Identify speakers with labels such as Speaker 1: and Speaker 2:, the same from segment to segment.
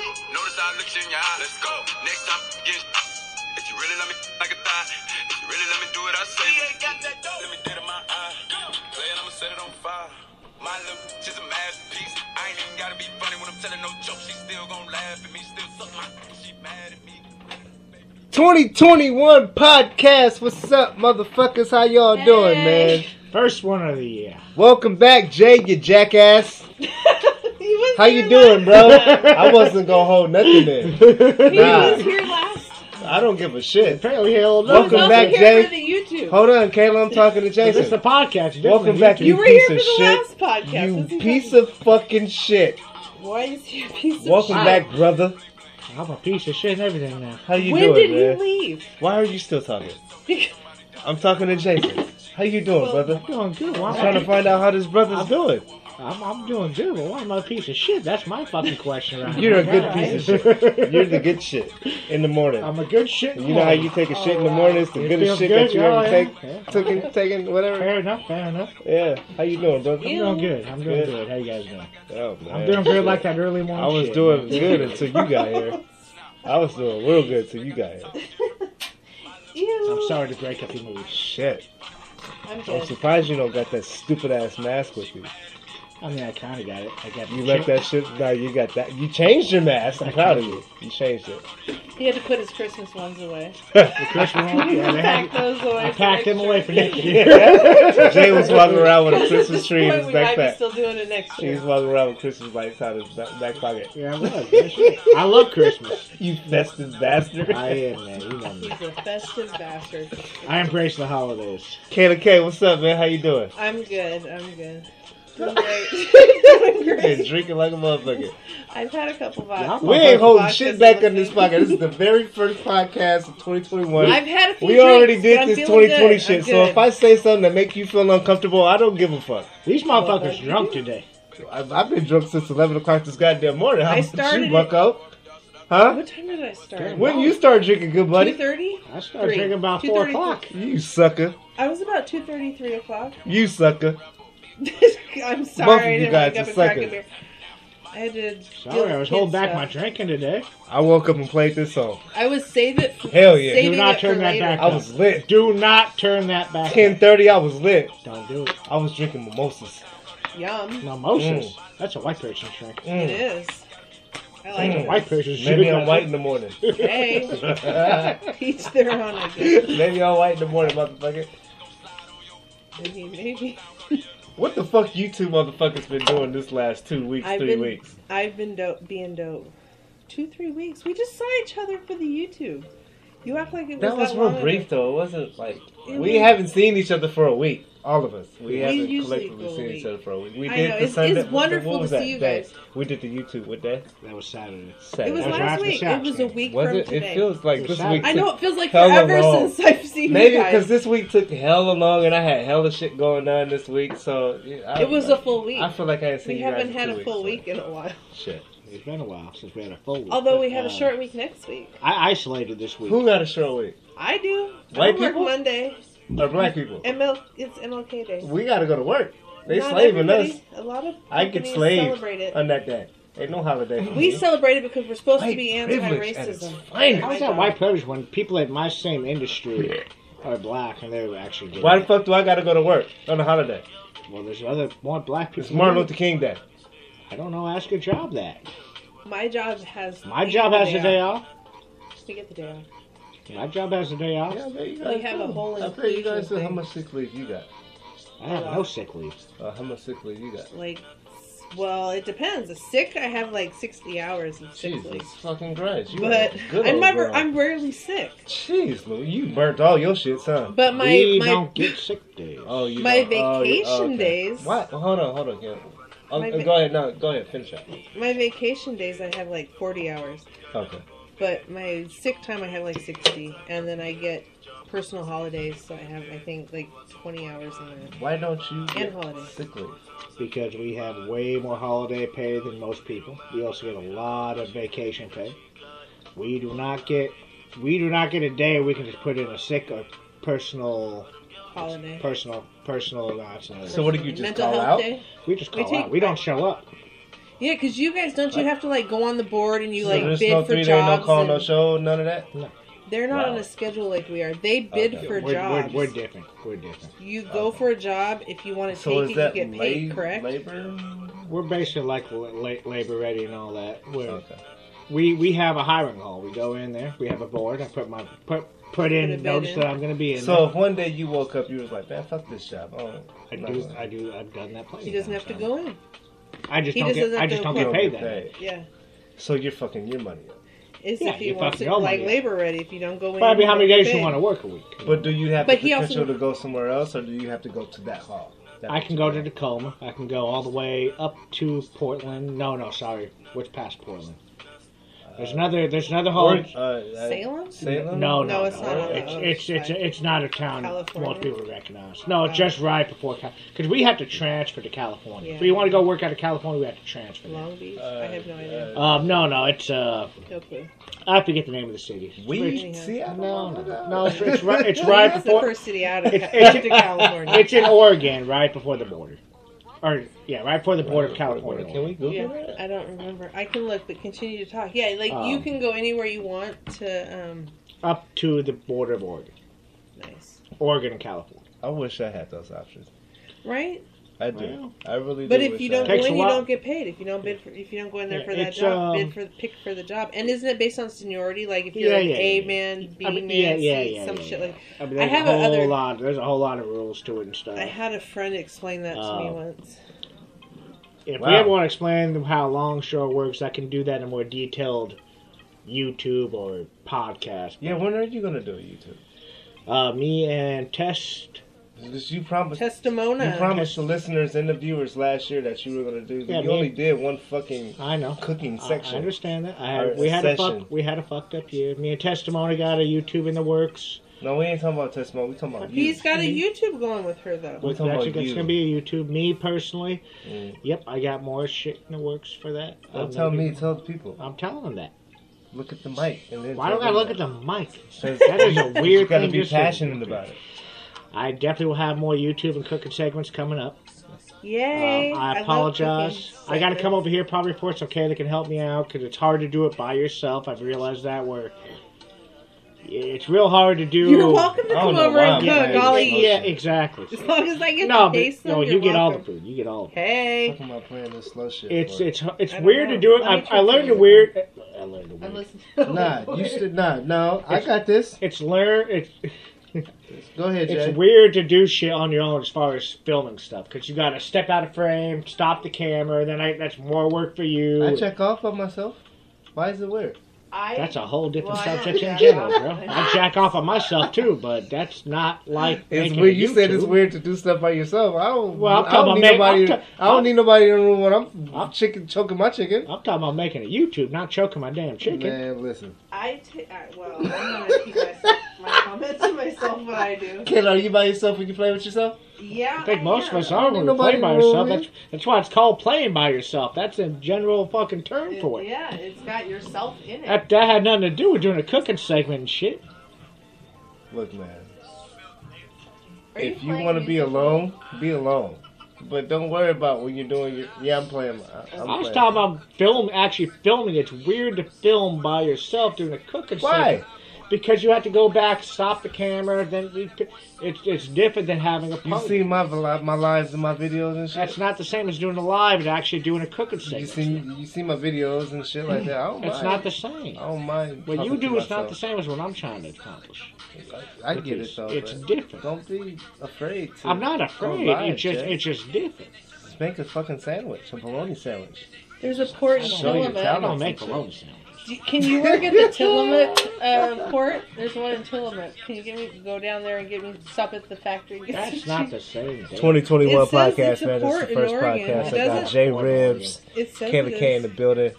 Speaker 1: I look you in your eye. Let's go. Next time, get If you really let me like a thought, if you really let me do what I say, we ain't got that dope. Let me get in my eye. Play it, I'ma set it on fire. My little bitch is a masterpiece. I ain't even gotta be funny when I'm telling no joke. She still gon' laugh at me. Still suck my. She mad at me.
Speaker 2: 2021 podcast. What's up, motherfuckers? How y'all doing, man?
Speaker 3: Hey.
Speaker 4: First one of the year.
Speaker 2: Welcome back, Jay, you jackass.
Speaker 3: He was
Speaker 2: How you
Speaker 3: here
Speaker 2: doing, bro?
Speaker 3: last time.
Speaker 2: I wasn't gonna hold nothing in.
Speaker 3: He
Speaker 2: Nah.
Speaker 3: was here last.
Speaker 2: I don't give a shit.
Speaker 4: Apparently, held
Speaker 3: He was
Speaker 2: Welcome
Speaker 3: also
Speaker 2: back,
Speaker 3: here
Speaker 2: Jay.
Speaker 3: for the YouTube.
Speaker 2: Hold on, Kayla. I'm talking to
Speaker 4: This is the
Speaker 2: Jason.
Speaker 4: podcast. This
Speaker 2: Welcome
Speaker 4: is
Speaker 2: back,
Speaker 4: YouTube.
Speaker 3: you
Speaker 2: you
Speaker 3: were here for
Speaker 2: piece
Speaker 3: the
Speaker 2: of shit.
Speaker 3: last podcast.
Speaker 2: You
Speaker 3: What's he
Speaker 2: piece
Speaker 3: talking-
Speaker 2: of fucking shit.
Speaker 3: Why is he a piece of
Speaker 2: Welcome
Speaker 3: shit?
Speaker 2: back, brother.
Speaker 4: I'm a piece of shit and everything now.
Speaker 2: How you
Speaker 3: when
Speaker 2: doing,
Speaker 3: did
Speaker 2: man?
Speaker 3: he leave?
Speaker 2: Why are you still talking?
Speaker 3: Because-
Speaker 2: I'm talking to Jason. How you doing, brother?
Speaker 4: I'm doing good. Why
Speaker 2: I'm
Speaker 4: am I-
Speaker 2: trying to find out how this brother's doing.
Speaker 4: I'm, I'm doing good, but why am I a piece of shit? That's my fucking question right
Speaker 2: You're a
Speaker 4: now.
Speaker 2: good piece of shit. You're the good shit in the morning.
Speaker 4: I'm a good shit.
Speaker 2: You know how you take a shit in the morning? It's the
Speaker 4: It
Speaker 2: goodest
Speaker 4: feels
Speaker 2: shit
Speaker 4: good, Oh,
Speaker 2: that you
Speaker 4: yeah,
Speaker 2: ever
Speaker 4: yeah.
Speaker 2: take.
Speaker 4: Yeah.
Speaker 2: Taking, taking, whatever.
Speaker 4: Fair enough, fair enough.
Speaker 2: Yeah. How you doing, brother?
Speaker 4: I'm doing good. I'm doing
Speaker 2: Good.
Speaker 4: good. How you guys doing?
Speaker 2: Oh, man.
Speaker 4: I'm doing good like that early morning.
Speaker 2: I was
Speaker 4: shit,
Speaker 2: doing
Speaker 4: man.
Speaker 2: good until you got here. I was doing real good until you got here.
Speaker 3: Ew.
Speaker 4: I'm sorry to break up your mood.
Speaker 2: Shit.
Speaker 3: I'm
Speaker 2: I'm
Speaker 3: good.
Speaker 2: surprised you don't got that stupid ass mask with you.
Speaker 4: I mean, I kind of got it. I got
Speaker 2: You
Speaker 4: the
Speaker 2: let
Speaker 4: chip.
Speaker 2: that shit. No, you got that. You changed your mask. I'm proud of you. You changed it.
Speaker 3: He had to put his Christmas ones away.
Speaker 4: The Christmas one. Yeah, they had
Speaker 3: Pack those away.
Speaker 4: I
Speaker 3: for
Speaker 4: packed them
Speaker 3: next
Speaker 4: away
Speaker 3: year.
Speaker 4: for next year.
Speaker 2: Jay was walking around with a Christmas tree in
Speaker 3: Point,
Speaker 2: his
Speaker 3: we might be
Speaker 2: backpack.
Speaker 3: still doing it next
Speaker 2: He was
Speaker 3: year.
Speaker 2: walking around with Christmas lights out of his back back pocket.
Speaker 4: Yeah, I was. That's right. I love Christmas.
Speaker 2: You festive bastard.
Speaker 4: I am, man. You know me.
Speaker 3: He's a festive bastard.
Speaker 4: I embrace the holidays.
Speaker 2: Kayla K, what's up, man? How you doing?
Speaker 3: I'm good. I'm good. Doing great.
Speaker 2: Been
Speaker 3: Doing great.
Speaker 2: drinking like a motherfucker.
Speaker 3: I've had a couple of
Speaker 4: Y'all
Speaker 2: We ain't holding
Speaker 3: Vodka's
Speaker 2: shit back on
Speaker 3: looking-
Speaker 2: this podcast. This is the very first podcast of 2021.
Speaker 3: I've had a few
Speaker 2: we already
Speaker 3: drinks,
Speaker 2: did
Speaker 3: but I'm
Speaker 2: this
Speaker 3: feeling
Speaker 2: 2020
Speaker 3: good.
Speaker 2: shit,
Speaker 3: I'm
Speaker 2: so if
Speaker 3: good.
Speaker 2: I say something that make you feel uncomfortable, I don't give a fuck.
Speaker 4: These motherfuckers drunk today.
Speaker 2: I've, I've been drunk since 11 o'clock this goddamn morning. How
Speaker 3: I
Speaker 2: about
Speaker 3: started
Speaker 2: you,
Speaker 3: it-
Speaker 2: bucko? Huh?
Speaker 3: What time did I start?
Speaker 4: Damn,
Speaker 2: When you start drinking, good
Speaker 3: Two
Speaker 2: buddy?
Speaker 3: thirty.
Speaker 4: I started
Speaker 3: Three.
Speaker 4: drinking about
Speaker 3: Two
Speaker 4: 4
Speaker 3: thirty-three.
Speaker 4: o'clock.
Speaker 2: You sucker.
Speaker 3: I was about two thirty, three o'clock.
Speaker 2: You sucker.
Speaker 3: I'm sorry, I
Speaker 2: you
Speaker 3: didn't
Speaker 2: guys
Speaker 3: wake up
Speaker 2: are
Speaker 3: and crack a
Speaker 2: suckers.
Speaker 3: beer. I had to. deal
Speaker 4: Sorry,
Speaker 3: with
Speaker 4: I was
Speaker 3: kid
Speaker 4: holding back
Speaker 3: stuff.
Speaker 4: my drinking today.
Speaker 2: I woke up and played this song.
Speaker 3: I was save it. For,
Speaker 2: Hell yeah.
Speaker 3: saving
Speaker 4: Do not
Speaker 3: it
Speaker 4: turn
Speaker 3: for
Speaker 4: that
Speaker 3: later.
Speaker 4: back
Speaker 2: I was lit.
Speaker 4: Do not turn that back.
Speaker 2: 10.30, I was lit.
Speaker 4: Don't do it.
Speaker 2: I was drinking mimosas.
Speaker 3: Yum,
Speaker 4: Mimosas.
Speaker 3: Mm.
Speaker 4: That's a white person's drink.
Speaker 3: it
Speaker 2: Mm.
Speaker 3: is. I like
Speaker 2: Mm.
Speaker 3: it.
Speaker 4: White person's
Speaker 2: Maybe
Speaker 4: drink.
Speaker 2: I'm white in the morning.
Speaker 3: Hey,
Speaker 2: Maybe
Speaker 3: each their own. I guess.
Speaker 2: I'm white in the morning, motherfucker.
Speaker 3: Maybe, maybe.
Speaker 2: What the fuck you two motherfuckers been doing this last two weeks,
Speaker 3: I've
Speaker 2: three
Speaker 3: been-
Speaker 2: weeks?
Speaker 3: I've been dope, being dope. Two, three weeks. We just saw each other for the YouTube. You act like it was
Speaker 2: That
Speaker 3: that,
Speaker 2: was
Speaker 3: long
Speaker 2: real
Speaker 3: ago.
Speaker 2: brief though. It wasn't like
Speaker 3: It
Speaker 2: we
Speaker 3: was-
Speaker 2: haven't seen each other for a week. All of us. We,
Speaker 3: We
Speaker 2: haven't
Speaker 3: usually
Speaker 2: collectively
Speaker 3: go a
Speaker 2: seen
Speaker 3: week.
Speaker 2: each other for a week. We
Speaker 3: I
Speaker 2: did
Speaker 3: know,
Speaker 2: the
Speaker 3: it's-
Speaker 2: Sunday.
Speaker 3: it's wonderful
Speaker 2: what
Speaker 3: to
Speaker 2: was
Speaker 3: see
Speaker 2: that
Speaker 3: you
Speaker 2: day?
Speaker 3: guys.
Speaker 2: We did the YouTube. What day?
Speaker 4: That was Saturday.
Speaker 3: It
Speaker 2: Saturday.
Speaker 3: was
Speaker 4: That's right
Speaker 3: last
Speaker 4: after
Speaker 3: week. It
Speaker 4: Saturday.
Speaker 3: was a week
Speaker 2: Was
Speaker 3: from
Speaker 2: it?
Speaker 3: today.
Speaker 2: It feels like
Speaker 4: It
Speaker 2: this
Speaker 4: was
Speaker 2: week.
Speaker 3: I
Speaker 2: took-
Speaker 3: know it feels like
Speaker 2: Hell
Speaker 3: forever
Speaker 2: no.
Speaker 3: since I've seen
Speaker 2: Maybe
Speaker 3: you guys.
Speaker 2: because this week took hella long and I had hella shit going on this week, so yeah, I
Speaker 3: it
Speaker 2: don't
Speaker 3: was
Speaker 2: know.
Speaker 3: a full week.
Speaker 2: I feel like I haven't seen
Speaker 3: We
Speaker 2: you guys
Speaker 3: haven't
Speaker 2: in
Speaker 3: had
Speaker 2: two
Speaker 3: a
Speaker 2: weeks,
Speaker 3: full
Speaker 2: so-
Speaker 3: week in a while.
Speaker 2: Shit.
Speaker 4: It's been a while since we had a full week.
Speaker 3: Although
Speaker 4: but,
Speaker 3: we had a
Speaker 4: uh,
Speaker 3: short week next week.
Speaker 4: I isolated this week.
Speaker 2: Who got a short week?
Speaker 3: I do.
Speaker 2: White
Speaker 3: I work
Speaker 2: people?
Speaker 3: Monday.
Speaker 2: Or black people?
Speaker 3: ML, it's MLK Day.
Speaker 2: We gotta go to work. They
Speaker 3: Not
Speaker 2: slaving us.
Speaker 3: everybody- A lot of
Speaker 2: I get
Speaker 3: companies
Speaker 2: slaved
Speaker 3: Celebrate it.
Speaker 2: on that day. Ain't no holiday. for
Speaker 3: We
Speaker 2: me.
Speaker 3: celebrate it because we're supposed to
Speaker 2: White
Speaker 3: be
Speaker 2: privilege at its
Speaker 3: anti-racism.
Speaker 2: finest.
Speaker 4: How is that white privilege when people at my same industry are black and they're actually gay?
Speaker 2: Why the fuck do I gotta go to work on a holiday?
Speaker 4: Well, there's other more black people.
Speaker 2: It's Martin Luther King Day.
Speaker 4: I don't know. Ask your job that.
Speaker 3: My job has.
Speaker 4: My
Speaker 3: we
Speaker 4: job
Speaker 3: get
Speaker 4: has a day off.
Speaker 3: off. We get the day off.
Speaker 4: My job has a day off.
Speaker 2: Yeah, I bet you
Speaker 3: We
Speaker 2: guys
Speaker 3: have a
Speaker 2: do.
Speaker 3: whole
Speaker 2: I bet you guys do.
Speaker 3: inclusion
Speaker 2: How
Speaker 3: thing.
Speaker 2: much sick leave you got?
Speaker 4: I have no sick leave.
Speaker 2: Uh, how much sick leave you got?
Speaker 3: Like, well, it depends. A sick, I have like sixty hours of sick
Speaker 2: Jesus
Speaker 3: leave.
Speaker 2: fucking Christ. You
Speaker 3: But
Speaker 2: are a good
Speaker 3: I
Speaker 2: old
Speaker 3: never.
Speaker 2: girl.
Speaker 3: I'm rarely sick.
Speaker 2: Jeez, Lou, you burnt all your shit, huh?
Speaker 3: But Uh, my
Speaker 4: we
Speaker 3: my
Speaker 4: don't get sick days.
Speaker 2: Oh, you
Speaker 3: My
Speaker 2: don't- oh, you- oh,
Speaker 3: vacation
Speaker 2: okay.
Speaker 3: days.
Speaker 2: What? Well, hold on, hold on, Kim. Oh,
Speaker 3: My
Speaker 2: uh,
Speaker 3: va-
Speaker 2: go ahead, no, go ahead, finish up.
Speaker 3: my vacation days, I have like forty hours.
Speaker 2: Okay.
Speaker 3: But my sick time, I have like 60, and then I get personal holidays, so I have, I think, like 20 hours in there.
Speaker 2: Why don't you get
Speaker 3: holidays.
Speaker 2: sick leave?
Speaker 4: because we have way more holiday pay than most people. We also get a lot of vacation pay. We do not get we do not get a day we can just put in a sick or personal
Speaker 3: Holiday.
Speaker 4: personal personal allowance.
Speaker 2: So what do you just
Speaker 3: Mental
Speaker 2: call
Speaker 3: health
Speaker 2: out?
Speaker 3: day.
Speaker 4: we just
Speaker 3: we
Speaker 4: call
Speaker 3: take-
Speaker 4: out. We don't show up.
Speaker 3: Yeah, because you guys don't you have to like go on the board and you
Speaker 2: so
Speaker 3: like
Speaker 2: there's
Speaker 3: bid
Speaker 2: no
Speaker 3: for
Speaker 2: three day, no
Speaker 3: jobs.
Speaker 2: call, no
Speaker 3: and-
Speaker 2: show, none of that.
Speaker 3: They're not
Speaker 2: Wow.
Speaker 3: on a schedule like we are. They bid
Speaker 2: Okay.
Speaker 3: for
Speaker 4: we're,
Speaker 3: jobs.
Speaker 4: We're, we're different. We're different.
Speaker 3: you go for a job if you want to
Speaker 2: So
Speaker 3: take
Speaker 2: is
Speaker 3: it, you
Speaker 2: that
Speaker 3: get paid,
Speaker 2: lab-
Speaker 3: correct?
Speaker 2: labor?
Speaker 4: We're basically like la- la- labor ready and all that. We're,
Speaker 2: Okay.
Speaker 4: We we have a hiring hall. We go in there. We have a board. I put my put put
Speaker 3: Put a
Speaker 4: in
Speaker 3: bid
Speaker 4: notes
Speaker 3: in.
Speaker 4: that I'm going to be in.
Speaker 2: So if one day you woke up, you was like, man, fuck this job. Oh,
Speaker 4: there. I do I do I've done that plenty.
Speaker 3: He doesn't have to go in.
Speaker 4: I just
Speaker 3: He
Speaker 4: don't
Speaker 3: just
Speaker 4: get
Speaker 3: doesn't
Speaker 4: I
Speaker 3: have
Speaker 4: just
Speaker 3: to
Speaker 4: don't
Speaker 3: apply.
Speaker 4: get paid that.
Speaker 3: Yeah.
Speaker 2: So you're fucking your money up.
Speaker 3: Is
Speaker 4: Yeah,
Speaker 3: if he
Speaker 4: you
Speaker 3: wants
Speaker 4: fucking
Speaker 3: to
Speaker 4: owe me
Speaker 3: like
Speaker 4: that.
Speaker 3: labor ready, if you don't go in.
Speaker 4: Probably how many
Speaker 3: don't
Speaker 4: days
Speaker 3: get
Speaker 4: you
Speaker 3: paid.
Speaker 4: want to work a week.
Speaker 2: But do you have
Speaker 3: But
Speaker 2: the
Speaker 3: he also-
Speaker 2: potential to go somewhere else, or do you have to go to that hall? That
Speaker 4: I can go to Tacoma. I can go all the way up to Portland. No, no, sorry. What's past Portland? There's another. There's another whole.
Speaker 2: Or- uh,
Speaker 3: Salem?
Speaker 4: No,
Speaker 2: Salem?
Speaker 4: no,
Speaker 3: No, it's
Speaker 4: no.
Speaker 3: not on the
Speaker 4: It's
Speaker 3: other
Speaker 4: it's it's,
Speaker 3: side.
Speaker 4: it's not a town most
Speaker 3: California?
Speaker 4: people recognize. No, it's just right before because we have to transfer to California.
Speaker 3: Yeah.
Speaker 4: If we want to go work out of California, we have to transfer. there.
Speaker 3: Long Beach.
Speaker 2: Uh,
Speaker 3: I have no idea.
Speaker 4: Um, no, no, it's uh,
Speaker 3: no clue.
Speaker 4: I forget the name of the city.
Speaker 2: We
Speaker 3: It's-
Speaker 2: see, I don't
Speaker 4: No,
Speaker 2: know.
Speaker 4: no, no. It's, it's right. It's right
Speaker 3: That's the
Speaker 4: before.
Speaker 3: first city out of
Speaker 4: It's- it's-
Speaker 3: to California.
Speaker 4: It's in Oregon, right before the border, or yeah, right before the border of California.
Speaker 2: Can we Google
Speaker 3: Yeah,
Speaker 2: that?
Speaker 3: I don't remember. I can look, but continue to talk. Yeah, like you
Speaker 4: Um,
Speaker 3: can go anywhere you want to. Um,
Speaker 4: Up to the border of Oregon,
Speaker 3: nice,
Speaker 4: Oregon, and California.
Speaker 2: I wish I had those options.
Speaker 3: right?
Speaker 2: I do.
Speaker 4: Well,
Speaker 2: I really
Speaker 3: But
Speaker 2: do.
Speaker 3: if
Speaker 2: wish I
Speaker 3: you
Speaker 2: had-
Speaker 3: don't go
Speaker 4: Takes a
Speaker 3: in, you
Speaker 4: while.
Speaker 3: don't get paid. If you don't bid, for, if you don't go in there
Speaker 4: Yeah,
Speaker 3: for that
Speaker 4: it's,
Speaker 3: job,
Speaker 4: um,
Speaker 3: bid for pick for the job. And isn't it based on seniority? Like if you're
Speaker 4: Yeah,
Speaker 3: like
Speaker 4: yeah,
Speaker 3: A
Speaker 4: yeah.
Speaker 3: man, B
Speaker 4: I mean,
Speaker 3: man,
Speaker 4: yeah,
Speaker 3: C,
Speaker 4: yeah, yeah,
Speaker 3: some
Speaker 4: yeah,
Speaker 3: shit
Speaker 4: yeah.
Speaker 3: like.
Speaker 4: I mean, there's
Speaker 3: I have
Speaker 4: a
Speaker 3: a
Speaker 4: whole
Speaker 3: other-
Speaker 4: lot. There's a whole lot of rules to it and stuff.
Speaker 3: I had a friend explain that to me
Speaker 4: Oh.
Speaker 3: once.
Speaker 4: If we
Speaker 2: Wow.
Speaker 4: ever want to explain how longshore works, I can do that in a more detailed YouTube or podcast.
Speaker 2: Yeah, when are you gonna do it, YouTube?
Speaker 4: Uh, me and Test.
Speaker 2: Because you promised. You
Speaker 3: Testimona.
Speaker 2: promised the listeners and the viewers last year that you were gonna do.
Speaker 4: Yeah,
Speaker 2: you
Speaker 4: me-
Speaker 2: only did one fucking
Speaker 4: I know.
Speaker 2: cooking
Speaker 4: I-
Speaker 2: section.
Speaker 4: I understand that. I
Speaker 2: Or
Speaker 4: had, we had a
Speaker 2: session.
Speaker 4: fuck, we had a fucked up year. Me and Testimony got a YouTube in the works.
Speaker 2: No, we ain't talking about testimony. We talking about you.
Speaker 3: He's got a YouTube going with her though.
Speaker 2: We're
Speaker 4: It's
Speaker 2: talking about
Speaker 4: actually it's
Speaker 2: you.
Speaker 4: gonna be a YouTube. Me personally,
Speaker 2: Mm.
Speaker 4: yep, I got more shit in the works for that.
Speaker 2: Don't
Speaker 4: I'm
Speaker 2: tell
Speaker 4: gonna
Speaker 2: me.
Speaker 4: be-
Speaker 2: Tell the people.
Speaker 4: I'm telling them that.
Speaker 2: Look at the mic. And then
Speaker 4: Why
Speaker 2: tell
Speaker 4: don't I look
Speaker 2: them
Speaker 4: at the mic?
Speaker 2: Says-
Speaker 4: That is a
Speaker 2: You
Speaker 4: weird
Speaker 2: gotta
Speaker 4: thing
Speaker 2: be
Speaker 4: to say.
Speaker 2: passionate about it.
Speaker 4: I definitely will have more YouTube and cooking segments coming up.
Speaker 3: Yay!
Speaker 4: Um, I
Speaker 3: love
Speaker 4: apologize.
Speaker 3: cooking
Speaker 4: I, got to come
Speaker 3: segments.
Speaker 4: over here probably for it's okay. They can help me out because it's hard to do it by yourself. I've realized that where it's real hard to do. Um,
Speaker 3: You're welcome to
Speaker 2: I don't
Speaker 3: come
Speaker 2: know
Speaker 3: over
Speaker 2: why
Speaker 3: and
Speaker 2: I'm
Speaker 3: cook.
Speaker 2: mad.
Speaker 3: I'll eat.
Speaker 4: Yeah,
Speaker 2: Motion.
Speaker 4: exactly.
Speaker 3: As long as I get
Speaker 4: No,
Speaker 3: to
Speaker 4: but
Speaker 3: taste them,
Speaker 4: no,
Speaker 3: you're
Speaker 4: you get all the
Speaker 3: welcome.
Speaker 4: food. You get all. The food.
Speaker 3: Hey,
Speaker 2: Talking about playing this slow shit.
Speaker 4: It's
Speaker 2: for
Speaker 4: it's it's
Speaker 3: I don't
Speaker 4: weird to
Speaker 3: know.
Speaker 4: do it.
Speaker 3: Let me
Speaker 4: I,
Speaker 3: try
Speaker 4: I learned
Speaker 3: to-
Speaker 4: a weird. I learned a
Speaker 5: I'm
Speaker 4: weird.
Speaker 5: listening.
Speaker 2: it. Nah, you should not. No, I got this.
Speaker 4: It's learn. It's
Speaker 2: Go ahead, Jay.
Speaker 4: it's weird to do shit on your own as far as filming stuff because you got to step out of frame, stop the camera. Then I, that's more work for you.
Speaker 2: I check off on myself. Why is it weird?
Speaker 5: I,
Speaker 4: That's a whole different
Speaker 5: Well, I don't
Speaker 4: subject in
Speaker 5: jack
Speaker 4: general,
Speaker 5: off.
Speaker 4: bro. I jack off on myself too, but that's not like
Speaker 2: It's
Speaker 4: making
Speaker 2: weird.
Speaker 4: a
Speaker 2: You said it's
Speaker 4: YouTube.
Speaker 2: weird to do stuff by yourself. I don't.
Speaker 4: Well, I'm
Speaker 2: I
Speaker 4: talking
Speaker 2: don't
Speaker 4: about
Speaker 2: need
Speaker 4: me-
Speaker 2: nobody.
Speaker 4: I'm ta-
Speaker 2: I don't need nobody in the room when I'm,
Speaker 4: I'm-
Speaker 2: chicken choking my chicken.
Speaker 4: I'm talking about making a YouTube, not choking my damn chicken.
Speaker 2: Man, listen.
Speaker 5: I ta- I- well, I'm gonna keep myself, my comments to myself when I do.
Speaker 2: Kid, are you by yourself when you play with yourself?
Speaker 5: Yeah,
Speaker 4: I think most of
Speaker 5: am.
Speaker 4: us are
Speaker 2: Ain't
Speaker 4: when we
Speaker 2: nobody
Speaker 4: play by
Speaker 2: in the room,
Speaker 4: yourself.
Speaker 2: man.
Speaker 4: That's, that's why it's called playing by yourself. That's a general fucking term
Speaker 5: It-
Speaker 4: for it.
Speaker 5: Yeah, it's got yourself in it.
Speaker 4: That, that had nothing to do with doing a cooking segment and shit.
Speaker 2: Look, man.
Speaker 5: Are
Speaker 2: if you
Speaker 5: playing
Speaker 2: want to be
Speaker 5: music?
Speaker 2: alone, be alone. But don't worry about when you're doing your. Yeah, I'm playing. I- I'm
Speaker 4: I was
Speaker 2: playing.
Speaker 4: talking about film, actually filming. It's weird to film by yourself doing a cooking
Speaker 2: Why?
Speaker 4: segment. Because you have to go back, stop the camera, then you, it's it's different than having a
Speaker 2: You
Speaker 4: party.
Speaker 2: see my vlog, my lives and my videos and shit.
Speaker 4: That's not the same as doing a live and actually doing a cooking
Speaker 2: You
Speaker 4: segment.
Speaker 2: see, you see my videos and shit like that. I don't
Speaker 4: It's
Speaker 2: mind.
Speaker 4: not the same.
Speaker 2: I don't mind.
Speaker 4: What you
Speaker 2: Oh, talking to
Speaker 4: do is not the
Speaker 2: myself.
Speaker 4: same as what I'm trying to accomplish.
Speaker 2: I get it
Speaker 4: It's-
Speaker 2: though.
Speaker 4: it's
Speaker 2: but
Speaker 4: different.
Speaker 2: Don't be afraid. To
Speaker 4: I'm not
Speaker 2: go
Speaker 4: afraid.
Speaker 2: live,
Speaker 4: it's just
Speaker 2: Jay.
Speaker 4: it's just different.
Speaker 2: Just make a fucking sandwich, a bologna sandwich.
Speaker 3: there's a port in
Speaker 2: Show your
Speaker 4: I
Speaker 3: Tillamook.
Speaker 2: talent.
Speaker 4: don't make bologna sandwiches.
Speaker 3: Do- Can you work at the Tillamook uh, port? There's one in Tillamook. Can you get me go down there and get me stop at the factory? and get
Speaker 4: That's
Speaker 3: some
Speaker 4: not
Speaker 3: cheese?
Speaker 4: the same. thing.
Speaker 2: 2021
Speaker 3: It says
Speaker 2: podcast,
Speaker 3: it's a
Speaker 2: man. This is
Speaker 3: port
Speaker 2: the
Speaker 3: in
Speaker 2: first
Speaker 3: Oregon.
Speaker 2: podcast. I
Speaker 3: It
Speaker 2: got
Speaker 3: doesn't-
Speaker 2: J Ribs,
Speaker 3: It says
Speaker 2: Kayla
Speaker 3: it
Speaker 2: K in
Speaker 3: is
Speaker 2: the building.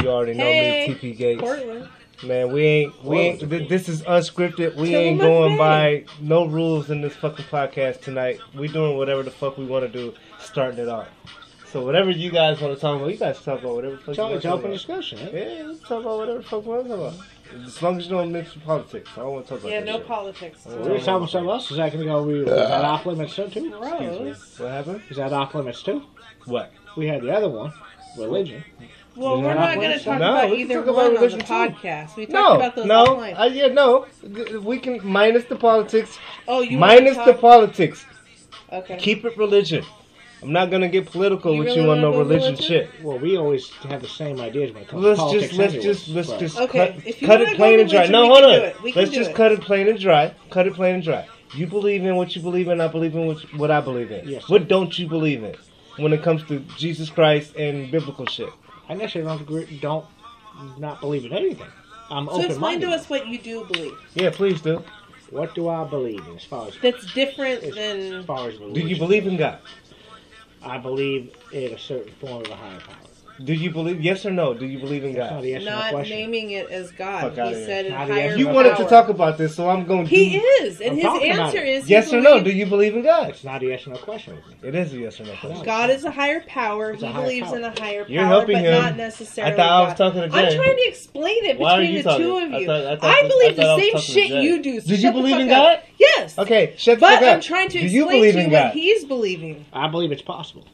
Speaker 2: You already know
Speaker 3: Hey,
Speaker 2: me, TP Gates.
Speaker 3: Portland.
Speaker 2: Man, we ain't, we ain't. Th- this is unscripted. We ain't going by no rules in this fucking podcast tonight. We doing whatever the fuck we want to do, starting it off. So whatever you guys want to talk about, you guys talk about whatever. the fuck
Speaker 4: It's
Speaker 2: you
Speaker 4: all-
Speaker 2: wanna
Speaker 4: it's
Speaker 2: talk
Speaker 4: open
Speaker 2: about.
Speaker 4: discussion. eh?
Speaker 2: Yeah, let's talk about whatever the fuck we want to talk about. As long as you don't mix with politics, I don't want to talk about
Speaker 3: Yeah,
Speaker 2: that
Speaker 3: no
Speaker 2: shit.
Speaker 3: politics.
Speaker 4: We're talking about something else. Is that going to go? Is that off limits too?
Speaker 3: Gross.
Speaker 2: What happened?
Speaker 4: Is that off limits too?
Speaker 2: What?
Speaker 4: We had the other one. religion.
Speaker 3: Well, we're
Speaker 4: No.
Speaker 3: not going to talk
Speaker 2: No,
Speaker 3: about
Speaker 2: we can
Speaker 3: either
Speaker 2: talk about
Speaker 3: one on the
Speaker 2: religion too.
Speaker 3: podcast. We talked
Speaker 2: No,
Speaker 3: about those
Speaker 2: no,
Speaker 3: online.
Speaker 2: uh, yeah, no. Th- We can minus the politics,
Speaker 3: oh, you wanna
Speaker 2: minus the
Speaker 3: talk-
Speaker 2: politics.
Speaker 3: Okay.
Speaker 2: Keep it religion. I'm not gonna get political
Speaker 3: You
Speaker 2: with
Speaker 3: really
Speaker 2: you on
Speaker 3: wanna
Speaker 2: no
Speaker 3: go
Speaker 2: religion
Speaker 3: religion?
Speaker 2: shit.
Speaker 4: Well, we always have the same ideas when it comes
Speaker 2: Let's
Speaker 4: to
Speaker 2: just
Speaker 4: politics.
Speaker 2: let's
Speaker 4: anyways,
Speaker 2: just let's
Speaker 4: but-
Speaker 2: just
Speaker 3: Okay,
Speaker 2: cut,
Speaker 3: if you
Speaker 2: cut
Speaker 3: wanna
Speaker 2: it
Speaker 3: go
Speaker 2: plain and dry.
Speaker 3: religion,
Speaker 2: No,
Speaker 3: we
Speaker 2: hold
Speaker 3: can
Speaker 2: on.
Speaker 3: do it. We can
Speaker 2: Let's
Speaker 3: do
Speaker 2: just
Speaker 3: it.
Speaker 2: cut it plain and dry. Cut it plain and dry. You believe in what you believe in. I believe in what, what I believe in.
Speaker 4: Yes.
Speaker 2: What don't you believe in when it comes to Jesus Christ and biblical shit?
Speaker 4: I necessarily don't agree, don't not believe in anything. I'm
Speaker 3: So
Speaker 4: open
Speaker 3: explain
Speaker 4: minded.
Speaker 3: to us what you do believe.
Speaker 2: Yeah, please do.
Speaker 4: What do I believe in as far as
Speaker 3: That's different
Speaker 4: as,
Speaker 3: than.
Speaker 4: far as
Speaker 2: Do
Speaker 4: religion?
Speaker 2: you believe in God?
Speaker 4: I believe in a certain form of a higher power.
Speaker 2: Do you believe yes or no? Do you believe in
Speaker 4: That's not
Speaker 2: God?
Speaker 4: a yes or no
Speaker 3: Not
Speaker 4: question.
Speaker 3: naming it as God.
Speaker 2: Fuck outta
Speaker 3: He
Speaker 2: here.
Speaker 3: said it
Speaker 4: Not
Speaker 3: higher
Speaker 4: yet.
Speaker 2: You
Speaker 3: power.
Speaker 2: wanted to talk about this, so I'm going to.
Speaker 3: He is, and
Speaker 4: I'm
Speaker 3: his
Speaker 4: talking about
Speaker 3: answer
Speaker 4: it.
Speaker 3: is he
Speaker 2: Yes or no? Do
Speaker 3: believes-
Speaker 2: you believe in God?
Speaker 4: It's not a yes or no question with me.
Speaker 2: It is a yes or no question.
Speaker 3: God is a higher power.
Speaker 4: a
Speaker 3: he
Speaker 4: higher
Speaker 3: believes
Speaker 4: power.
Speaker 3: in a higher
Speaker 2: You're
Speaker 3: power,
Speaker 2: helping
Speaker 3: but
Speaker 2: him. I
Speaker 3: not
Speaker 2: thought
Speaker 3: necessarily.
Speaker 2: I was
Speaker 3: God.
Speaker 2: talking to
Speaker 3: I'm
Speaker 2: Jay.
Speaker 3: trying to explain it
Speaker 2: Why are
Speaker 3: between
Speaker 2: you
Speaker 3: the
Speaker 2: talking?
Speaker 3: two of
Speaker 2: I
Speaker 3: you.
Speaker 2: thought- I thought- I
Speaker 3: believe
Speaker 2: thought I
Speaker 3: the
Speaker 2: was
Speaker 3: same
Speaker 2: talking to
Speaker 3: shit
Speaker 2: Jay.
Speaker 3: you do. so
Speaker 2: Did you
Speaker 3: shut the
Speaker 2: believe
Speaker 3: fuck
Speaker 2: in God?
Speaker 3: up. Yes.
Speaker 2: Okay, shut the
Speaker 3: But
Speaker 2: fuck up.
Speaker 3: I'm trying to
Speaker 2: Do you
Speaker 3: explain
Speaker 2: believe
Speaker 3: to you
Speaker 2: in
Speaker 3: what
Speaker 2: God?
Speaker 3: he's believing.
Speaker 4: I believe it's possible.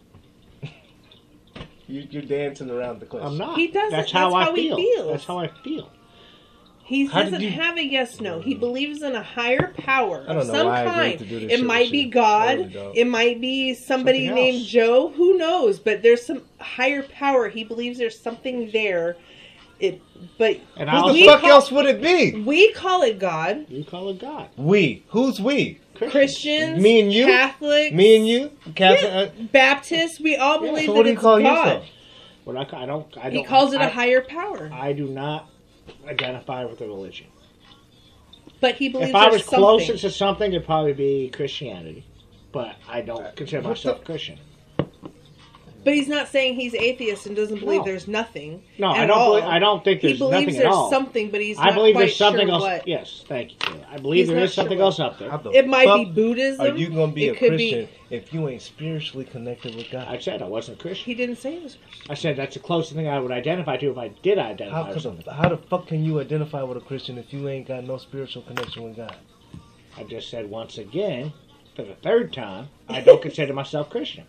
Speaker 2: You, you're dancing around the question.
Speaker 4: I'm not.
Speaker 3: He doesn't.
Speaker 4: That's how,
Speaker 3: That's
Speaker 4: I
Speaker 3: how he
Speaker 4: feel.
Speaker 3: feels.
Speaker 4: That's how I feel.
Speaker 3: He
Speaker 2: How did
Speaker 3: doesn't
Speaker 2: you-
Speaker 3: have a yes no.
Speaker 4: Mm.
Speaker 3: He believes in a higher power
Speaker 2: I don't
Speaker 3: of
Speaker 2: know
Speaker 3: some
Speaker 2: why I agreed
Speaker 3: kind.
Speaker 2: to do this
Speaker 3: it
Speaker 2: shit
Speaker 3: might
Speaker 2: with
Speaker 3: be
Speaker 2: you. I
Speaker 3: God.
Speaker 2: really don't.
Speaker 3: it might be somebody
Speaker 4: Something
Speaker 3: named
Speaker 4: else.
Speaker 3: Joe. Who knows? But there's some higher power. He believes there's something there. It, but
Speaker 4: And I
Speaker 2: Who
Speaker 4: also-
Speaker 2: the
Speaker 3: we,
Speaker 2: fuck
Speaker 3: call,
Speaker 2: else would it be?
Speaker 3: we call it God.
Speaker 4: You call it God.
Speaker 2: We. Who's we?
Speaker 3: Christians,
Speaker 2: Me and you?
Speaker 3: Catholics,
Speaker 2: Me and you? Catholic?
Speaker 3: yeah, Baptists. We all
Speaker 2: uh,
Speaker 3: believe
Speaker 2: so what
Speaker 3: that
Speaker 2: do you
Speaker 3: it's
Speaker 2: call
Speaker 3: God.
Speaker 2: yourself?
Speaker 4: What I, ca- I don't. I don't.
Speaker 3: He calls it a
Speaker 4: I-
Speaker 3: higher power,
Speaker 4: I do not identify with a religion.
Speaker 3: but he believes
Speaker 4: If I was
Speaker 3: there's something.
Speaker 4: closest to something, it'd probably be Christianity. But I don't consider
Speaker 2: What
Speaker 4: myself
Speaker 2: the-
Speaker 4: Christian.
Speaker 3: But he's not saying he's atheist and doesn't believe
Speaker 4: No.
Speaker 3: there's nothing.
Speaker 4: No,
Speaker 3: at
Speaker 4: I don't.
Speaker 3: all.
Speaker 4: Believe, I don't think
Speaker 3: He
Speaker 4: there's
Speaker 3: believes
Speaker 4: nothing
Speaker 3: there's
Speaker 4: at all.
Speaker 3: something, but he's
Speaker 4: I
Speaker 3: not
Speaker 4: believe
Speaker 3: quite
Speaker 4: there's something
Speaker 3: sure
Speaker 4: else.
Speaker 3: what.
Speaker 4: Yes, thank you. Taylor. I believe
Speaker 3: He's
Speaker 4: there
Speaker 3: not
Speaker 4: is something
Speaker 3: sure.
Speaker 4: else out there.
Speaker 2: How the
Speaker 3: It might
Speaker 2: fuck
Speaker 3: be Buddhism.
Speaker 2: Are you gonna be
Speaker 3: it
Speaker 2: a
Speaker 3: could
Speaker 2: Christian
Speaker 3: Be,
Speaker 2: if you ain't spiritually connected with
Speaker 4: I
Speaker 2: God?
Speaker 4: said I wasn't Christian.
Speaker 3: he didn't say it was Christian.
Speaker 4: I said that's the closest thing I would identify to if I did
Speaker 2: How,
Speaker 4: identify. with
Speaker 2: could
Speaker 4: something.
Speaker 2: the, how the fuck can you identify with a Christian if you ain't got no spiritual connection with God?
Speaker 4: I just said once again, for the third time, I don't consider myself Christian.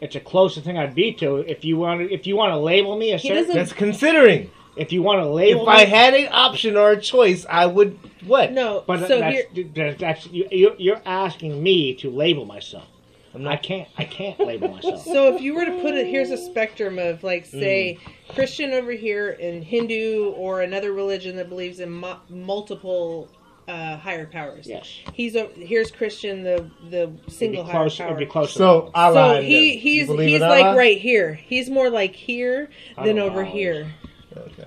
Speaker 4: It's the closest thing I'd be to if you want to if you want to label me a
Speaker 3: He
Speaker 4: certain.
Speaker 3: doesn't-
Speaker 2: That's considering.
Speaker 4: If you want to label
Speaker 2: If I
Speaker 4: me,
Speaker 2: had an option or a choice, I would what?
Speaker 3: No,
Speaker 4: but
Speaker 3: so here,
Speaker 4: that's, that's, that's you, you're, you're asking me to label myself.
Speaker 2: I'm
Speaker 4: I
Speaker 2: not.
Speaker 4: can't. I can't label myself.
Speaker 3: so if you were to put it, here's a spectrum of like
Speaker 4: Mm.
Speaker 3: say Christian over here and Hindu or another religion that believes in mu- multiple uh, higher powers.
Speaker 4: Yes.
Speaker 3: He's a, here's Christian, the the
Speaker 4: It'd be
Speaker 3: single higher
Speaker 4: close. It'd
Speaker 3: power.
Speaker 4: be close.
Speaker 2: So I
Speaker 3: So
Speaker 2: lied.
Speaker 3: he
Speaker 2: You
Speaker 3: he's
Speaker 2: believe
Speaker 3: he's
Speaker 2: in
Speaker 3: like
Speaker 2: Allah?
Speaker 3: right here. He's more like here
Speaker 4: I
Speaker 3: than
Speaker 4: don't
Speaker 3: over
Speaker 4: know.
Speaker 3: here.
Speaker 2: Okay.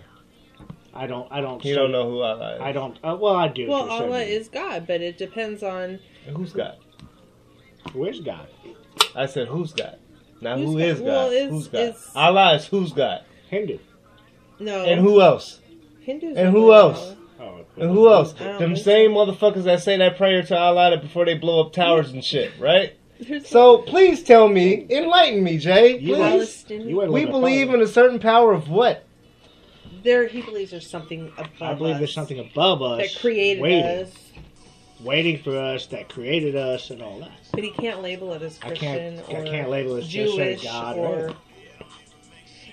Speaker 4: I don't. I don't.
Speaker 2: You
Speaker 4: say-
Speaker 2: don't know who Allah is.
Speaker 4: I don't. Uh, well, I do.
Speaker 3: Well,
Speaker 4: to a certain
Speaker 3: Allah
Speaker 4: degree.
Speaker 3: is God, but it depends on
Speaker 2: Who's God?
Speaker 4: Where's God?
Speaker 2: I said who's God. Now
Speaker 3: Who's
Speaker 2: who
Speaker 3: God?
Speaker 2: is God?
Speaker 3: Well, it's-
Speaker 2: who's God?
Speaker 3: it's- Oh.
Speaker 2: Allah is who's God?
Speaker 4: Hindu.
Speaker 3: no
Speaker 2: And who else?
Speaker 3: Hindus
Speaker 2: and
Speaker 3: don't
Speaker 2: who
Speaker 3: believe in
Speaker 2: else?
Speaker 3: Allah.
Speaker 4: Oh,
Speaker 2: And who else?
Speaker 3: I don't
Speaker 2: Them
Speaker 3: think so.
Speaker 2: same motherfuckers that say that prayer to Allah that before they blow up towers and shit, right?
Speaker 3: There's
Speaker 2: So please tell me, enlighten me, Jay.
Speaker 4: You
Speaker 3: no
Speaker 2: Please.
Speaker 3: Palestinian.
Speaker 4: You ain't
Speaker 2: We
Speaker 4: living
Speaker 2: believe
Speaker 4: above
Speaker 2: in a certain power of what?
Speaker 3: there he believes there's something above
Speaker 4: I believe there's
Speaker 3: us
Speaker 4: something above us
Speaker 3: that created
Speaker 4: waiting,
Speaker 3: us,
Speaker 4: waiting for us, that created us, and all that.
Speaker 3: but he can't label it as
Speaker 4: I
Speaker 3: Christian
Speaker 4: can't.
Speaker 3: or
Speaker 4: I can't label it as just a
Speaker 3: Jewish
Speaker 4: God.
Speaker 3: or.
Speaker 4: Or,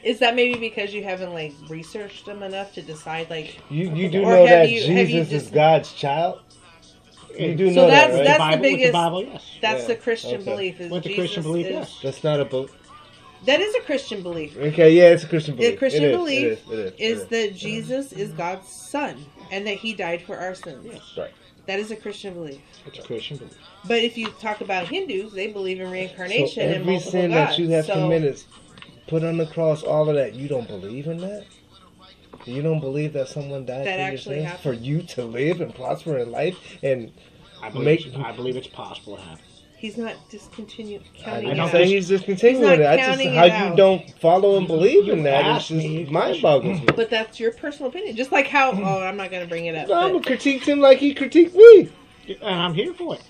Speaker 3: Is that maybe because you haven't like researched them enough to decide like
Speaker 2: You you do
Speaker 3: Or
Speaker 2: know
Speaker 3: have
Speaker 2: that
Speaker 3: you- have you
Speaker 2: Jesus is
Speaker 3: just-
Speaker 2: God's child. You do
Speaker 4: With
Speaker 2: know that,
Speaker 3: that's-
Speaker 2: right?
Speaker 3: that's the
Speaker 4: Bible, with
Speaker 3: biggest-
Speaker 4: the Bible, yes.
Speaker 3: that's
Speaker 2: Yeah,
Speaker 3: the Christian
Speaker 2: okay.
Speaker 3: belief is
Speaker 4: With the
Speaker 3: Jesus
Speaker 4: Christian belief,
Speaker 3: is-
Speaker 4: yes.
Speaker 2: That's not a book.
Speaker 3: that is a Christian belief
Speaker 2: Okay, yeah, it's a Christian belief.
Speaker 3: The Christian
Speaker 2: It is,
Speaker 3: belief
Speaker 2: it is, it is,
Speaker 3: is
Speaker 2: it
Speaker 3: that Jesus is God's son and that he died for our sins.
Speaker 4: Yes.
Speaker 2: Right.
Speaker 3: That is a Christian belief.
Speaker 4: It's a Christian belief.
Speaker 3: But if you talk about Hindus, they believe in reincarnation
Speaker 2: So
Speaker 3: and
Speaker 2: every
Speaker 3: multiple
Speaker 2: sin
Speaker 3: gods.
Speaker 2: that you have
Speaker 3: so
Speaker 2: committed, put on the cross, all of that. You don't believe in that. You don't believe that someone died
Speaker 3: That
Speaker 2: for your
Speaker 3: actually
Speaker 2: sins,
Speaker 3: happened.
Speaker 2: for you to live and prosper in life, and
Speaker 4: I believe.
Speaker 2: Make-
Speaker 4: it's- I believe it's possible to happen.
Speaker 3: he's not discontinued
Speaker 2: I
Speaker 3: counting
Speaker 4: don't
Speaker 3: it
Speaker 2: didn't
Speaker 3: out.
Speaker 2: say he's discontinuing
Speaker 3: He's
Speaker 2: it.
Speaker 3: not
Speaker 2: I just
Speaker 3: counting
Speaker 2: how
Speaker 3: it
Speaker 2: you
Speaker 3: out.
Speaker 2: don't follow and believe in that. It's
Speaker 4: asked me.
Speaker 2: just mind boggles me.
Speaker 3: But that's your personal opinion. Just like how oh I'm not gonna bring it up.
Speaker 2: No, I'm gonna
Speaker 3: but-
Speaker 2: critique him like he critiqued me.
Speaker 4: and I'm here for it.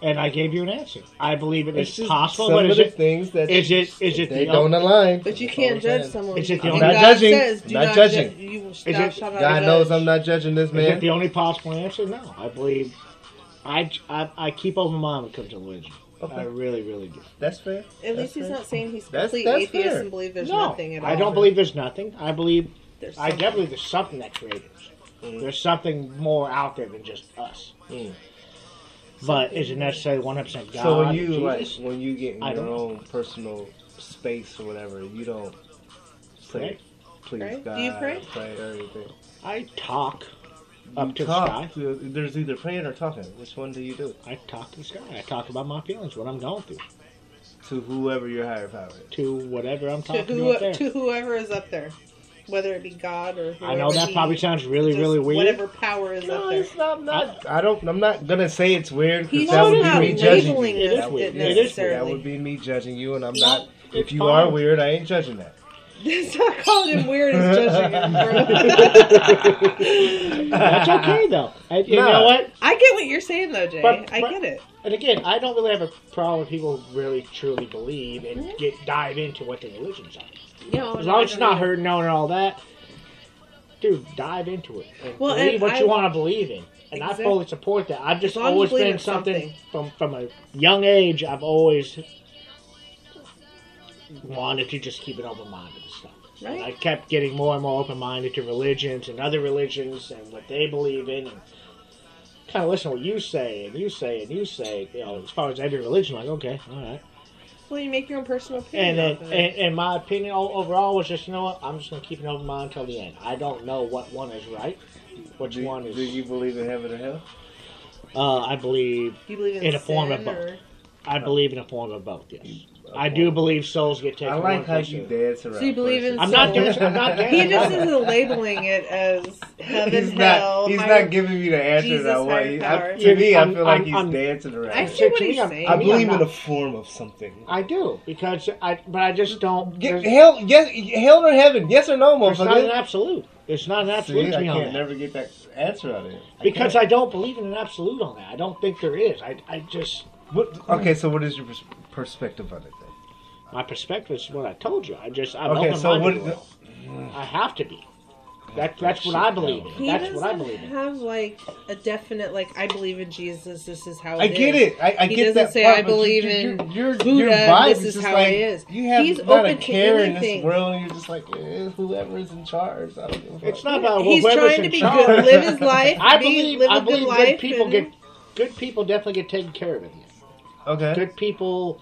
Speaker 4: And I gave you an answer. I believe it
Speaker 2: It's
Speaker 4: is
Speaker 2: just
Speaker 4: possible,
Speaker 2: some
Speaker 4: but
Speaker 2: of
Speaker 4: is
Speaker 2: the
Speaker 4: it,
Speaker 2: things that
Speaker 4: is it is it
Speaker 2: they
Speaker 4: the
Speaker 2: don't align.
Speaker 3: But you
Speaker 2: That's all
Speaker 3: can't
Speaker 2: I'm
Speaker 3: judge
Speaker 2: saying.
Speaker 3: someone.
Speaker 4: It's just the
Speaker 3: And
Speaker 2: Not
Speaker 4: only-
Speaker 3: God
Speaker 2: judging.
Speaker 3: Says, do
Speaker 2: Not
Speaker 3: not
Speaker 2: judging.
Speaker 3: ju- you will-
Speaker 4: it-
Speaker 3: thou shalt not
Speaker 2: God
Speaker 3: judge.
Speaker 2: knows I'm not judging this
Speaker 4: is it the
Speaker 2: man.
Speaker 4: only possible answer? No, I believe I I, I keep open mind when it comes to religion.
Speaker 2: Okay.
Speaker 4: I really, really do.
Speaker 2: That's fair.
Speaker 3: At
Speaker 2: That's
Speaker 3: least he's
Speaker 2: fair.
Speaker 3: not saying he's
Speaker 2: That's-
Speaker 3: complete
Speaker 2: that's
Speaker 3: atheist
Speaker 2: fair.
Speaker 3: and believe there's
Speaker 4: no,
Speaker 3: nothing at all.
Speaker 4: I don't believe there's nothing. I believe
Speaker 3: There's
Speaker 4: I
Speaker 3: something.
Speaker 4: definitely there's something that created us. There's something more out there than just us.
Speaker 2: Mm-hmm. Mm.
Speaker 4: But is it necessarily 100% God?
Speaker 2: So when
Speaker 4: or
Speaker 2: you like
Speaker 4: Jesus?
Speaker 2: when you get in
Speaker 4: I
Speaker 2: your
Speaker 4: don't-
Speaker 2: own personal space or whatever, you don't say,
Speaker 4: Pray.
Speaker 2: "Please
Speaker 3: Pray?
Speaker 2: God,
Speaker 3: Do you pray?
Speaker 2: or anything."
Speaker 4: I talk up
Speaker 2: You
Speaker 4: to the
Speaker 2: talk.
Speaker 4: sky.
Speaker 2: There's either praying or talking. Which one do you do?
Speaker 4: I talk to the sky. I talk about my feelings, what I'm going through,
Speaker 2: To whoever your higher power is.
Speaker 4: to whatever I'm
Speaker 3: to,
Speaker 4: talking to
Speaker 3: who,
Speaker 4: up there.
Speaker 3: to whoever is up there, whether it be God or
Speaker 4: I know
Speaker 3: whoever
Speaker 4: that
Speaker 3: he-
Speaker 4: probably sounds really,
Speaker 3: just
Speaker 4: really weird.
Speaker 3: Whatever power is up
Speaker 2: No,
Speaker 3: there.
Speaker 2: it's not. I'm not I don't. I'm not gonna say it's weird because
Speaker 3: He's
Speaker 2: that would
Speaker 3: not
Speaker 2: be me judging
Speaker 3: labeling
Speaker 2: you.
Speaker 4: it
Speaker 2: That would,
Speaker 4: it
Speaker 2: yeah, that would-
Speaker 3: necessarily.
Speaker 2: That would be me judging you, and I'm
Speaker 4: No,
Speaker 2: not. If
Speaker 4: it's
Speaker 2: you are
Speaker 4: fine.
Speaker 2: weird, I ain't judging that.
Speaker 3: Stop calling him weird and judging him, bro.
Speaker 4: That's okay though. I, You
Speaker 2: Nah.
Speaker 4: know what?
Speaker 3: I get what you're saying, though, Jay.
Speaker 4: But-
Speaker 3: I
Speaker 4: but-
Speaker 3: get it.
Speaker 4: And again, I don't really have a problem with people who really truly believe and
Speaker 3: Mm-hmm.
Speaker 4: get dive into what their religions are.
Speaker 3: You know,
Speaker 4: As long as it's not hurting no and all that, dude, dive into it. And
Speaker 3: Well,
Speaker 4: believe
Speaker 3: and
Speaker 4: what you
Speaker 3: I-
Speaker 4: want to believe in. And
Speaker 3: Exact-
Speaker 4: I fully support that. I've just
Speaker 3: long as you
Speaker 4: always
Speaker 3: believe
Speaker 4: been
Speaker 3: in
Speaker 4: something, from from a young age. I've always wanted to just keep an open mind and stuff. And I
Speaker 3: Right?
Speaker 4: kept getting more and more open minded to religions and other religions and what they believe in and kind of listen to what you say and you say and you say, you know, as far as every religion, like, okay, all right.
Speaker 3: Well, you make your own personal opinion.
Speaker 4: And then,
Speaker 3: off of it.
Speaker 4: and, and my opinion o- overall was just, you know what, I'm just going to keep an open mind until the end. I don't know what one is right, which
Speaker 2: do,
Speaker 4: one is.
Speaker 2: Do you believe in heaven or hell?
Speaker 4: uh, I believe
Speaker 3: Do you believe in,
Speaker 4: in a form of
Speaker 3: sin
Speaker 4: both.
Speaker 3: or-
Speaker 4: I believe in a form of both, yes.
Speaker 2: A
Speaker 4: I
Speaker 2: form
Speaker 4: do
Speaker 2: of-
Speaker 4: believe souls get taken
Speaker 2: I
Speaker 4: to
Speaker 2: like
Speaker 4: one
Speaker 2: how
Speaker 4: place
Speaker 2: you
Speaker 4: to-
Speaker 2: dance around.
Speaker 3: So you believe in
Speaker 2: person.
Speaker 4: I'm not
Speaker 3: soul.
Speaker 4: doing I'm not doing
Speaker 3: He just isn't labeling it as heaven,
Speaker 2: He's
Speaker 3: hell.
Speaker 2: not. He's
Speaker 3: higher-
Speaker 2: not giving me the answer
Speaker 3: Jesus,
Speaker 2: that I want.
Speaker 3: higher
Speaker 2: He-
Speaker 3: power.
Speaker 2: I, to me, I
Speaker 4: I'm-
Speaker 2: feel like
Speaker 4: I'm-
Speaker 2: he's
Speaker 4: I'm-
Speaker 2: dancing around.
Speaker 3: I
Speaker 2: I,
Speaker 3: see
Speaker 4: To-
Speaker 3: what
Speaker 4: to
Speaker 3: he's
Speaker 4: me, I'm-
Speaker 3: saying.
Speaker 4: I'm
Speaker 3: Yeah.
Speaker 4: not-
Speaker 2: believe in a form of something.
Speaker 4: I do because I, but I just don't.
Speaker 2: Get,
Speaker 4: there's-
Speaker 2: hell, yes, hell or heaven? Yes or no,
Speaker 4: It's not an
Speaker 2: motherfucker?
Speaker 4: absolute. It's not an absolute
Speaker 2: See,
Speaker 4: to
Speaker 2: I
Speaker 4: me on
Speaker 2: can't
Speaker 4: that.
Speaker 2: never get that answer out of it
Speaker 4: Because I don't believe in an absolute on that. I don't think there is. I, I just
Speaker 2: What, okay, so what is your pers- perspective on it then?
Speaker 4: my perspective is what I told you. I just I'm
Speaker 2: Okay,
Speaker 4: open
Speaker 2: so what-
Speaker 4: minded. I have to be. That, that's what I believe in.
Speaker 3: He
Speaker 4: That's what I
Speaker 3: doesn't
Speaker 4: believe in.
Speaker 3: Have like a definite like I believe in Jesus. This is how
Speaker 2: I
Speaker 3: is.
Speaker 2: get it. I, I
Speaker 3: He
Speaker 2: get
Speaker 3: doesn't
Speaker 2: that
Speaker 3: say,
Speaker 2: part,
Speaker 3: "I
Speaker 2: but you-
Speaker 3: believe
Speaker 2: you-
Speaker 3: in
Speaker 2: your, your,
Speaker 3: Buddha,
Speaker 2: Your
Speaker 3: and
Speaker 2: vibe
Speaker 3: this
Speaker 2: is,
Speaker 3: is
Speaker 2: just
Speaker 3: how
Speaker 2: like
Speaker 3: it is."
Speaker 2: you have
Speaker 3: He's
Speaker 2: not
Speaker 3: open
Speaker 2: a
Speaker 3: to
Speaker 2: care in
Speaker 3: anything.
Speaker 2: this world. You're just like eh, whoever is in charge. I don't give a fuck.
Speaker 4: It's not about
Speaker 3: He's
Speaker 4: whoever's
Speaker 3: trying to
Speaker 4: in
Speaker 3: be
Speaker 4: charge.
Speaker 3: good, live his life.
Speaker 4: I
Speaker 3: be-
Speaker 4: believe
Speaker 3: live a
Speaker 4: I
Speaker 3: good
Speaker 4: believe good,
Speaker 3: life.
Speaker 4: people
Speaker 3: and-
Speaker 4: get good people definitely get taken care of in here.
Speaker 2: okay.
Speaker 4: Good people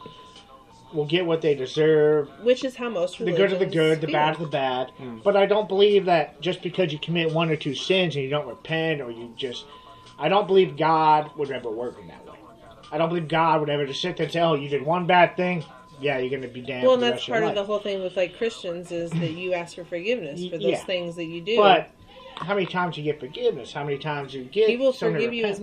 Speaker 4: will get what they deserve.
Speaker 3: which is how most
Speaker 4: the good of the
Speaker 3: religions
Speaker 4: good, the
Speaker 3: feel.
Speaker 4: bad of the bad. But I don't believe that just because you commit one or two sins and you don't repent or you just, I don't believe God would ever work in that way. I don't believe God would ever just sit there and say, "Oh, you did one bad thing, yeah, you're going to be damned."
Speaker 3: Well,
Speaker 4: for
Speaker 3: and
Speaker 4: the
Speaker 3: that's
Speaker 4: rest of
Speaker 3: part
Speaker 4: your
Speaker 3: of the
Speaker 4: life."
Speaker 3: whole thing with like Christians is that you ask for forgiveness for those
Speaker 4: Yeah.
Speaker 3: things that you do.
Speaker 4: But how many times you get forgiveness? How many times you get?
Speaker 3: he will
Speaker 4: someone
Speaker 3: forgive you as
Speaker 4: repents?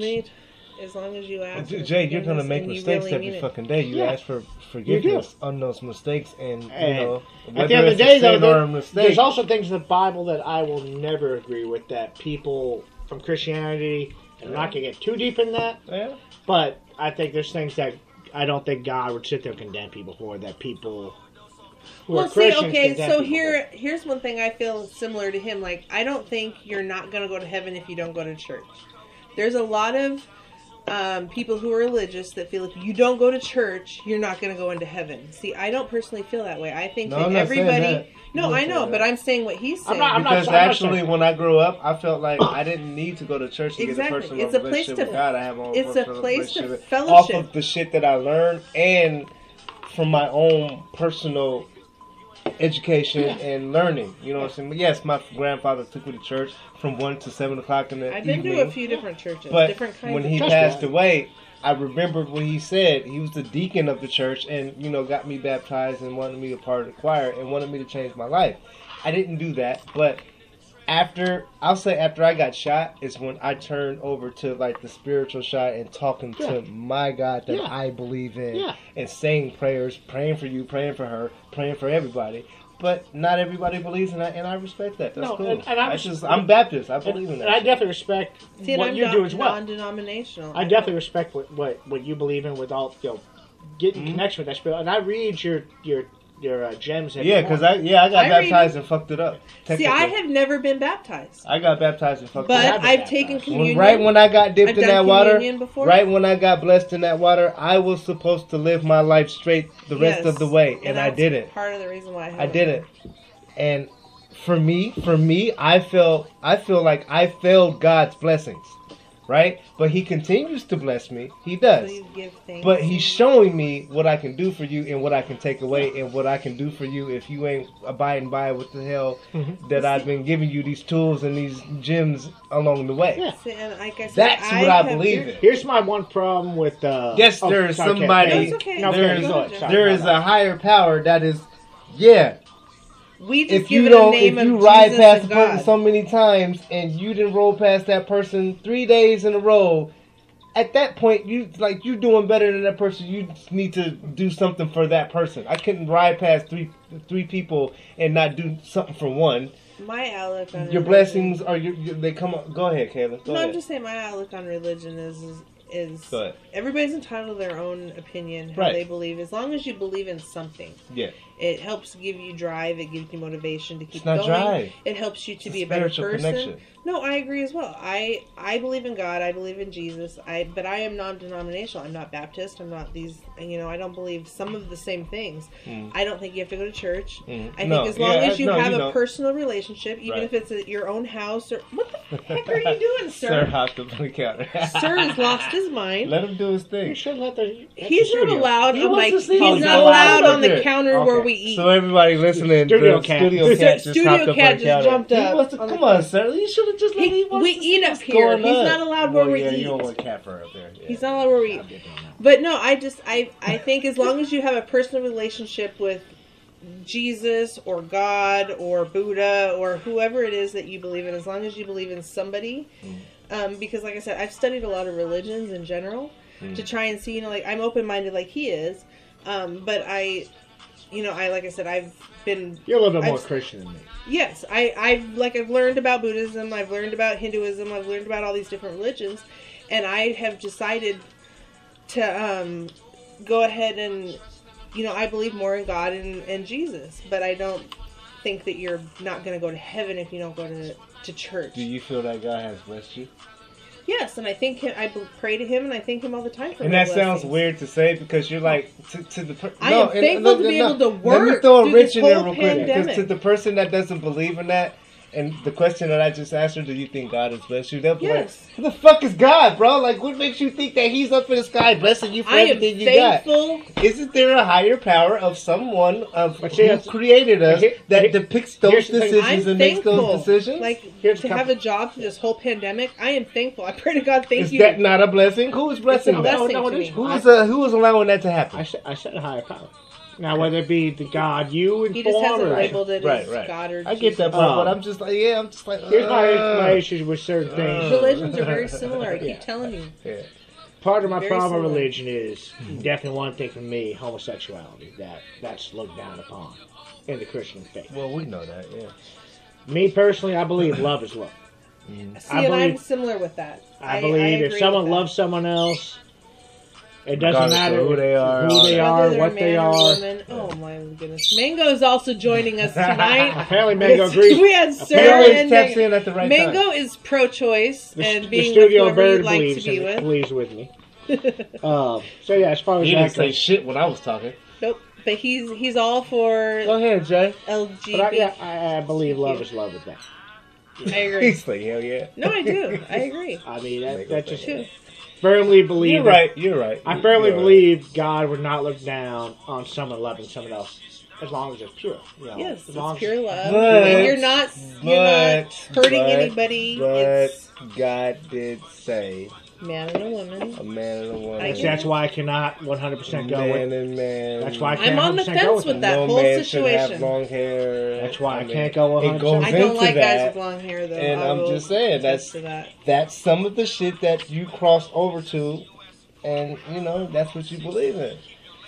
Speaker 3: many, as long as you ask. for
Speaker 2: Jay, you're gonna
Speaker 3: forgiveness
Speaker 2: make
Speaker 3: and you
Speaker 2: mistakes
Speaker 3: really
Speaker 2: every
Speaker 3: mean it.
Speaker 2: fucking day. You
Speaker 4: Yeah.
Speaker 2: ask for forgiveness on those mistakes, and,
Speaker 4: And
Speaker 2: you know,
Speaker 4: At
Speaker 2: whether
Speaker 4: the end of
Speaker 2: it's a
Speaker 4: the day, though,
Speaker 2: sin or a
Speaker 4: there,
Speaker 2: mistake,
Speaker 4: there's also things in the Bible that I will never agree with that people from Christianity. I'm not going to get too deep in that.
Speaker 2: Yeah.
Speaker 4: But I think there's things that I don't think God would sit there and condemn people for that people who
Speaker 3: well,
Speaker 4: are
Speaker 3: see,
Speaker 4: Christians
Speaker 3: okay,
Speaker 4: condemn
Speaker 3: so
Speaker 4: people
Speaker 3: here, here's one thing I feel similar to him. Like, I don't think you're not going to go to heaven if you don't go to church. There's a lot of um, people who are religious that feel if you don't go to church, you're not going to go into heaven. See, I don't personally feel that way. I think
Speaker 2: No,
Speaker 3: that
Speaker 2: I'm not saying
Speaker 3: everybody.
Speaker 2: that.
Speaker 3: No,
Speaker 2: I'm not
Speaker 3: I know,
Speaker 2: saying
Speaker 3: but
Speaker 2: that.
Speaker 3: I'm saying what he's saying.
Speaker 4: I'm not-
Speaker 2: because
Speaker 4: I'm not
Speaker 2: actually,
Speaker 4: saying-
Speaker 2: when I grew up, I felt like I didn't need to go to church to
Speaker 3: Exactly.
Speaker 2: get a personal
Speaker 3: It's a place
Speaker 2: relationship
Speaker 3: to-
Speaker 2: with God. I have my own
Speaker 3: it's a
Speaker 2: personal
Speaker 3: place to
Speaker 2: relationship
Speaker 3: fellowship.
Speaker 2: off of the shit that I learned and from my own personal education and learning. You know what I'm saying? But yes, my grandfather took me to church from one to seven o'clock in the
Speaker 3: I've been
Speaker 2: evening.
Speaker 3: to a few different churches,
Speaker 2: But
Speaker 3: different kinds
Speaker 2: when
Speaker 3: of
Speaker 2: he
Speaker 4: church.
Speaker 2: passed away, I remembered what he said. He was the deacon of the church, and you know, got me baptized and wanted me a part of the choir and wanted me to change my life. I didn't do that, but after I'll say after I got shot is when I turned over to like the spiritual side and talking
Speaker 4: Yeah.
Speaker 2: to my God that
Speaker 4: Yeah.
Speaker 2: I believe in
Speaker 4: Yeah.
Speaker 2: and saying prayers, praying for you, praying for her, praying for everybody. But not everybody believes in that, and I respect that. That's
Speaker 4: No,
Speaker 2: cool.
Speaker 4: and- and I
Speaker 2: I
Speaker 4: was-
Speaker 2: just I'm Baptist. I
Speaker 4: And,
Speaker 2: believe in
Speaker 4: and
Speaker 2: that.
Speaker 4: I
Speaker 2: shit.
Speaker 4: definitely respect
Speaker 3: See, and
Speaker 4: what
Speaker 3: I'm
Speaker 4: you
Speaker 3: non-
Speaker 4: do as well.
Speaker 3: Non-denominational.
Speaker 4: I definitely
Speaker 2: Mm-hmm.
Speaker 4: respect what, what, what you believe in without you know, getting in connection with that spirit. And I read your your your uh, gems. every
Speaker 2: Yeah, because I
Speaker 4: morning.
Speaker 2: yeah I got
Speaker 3: I read-
Speaker 2: baptized and fucked it up.
Speaker 3: See, I
Speaker 2: technically.
Speaker 3: have never been baptized,
Speaker 2: I got baptized and fucked
Speaker 3: but
Speaker 2: it up.
Speaker 4: I've been
Speaker 3: I've
Speaker 4: baptized.
Speaker 3: taken
Speaker 4: When-
Speaker 2: When-
Speaker 3: communion.
Speaker 2: right when I got dipped
Speaker 3: I've
Speaker 2: in
Speaker 3: done
Speaker 2: that water,
Speaker 3: communion before.
Speaker 2: right when I got blessed in that water, I was supposed to live my life straight the rest
Speaker 3: Yes,
Speaker 2: of the way, and, I
Speaker 3: that's
Speaker 2: didn't.
Speaker 3: Part of the reason why I,
Speaker 2: I
Speaker 3: haven't.
Speaker 2: didn't. And for me, for me, I felt I feel like I failed God's blessings, right? But He continues to bless me. He
Speaker 3: So
Speaker 2: does.
Speaker 3: you give thanks.
Speaker 2: But he's showing me what I can do for you and what I can take away and what I can do for you if you ain't abiding by what the hell
Speaker 4: Mm-hmm.
Speaker 2: that I've been giving you these tools and these gems along the way.
Speaker 4: Yeah.
Speaker 3: See, and like I said,
Speaker 2: That's what I
Speaker 3: have-
Speaker 2: believe in.
Speaker 4: Here's my one problem with. Uh,
Speaker 2: Yes, there is
Speaker 4: sorry, Ken.
Speaker 2: somebody-
Speaker 4: Hey,
Speaker 3: It's okay.
Speaker 4: No,
Speaker 2: There
Speaker 4: Ken,
Speaker 2: is-
Speaker 4: go ahead. Sorry,
Speaker 2: There
Speaker 4: no,
Speaker 2: is
Speaker 4: no.
Speaker 2: a higher power that is, yeah.
Speaker 3: We just
Speaker 2: If
Speaker 3: give
Speaker 2: you
Speaker 3: it a
Speaker 2: don't,
Speaker 3: name
Speaker 2: if you
Speaker 3: of
Speaker 2: ride
Speaker 3: Jesus
Speaker 2: past a
Speaker 3: and
Speaker 2: person
Speaker 3: God.
Speaker 2: so many times and you didn't roll past that person three days in a row, at that point you like you doing better than that person. You just need to do something for that person. I couldn't ride past three three people and not do something for one.
Speaker 3: my outlook on
Speaker 2: Your
Speaker 3: religion-
Speaker 2: blessings are your, your they come. up. Go ahead, Kayla. Go
Speaker 3: No, I'm
Speaker 2: ahead.
Speaker 3: just saying my outlook on religion is is, is
Speaker 2: Go ahead.
Speaker 3: everybody's entitled to their own opinion, how
Speaker 2: Right.
Speaker 3: they believe. As long as you believe in something,
Speaker 2: Yeah.
Speaker 3: it helps give you drive. It gives you motivation to keep
Speaker 2: It's not
Speaker 3: going.
Speaker 2: drive.
Speaker 3: It helps you to
Speaker 2: It's
Speaker 3: be
Speaker 2: a
Speaker 3: a better
Speaker 2: spiritual
Speaker 3: person.
Speaker 2: connection.
Speaker 3: No, I agree as well. I I believe in God. I believe in Jesus. I but I am non-denominational. I'm not Baptist. I'm not these. You know, I don't believe some of the same things.
Speaker 2: Mm.
Speaker 3: I don't think you have to go to church.
Speaker 2: Mm.
Speaker 3: I think
Speaker 2: No,
Speaker 3: as long
Speaker 2: yeah,
Speaker 3: as you
Speaker 2: no,
Speaker 3: have
Speaker 2: you
Speaker 3: a
Speaker 2: don't.
Speaker 3: personal relationship, even
Speaker 2: Right.
Speaker 3: if it's at your own house or what the heck are you doing,
Speaker 2: Sir
Speaker 3: sir?
Speaker 2: hopped up on the counter.
Speaker 3: sir has lost his mind.
Speaker 2: Let him do his
Speaker 4: You
Speaker 2: thing.
Speaker 4: should let the. let the
Speaker 3: He's not
Speaker 4: studio-
Speaker 3: allowed.
Speaker 2: He
Speaker 3: I'm
Speaker 2: wants
Speaker 3: like,
Speaker 2: to
Speaker 3: he's
Speaker 2: see
Speaker 3: not
Speaker 2: you.
Speaker 3: allowed on the
Speaker 2: Okay.
Speaker 3: counter where
Speaker 2: Okay.
Speaker 3: we eat.
Speaker 2: So everybody listening,
Speaker 4: Studio
Speaker 2: the
Speaker 4: cat.
Speaker 2: Studio cat just
Speaker 3: Studio
Speaker 2: hopped up
Speaker 3: cat
Speaker 2: on the
Speaker 3: just
Speaker 2: counter.
Speaker 3: jumped
Speaker 2: He
Speaker 3: up
Speaker 2: wants to-
Speaker 3: on the
Speaker 2: come on, sir. You should have just let
Speaker 3: He-
Speaker 2: him.
Speaker 3: we eat up here. He's not allowed where we
Speaker 2: Oh, yeah,
Speaker 3: eat.
Speaker 2: You don't want cat fur up there. Yeah.
Speaker 3: He's not allowed where we eat. But no, I just I I think as long as you have a personal relationship with Jesus or God or Buddha or whoever it is that you believe in, as long as you believe in somebody,
Speaker 2: Mm.
Speaker 3: um, because like I said, I've studied a lot of religions in general
Speaker 2: Mm.
Speaker 3: to try and see, you know, like I'm open minded like he is, um, but I, you know, I like I said, I've been
Speaker 4: You're a little bit more
Speaker 3: I've-
Speaker 4: Christian than me.
Speaker 3: Yes, I, I've like I've learned about Buddhism, I've learned about Hinduism, I've learned about all these different religions, and I have decided to um, go ahead and you know I believe more in God and, and Jesus, but I don't think that you're not going to go to heaven if you don't go to to church.
Speaker 2: Do you feel that God has blessed you?
Speaker 3: Yes, and I thank him. I b- pray to him, and I thank him all the time for.
Speaker 2: And
Speaker 3: my
Speaker 2: that sounds
Speaker 3: blessings.
Speaker 2: weird to say because you're like to, to the. Per-
Speaker 3: I
Speaker 2: no,
Speaker 3: am
Speaker 2: and-
Speaker 3: thankful
Speaker 2: no,
Speaker 3: to be
Speaker 2: no.
Speaker 3: able to
Speaker 2: Let me
Speaker 3: work
Speaker 2: throw a
Speaker 3: through
Speaker 2: wrench
Speaker 3: this
Speaker 2: in there
Speaker 3: whole
Speaker 2: real quick because to
Speaker 3: pandemic.
Speaker 2: the person that doesn't believe in that. And the question that I just asked her, do you think God has blessed you? They'll be
Speaker 3: Yes.
Speaker 2: like, who the fuck is God, bro? Like, what makes you think that he's up in the sky blessing you for
Speaker 3: I am
Speaker 2: everything you got?
Speaker 3: thankful.
Speaker 2: Isn't there a higher power of someone of
Speaker 4: But
Speaker 2: who
Speaker 4: here's-
Speaker 2: created us
Speaker 4: here-
Speaker 2: that
Speaker 4: here-
Speaker 2: depicts those
Speaker 4: here's the thing.
Speaker 2: decisions
Speaker 3: I'm
Speaker 2: and makes
Speaker 3: thankful.
Speaker 2: those decisions?
Speaker 3: Like
Speaker 4: Here's
Speaker 3: to
Speaker 4: a couple-
Speaker 3: have a job through this whole pandemic, I am thankful. I pray to God, thank
Speaker 2: is
Speaker 3: you.
Speaker 2: that not a blessing? Who is blessing
Speaker 3: It's a
Speaker 2: that?
Speaker 3: blessing to me.
Speaker 2: Who is uh, who is allowing that to
Speaker 4: I
Speaker 2: happen?
Speaker 4: said, I said a higher power. Now, whether it be the God you inform
Speaker 3: He just hasn't
Speaker 4: or-
Speaker 3: labeled it
Speaker 2: Right,
Speaker 3: as
Speaker 2: right.
Speaker 3: God or
Speaker 2: I get that,
Speaker 3: Jesus.
Speaker 2: bro, but
Speaker 4: Uh,
Speaker 2: I'm just like, yeah, I'm just like.
Speaker 4: Here's my
Speaker 2: uh,
Speaker 4: my issues with certain things.
Speaker 3: Religions are very similar. I keep
Speaker 4: Yeah.
Speaker 3: telling you.
Speaker 2: yeah.
Speaker 4: Part of my
Speaker 3: very
Speaker 4: problem with
Speaker 3: similar.
Speaker 4: religion is definitely one thing for me, homosexuality. That that's looked down upon in the Christian faith.
Speaker 2: Well, we know that. Yeah.
Speaker 4: Me personally, I believe love is love.
Speaker 3: See, and I'm
Speaker 4: believe-
Speaker 3: similar with that.
Speaker 4: I, believe if
Speaker 3: agree
Speaker 4: someone
Speaker 3: with that.
Speaker 4: loves someone else, it doesn't
Speaker 2: Regardless of
Speaker 4: matter
Speaker 2: who they are,
Speaker 4: who
Speaker 2: all
Speaker 4: they
Speaker 2: that.
Speaker 4: are,
Speaker 3: Whether they're
Speaker 4: what
Speaker 3: a
Speaker 4: they
Speaker 3: man or
Speaker 4: are.
Speaker 3: woman. Oh my goodness! Mango's also joining us tonight.
Speaker 4: Apparently, Mango
Speaker 3: It's-
Speaker 4: agrees.
Speaker 3: We had Sir
Speaker 4: Apparently,
Speaker 2: Always
Speaker 3: and
Speaker 2: taps
Speaker 3: Mango.
Speaker 2: in at the right time.
Speaker 3: Mango is pro-choice
Speaker 4: The,
Speaker 3: and
Speaker 4: st-
Speaker 3: being
Speaker 4: the studio
Speaker 3: with whoever
Speaker 4: bird
Speaker 3: you'd like to
Speaker 4: believes,
Speaker 3: be
Speaker 4: in-
Speaker 3: with.
Speaker 4: believes with me. um, so yeah, as far as
Speaker 2: He
Speaker 4: that
Speaker 2: didn't say
Speaker 4: goes,
Speaker 2: shit when I was talking.
Speaker 3: Nope. But he's he's all
Speaker 2: Go
Speaker 3: for
Speaker 2: ahead, Jay.
Speaker 4: but I,
Speaker 3: LGBT.
Speaker 4: yeah, I, I believe love is love with that.
Speaker 3: I agree.
Speaker 2: He's like, hell yeah.
Speaker 3: No, I do. I agree.
Speaker 4: I mean,
Speaker 2: Make it
Speaker 4: that, that
Speaker 2: fair.
Speaker 4: just
Speaker 3: Too.
Speaker 4: firmly believe.
Speaker 2: You're right. You're right.
Speaker 4: I firmly
Speaker 2: You're right.
Speaker 4: believe God would not look down on someone loving someone else as long as it's pure. You know,
Speaker 3: Yes,
Speaker 4: as long
Speaker 3: it's pure love.
Speaker 2: But-
Speaker 3: and you're not you're not
Speaker 2: but-
Speaker 3: hurting
Speaker 2: but-
Speaker 3: anybody.
Speaker 2: But
Speaker 3: it's
Speaker 2: God did say
Speaker 3: man and a woman.
Speaker 2: a man and a woman.
Speaker 3: I
Speaker 4: As,
Speaker 3: get
Speaker 4: that's why I cannot 100% go
Speaker 2: man
Speaker 4: with.
Speaker 2: and man.
Speaker 4: That's why I can't
Speaker 3: I'm on the
Speaker 4: 100% go
Speaker 3: fence with
Speaker 4: it.
Speaker 3: that
Speaker 2: no
Speaker 3: whole
Speaker 2: man should
Speaker 3: situation.
Speaker 2: have long hair.
Speaker 4: That's why I
Speaker 2: mean,
Speaker 4: can't go
Speaker 2: It
Speaker 4: 100%.
Speaker 2: goes
Speaker 3: I don't
Speaker 2: into
Speaker 3: like guys
Speaker 2: that.
Speaker 3: with long hair though.
Speaker 2: and
Speaker 3: I
Speaker 2: I'm
Speaker 3: will
Speaker 2: just saying, that's-
Speaker 3: attest to that.
Speaker 2: That's some of the shit that you cross over to, and you know that's what you believe in.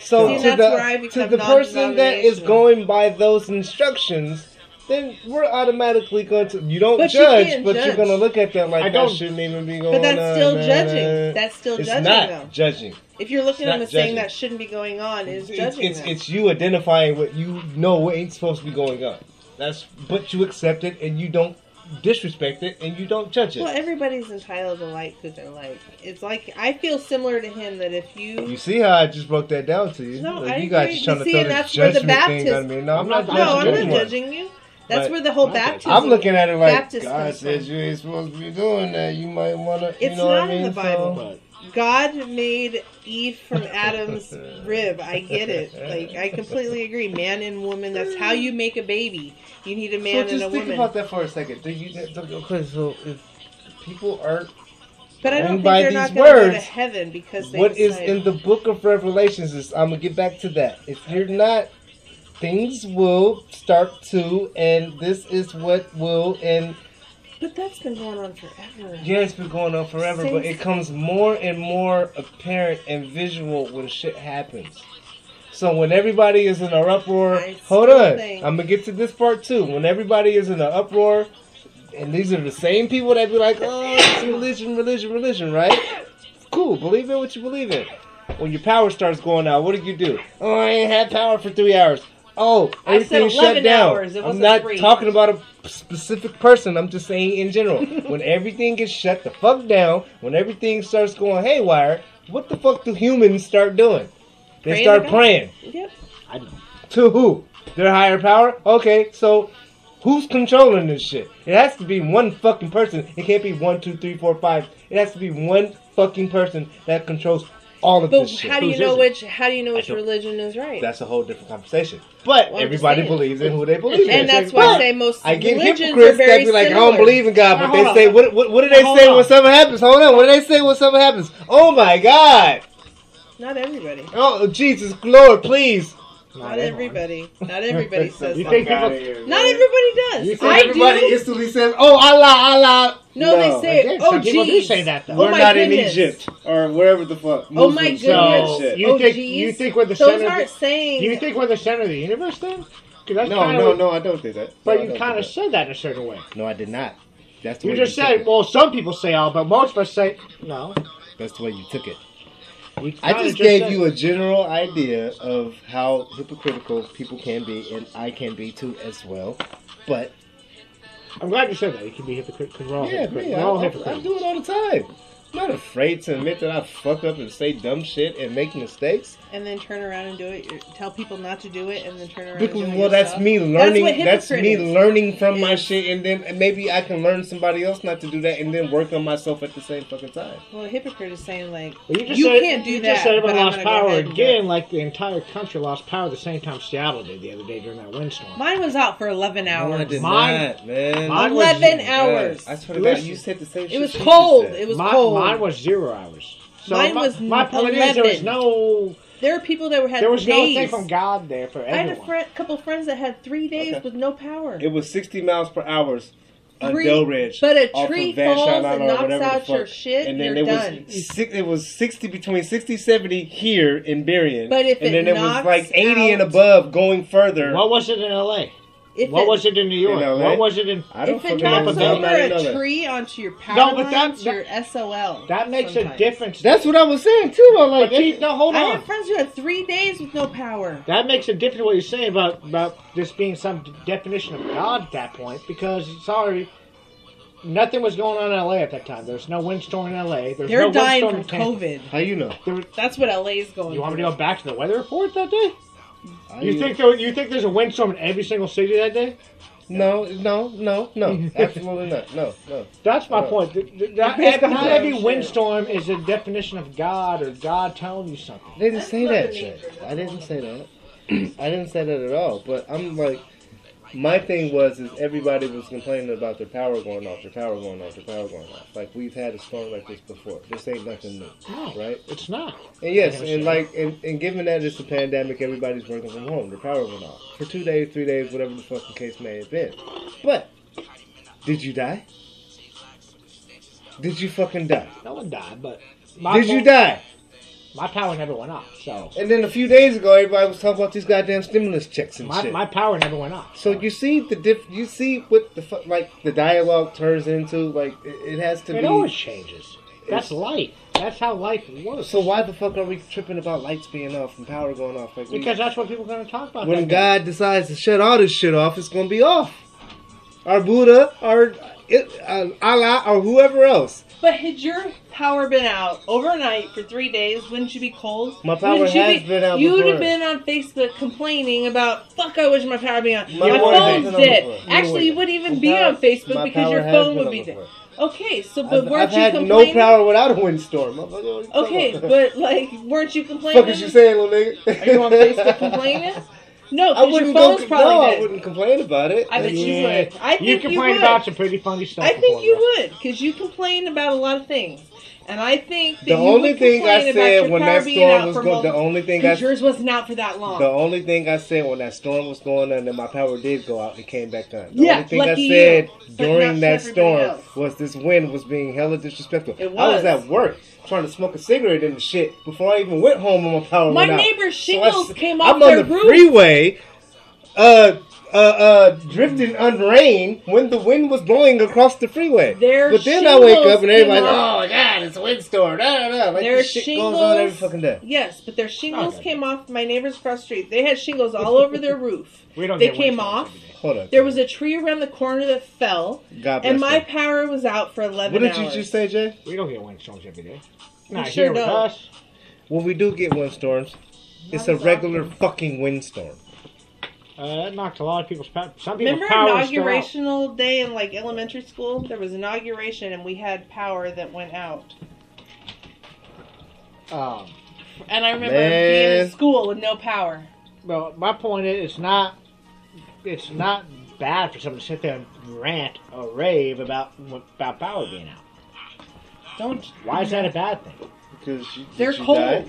Speaker 2: So to
Speaker 3: See, that's
Speaker 2: the
Speaker 3: where I
Speaker 2: to
Speaker 3: become
Speaker 2: the person that is
Speaker 3: non-denominational.
Speaker 2: going by those instructions, then we're automatically going to. You don't
Speaker 3: But you
Speaker 2: judge,
Speaker 3: can't
Speaker 2: but you're
Speaker 3: judge.
Speaker 2: going to look at that like
Speaker 4: I
Speaker 2: that
Speaker 4: don't-
Speaker 2: shouldn't even be going
Speaker 3: But
Speaker 2: on.
Speaker 3: that's still
Speaker 2: man.
Speaker 3: judging. That's still
Speaker 2: it's
Speaker 3: judging,
Speaker 2: not
Speaker 3: though.
Speaker 2: judging.
Speaker 3: If you're looking
Speaker 2: It's
Speaker 3: at them
Speaker 2: not
Speaker 3: as saying
Speaker 2: judging.
Speaker 3: that shouldn't be going on, is
Speaker 2: It's,
Speaker 3: judging
Speaker 2: it's,
Speaker 3: them.
Speaker 2: it's you identifying what you know ain't supposed to be going on. That's but you accept it and you don't disrespect it and you don't judge it.
Speaker 3: well, everybody's entitled to like who they like. It's like I feel similar to him that if you
Speaker 2: You see how I just broke that down to you?
Speaker 3: No,
Speaker 2: Like,
Speaker 3: I
Speaker 2: you guys
Speaker 3: agree.
Speaker 2: just trying to
Speaker 3: You see,
Speaker 2: throw
Speaker 3: and
Speaker 2: this
Speaker 3: that's where the
Speaker 2: judgment thing on
Speaker 3: Baptist-
Speaker 2: me. No, I'm not
Speaker 4: No,
Speaker 3: no,
Speaker 2: judging
Speaker 3: I'm not
Speaker 2: anyone.
Speaker 3: judging you. That's
Speaker 2: But
Speaker 3: where the whole
Speaker 4: I'm not judging.
Speaker 3: baptism.
Speaker 2: I'm looking at it like
Speaker 3: Baptist
Speaker 2: God
Speaker 3: comes
Speaker 2: says
Speaker 3: from.
Speaker 2: you ain't supposed to be doing that. You might want to. you
Speaker 3: It's
Speaker 2: know what
Speaker 3: not
Speaker 2: I
Speaker 3: in
Speaker 2: mean?
Speaker 3: the Bible.
Speaker 2: So-
Speaker 4: But
Speaker 3: God made Eve from Adam's rib. I get it. Like I completely agree. Man and woman. That's how you make a baby. You need a
Speaker 2: so
Speaker 3: man
Speaker 2: just
Speaker 3: and a
Speaker 2: think
Speaker 3: woman.
Speaker 2: about that for a second. Do you, okay, so if people aren't,
Speaker 3: But I
Speaker 2: And
Speaker 3: don't think
Speaker 2: by
Speaker 3: they're not
Speaker 2: these
Speaker 3: going to go to
Speaker 2: words,
Speaker 3: heaven because they
Speaker 2: what is
Speaker 3: decide-
Speaker 2: in the book of Revelations is I'm gonna get back to that. If you're not, things will start to, and this is what will, and
Speaker 3: But that's been going on forever.
Speaker 2: yeah, it's been going on forever, but it comes more and more apparent and visual when shit happens. So when everybody is in an uproar,
Speaker 3: I
Speaker 2: hold
Speaker 3: still
Speaker 2: on,
Speaker 3: think-
Speaker 2: I'm gonna get to this part too. When everybody is in an uproar, and these are the same people that be like, "Oh, it's religion, religion, religion," right? Cool, believe in what you believe in. When your power starts going out, what do you do? Oh, I ain't had power for three hours. Oh,
Speaker 6: I said
Speaker 2: everything shut
Speaker 6: 11
Speaker 2: down.
Speaker 6: hours, it
Speaker 2: I'm
Speaker 6: wasn't
Speaker 2: not
Speaker 6: three.
Speaker 2: talking about a specific person. I'm just saying in general. when everything gets shut the fuck down, when everything starts going haywire, what the fuck do humans start doing? They
Speaker 3: Praying
Speaker 2: start
Speaker 3: to God.
Speaker 2: praying.
Speaker 3: Yep.
Speaker 4: I don't know.
Speaker 2: To who? Their higher power? Okay, so who's controlling this shit? It has to be one fucking person. It can't be one, two, three, four, five. It has to be one fucking person that controls all of
Speaker 3: But
Speaker 2: this shit.
Speaker 3: how do you
Speaker 4: Whose
Speaker 3: know
Speaker 4: is it?
Speaker 3: which? How do you know which
Speaker 2: don't-
Speaker 3: religion is right?
Speaker 2: That's a whole different conversation. But
Speaker 3: Well, I'm
Speaker 2: everybody
Speaker 3: just saying.
Speaker 2: believes in who they believe in.
Speaker 3: and that's why I
Speaker 2: But
Speaker 3: say most
Speaker 2: I get
Speaker 3: religions are
Speaker 2: hypocrites that
Speaker 3: very
Speaker 2: be like, I
Speaker 3: similar.
Speaker 2: don't believe in God, but
Speaker 4: Now,
Speaker 2: they
Speaker 4: hold on.
Speaker 2: say, what, what, what do they
Speaker 4: Now,
Speaker 2: say
Speaker 4: hold
Speaker 2: when
Speaker 4: on.
Speaker 2: something happens? Hold on, what do they say when something happens? Oh my God!
Speaker 3: Not everybody.
Speaker 2: Oh Jesus, Lord, please!
Speaker 3: Not everybody. Not everybody says
Speaker 4: You
Speaker 3: that.
Speaker 4: think people?
Speaker 3: Not everybody does.
Speaker 2: You think
Speaker 3: I
Speaker 2: everybody
Speaker 3: do.
Speaker 2: instantly says, "Oh Allah, Allah"?
Speaker 3: No, they say it.
Speaker 4: Again,
Speaker 3: oh,
Speaker 4: some people do
Speaker 3: geez.
Speaker 4: say that, though.
Speaker 3: Oh,
Speaker 1: We're
Speaker 3: my
Speaker 1: not
Speaker 3: goodness.
Speaker 1: in Egypt or wherever the fuck.
Speaker 3: Oh, my
Speaker 1: Muslims do that
Speaker 3: goodness.
Speaker 1: shit.
Speaker 4: You
Speaker 3: Oh,
Speaker 4: think
Speaker 3: geez.
Speaker 4: you think we're the
Speaker 3: Those
Speaker 4: center?
Speaker 3: aren't
Speaker 4: Of the,
Speaker 3: saying.
Speaker 4: you think we're the center of the universe then? 'Cause that's
Speaker 1: No,
Speaker 4: kinda
Speaker 1: no,
Speaker 4: what-
Speaker 1: no, I don't think that.
Speaker 4: But
Speaker 1: No, I
Speaker 4: you
Speaker 1: don't
Speaker 4: kind of
Speaker 1: think that.
Speaker 4: said that in a certain way.
Speaker 2: No, I did not. That's the
Speaker 4: You
Speaker 2: way
Speaker 4: just
Speaker 2: took
Speaker 4: said,
Speaker 2: it.
Speaker 4: well, some people say all, but most of us say no.
Speaker 2: That's the way you took it.
Speaker 4: You
Speaker 2: I
Speaker 4: kinda
Speaker 2: just gave
Speaker 4: said-
Speaker 2: you a general idea of how hypocritical people can be, and I can be too as well. But
Speaker 4: I'm glad you said that. You can be hypocritical. We're all
Speaker 2: yeah,
Speaker 4: hypocrites.
Speaker 2: me, I,
Speaker 4: We're all
Speaker 2: I- I
Speaker 4: hypocrites.
Speaker 2: do it all the time. I'm not afraid to admit that I fuck up and say dumb shit and make mistakes.
Speaker 3: And then turn around and do it. You Tell people not to do it, and then turn around.
Speaker 2: Because,
Speaker 3: and do it
Speaker 2: well, that's
Speaker 3: yourself.
Speaker 2: me learning.
Speaker 3: what
Speaker 2: That's,
Speaker 3: hypocrite
Speaker 2: me
Speaker 3: is.
Speaker 2: learning from my shit, and then maybe I can learn somebody else not to do that, and then work on myself at the same fucking time.
Speaker 3: Well, a hypocrite is saying like
Speaker 4: Well,
Speaker 3: you,
Speaker 4: just said,
Speaker 3: can't do
Speaker 4: you
Speaker 3: that.
Speaker 4: just said everyone
Speaker 3: but I'm
Speaker 4: lost
Speaker 3: gonna go
Speaker 4: power
Speaker 3: ahead and do
Speaker 4: again,
Speaker 3: it.
Speaker 4: like the entire country lost power the same time Seattle did the other day during that windstorm.
Speaker 3: Mine was out for 11
Speaker 2: No, I
Speaker 3: hours.
Speaker 2: did
Speaker 4: Mine-
Speaker 2: not, man.
Speaker 4: mine was-
Speaker 3: 11
Speaker 4: Yeah,
Speaker 3: hours.
Speaker 2: I swear to God,
Speaker 4: Listen.
Speaker 2: you said the same shit.
Speaker 3: It was
Speaker 2: she just
Speaker 3: cold.
Speaker 2: said.
Speaker 3: It was
Speaker 4: mine,
Speaker 3: cold.
Speaker 4: mine was zero hours. So
Speaker 3: Mine
Speaker 4: my,
Speaker 3: was
Speaker 4: my point is
Speaker 3: 11.
Speaker 4: there was no
Speaker 3: there were people that were had
Speaker 4: there was no
Speaker 3: days.
Speaker 4: thing from God there for
Speaker 3: I had a
Speaker 4: everyone.
Speaker 3: friend, couple friends that had three days
Speaker 2: Okay.
Speaker 3: with no power.
Speaker 2: It was 60 miles per hour on
Speaker 3: Three-
Speaker 2: Del Ridge.
Speaker 3: but a
Speaker 2: off of
Speaker 3: tree
Speaker 2: Van
Speaker 3: falls
Speaker 2: Shyline
Speaker 3: and
Speaker 2: or
Speaker 3: knocks
Speaker 2: whatever the
Speaker 3: out your
Speaker 2: fuck.
Speaker 3: shit,
Speaker 2: And then
Speaker 3: you're
Speaker 2: it was
Speaker 3: done.
Speaker 2: six, it was 60 between 60 70 here in Berrien.
Speaker 3: But if
Speaker 2: and
Speaker 3: it
Speaker 2: then it was
Speaker 3: knocks
Speaker 2: like 80 and
Speaker 3: out-
Speaker 2: above going further.
Speaker 4: What was it in L.A.?
Speaker 3: If
Speaker 4: What
Speaker 3: it,
Speaker 4: was it in New York?
Speaker 2: In LA?
Speaker 4: What was it in?
Speaker 2: I don't
Speaker 3: If it
Speaker 2: fucking know.
Speaker 3: knocks
Speaker 4: was that.
Speaker 2: I'm
Speaker 3: over
Speaker 2: not even know
Speaker 3: a
Speaker 2: that.
Speaker 3: tree onto your power
Speaker 4: No, but that-
Speaker 3: lines, your SOL.
Speaker 4: That makes
Speaker 3: sometimes.
Speaker 4: a difference.
Speaker 2: That's what I was saying too. I'm like,
Speaker 4: But you- no, hold
Speaker 3: I
Speaker 4: on.
Speaker 3: had friends who had three days with no power.
Speaker 4: That makes a difference what you're saying about about this being some d- definition of God at that point because sorry, nothing was going on in LA at that time. There's no windstorm in LA. There's
Speaker 3: They're
Speaker 4: no
Speaker 3: dying
Speaker 4: windstorm
Speaker 3: from
Speaker 4: in Tampa.
Speaker 3: COVID.
Speaker 2: how you know?
Speaker 4: There was-
Speaker 3: That's what LA's going.
Speaker 4: you want me
Speaker 3: through.
Speaker 4: to go back to the weather report that day?
Speaker 2: How
Speaker 4: You think there, you think there's a windstorm in every single city that day?
Speaker 2: No, no, no, no. Absolutely not. No, no.
Speaker 4: That's my
Speaker 2: No.
Speaker 4: point. Th- th- Not,
Speaker 3: Based on
Speaker 4: not
Speaker 3: that,
Speaker 4: every
Speaker 3: sure.
Speaker 4: windstorm is a definition of God or God telling you something.
Speaker 2: They didn't say that
Speaker 5: That's
Speaker 2: shit.
Speaker 5: Mother Nature.
Speaker 2: I didn't say that. I didn't say that at all. But I'm like, my thing was is everybody was complaining about their power going off, their power going off, their power going off. Like we've had a storm like this before. This ain't nothing new, right?
Speaker 4: It's not.
Speaker 2: And Uh, yes, and like, and, and given that it's a pandemic, everybody's working from home. Their power went off for two days, three days, whatever the fucking case may have been. But did you die? Did you fucking die?
Speaker 4: No one died, but
Speaker 2: Did you die?
Speaker 4: My power never went up, so
Speaker 2: And then a few days ago, everybody was talking about these goddamn stimulus checks and
Speaker 4: my,
Speaker 2: shit.
Speaker 4: my power never went up.
Speaker 2: so you see the diff. You see what the fu- like the dialogue turns into. Like it, it has to
Speaker 4: it
Speaker 2: be.
Speaker 4: always changes.
Speaker 2: It's-
Speaker 4: That's life. That's how life works.
Speaker 2: so why the fuck are we tripping about lights being off and power going off? Like we-
Speaker 4: Because that's what people are going to talk about.
Speaker 2: when
Speaker 4: that day.
Speaker 2: God decides to shut all this shit off, it's gonna be off. Our Buddha, our it, uh, Allah, or whoever else.
Speaker 3: But had your power been out overnight for three days, wouldn't you be cold?
Speaker 2: My power
Speaker 3: Wouldn't you
Speaker 2: has been out
Speaker 3: You would have
Speaker 2: before.
Speaker 3: been on Facebook complaining about, fuck, I wish my power be on.
Speaker 2: My
Speaker 3: My,
Speaker 2: power has
Speaker 3: phone's
Speaker 2: been on
Speaker 3: dead.
Speaker 2: before.
Speaker 3: Actually, you wouldn't even be
Speaker 2: power-
Speaker 3: on Facebook
Speaker 2: my
Speaker 3: because your
Speaker 2: power has
Speaker 3: phone
Speaker 2: been
Speaker 3: would
Speaker 2: on
Speaker 3: be dead.
Speaker 2: before.
Speaker 3: Okay, so, but
Speaker 2: I've,
Speaker 3: weren't
Speaker 2: I've
Speaker 3: you
Speaker 2: had no
Speaker 3: complaining?
Speaker 2: power without a windstorm. I'm like, what are you talking
Speaker 3: Okay,
Speaker 2: about?
Speaker 3: but like, weren't you complaining?
Speaker 2: fuck is you saying, little nigga?
Speaker 3: Are you on Facebook complaining?
Speaker 2: I
Speaker 3: No, because your
Speaker 2: wouldn't go.
Speaker 3: phone's
Speaker 2: No,
Speaker 3: probably
Speaker 2: I
Speaker 3: dead.
Speaker 2: wouldn't complain about it.
Speaker 3: I bet you
Speaker 4: Yeah.
Speaker 3: would. I think
Speaker 4: you
Speaker 3: you
Speaker 4: complain
Speaker 3: would.
Speaker 4: about some pretty funny stuff.
Speaker 3: I think
Speaker 4: before
Speaker 3: you
Speaker 4: this.
Speaker 3: would, because you complain about a lot of things, and I think that
Speaker 2: The
Speaker 3: you
Speaker 2: only
Speaker 3: would
Speaker 2: thing
Speaker 3: complain
Speaker 2: I
Speaker 3: about your
Speaker 2: said when
Speaker 3: power
Speaker 2: that
Speaker 3: being out
Speaker 2: storm was
Speaker 3: for
Speaker 2: going, the
Speaker 3: multiple-
Speaker 2: only thing I,
Speaker 3: because yours wasn't out for that long.
Speaker 2: the only thing I said when that storm was going on and my power did go out, it came back on. The
Speaker 3: Yeah,
Speaker 2: only thing
Speaker 3: lucky
Speaker 2: I said
Speaker 3: you, but not
Speaker 2: during
Speaker 3: for
Speaker 2: that storm
Speaker 3: everybody else.
Speaker 2: was this wind was being hella disrespectful.
Speaker 3: It
Speaker 2: I was
Speaker 3: was.
Speaker 2: at work trying to smoke a cigarette and shit before I even went home and my power
Speaker 3: My
Speaker 2: went out.
Speaker 3: neighbor's shingles
Speaker 2: So I s-
Speaker 3: came off
Speaker 2: I'm
Speaker 3: their
Speaker 2: on the
Speaker 3: roof.
Speaker 2: freeway, uh, uh, uh, drifting on rain when the wind was blowing across the freeway.
Speaker 3: Their
Speaker 2: but then I wake up and
Speaker 3: shingles
Speaker 2: everybody's
Speaker 3: came
Speaker 2: like,
Speaker 3: off.
Speaker 2: oh, God, it's a windstorm. Da, da, da. Like,
Speaker 3: Their
Speaker 2: this shit goes on every
Speaker 3: shingles-
Speaker 2: fucking day.
Speaker 3: Yes, but their shingles
Speaker 4: Okay.
Speaker 3: came off. My neighbors across the street, they had shingles all over their roof.
Speaker 4: We don't
Speaker 3: They
Speaker 4: get
Speaker 3: came
Speaker 4: windstorms
Speaker 3: off.
Speaker 4: every day.
Speaker 2: Hold on.
Speaker 3: There was a tree around the corner that fell,
Speaker 2: God bless
Speaker 3: and my
Speaker 2: them.
Speaker 3: power was out for eleven
Speaker 2: What did you
Speaker 3: hours.
Speaker 2: just say, Jay?
Speaker 4: We don't get windstorms every day. Not
Speaker 3: sure
Speaker 4: here with
Speaker 3: don't.
Speaker 4: us.
Speaker 2: When we do get windstorms, it's a
Speaker 5: as
Speaker 2: regular fucking windstorm.
Speaker 4: Uh, that knocked a lot of people's power. Some people's
Speaker 3: Remember
Speaker 4: power is still out.
Speaker 3: inaugurational day in like elementary school? There was inauguration, and we had power that went out.
Speaker 4: Um,
Speaker 3: And I remember being
Speaker 2: Man.
Speaker 3: in school with no power.
Speaker 4: well, my point is, it's not, it's not bad for someone to sit there and rant or rave about about power being out.
Speaker 3: Don't.
Speaker 4: Why is that a bad thing?
Speaker 2: Because you, did
Speaker 3: They're
Speaker 2: you
Speaker 3: cold.
Speaker 2: die?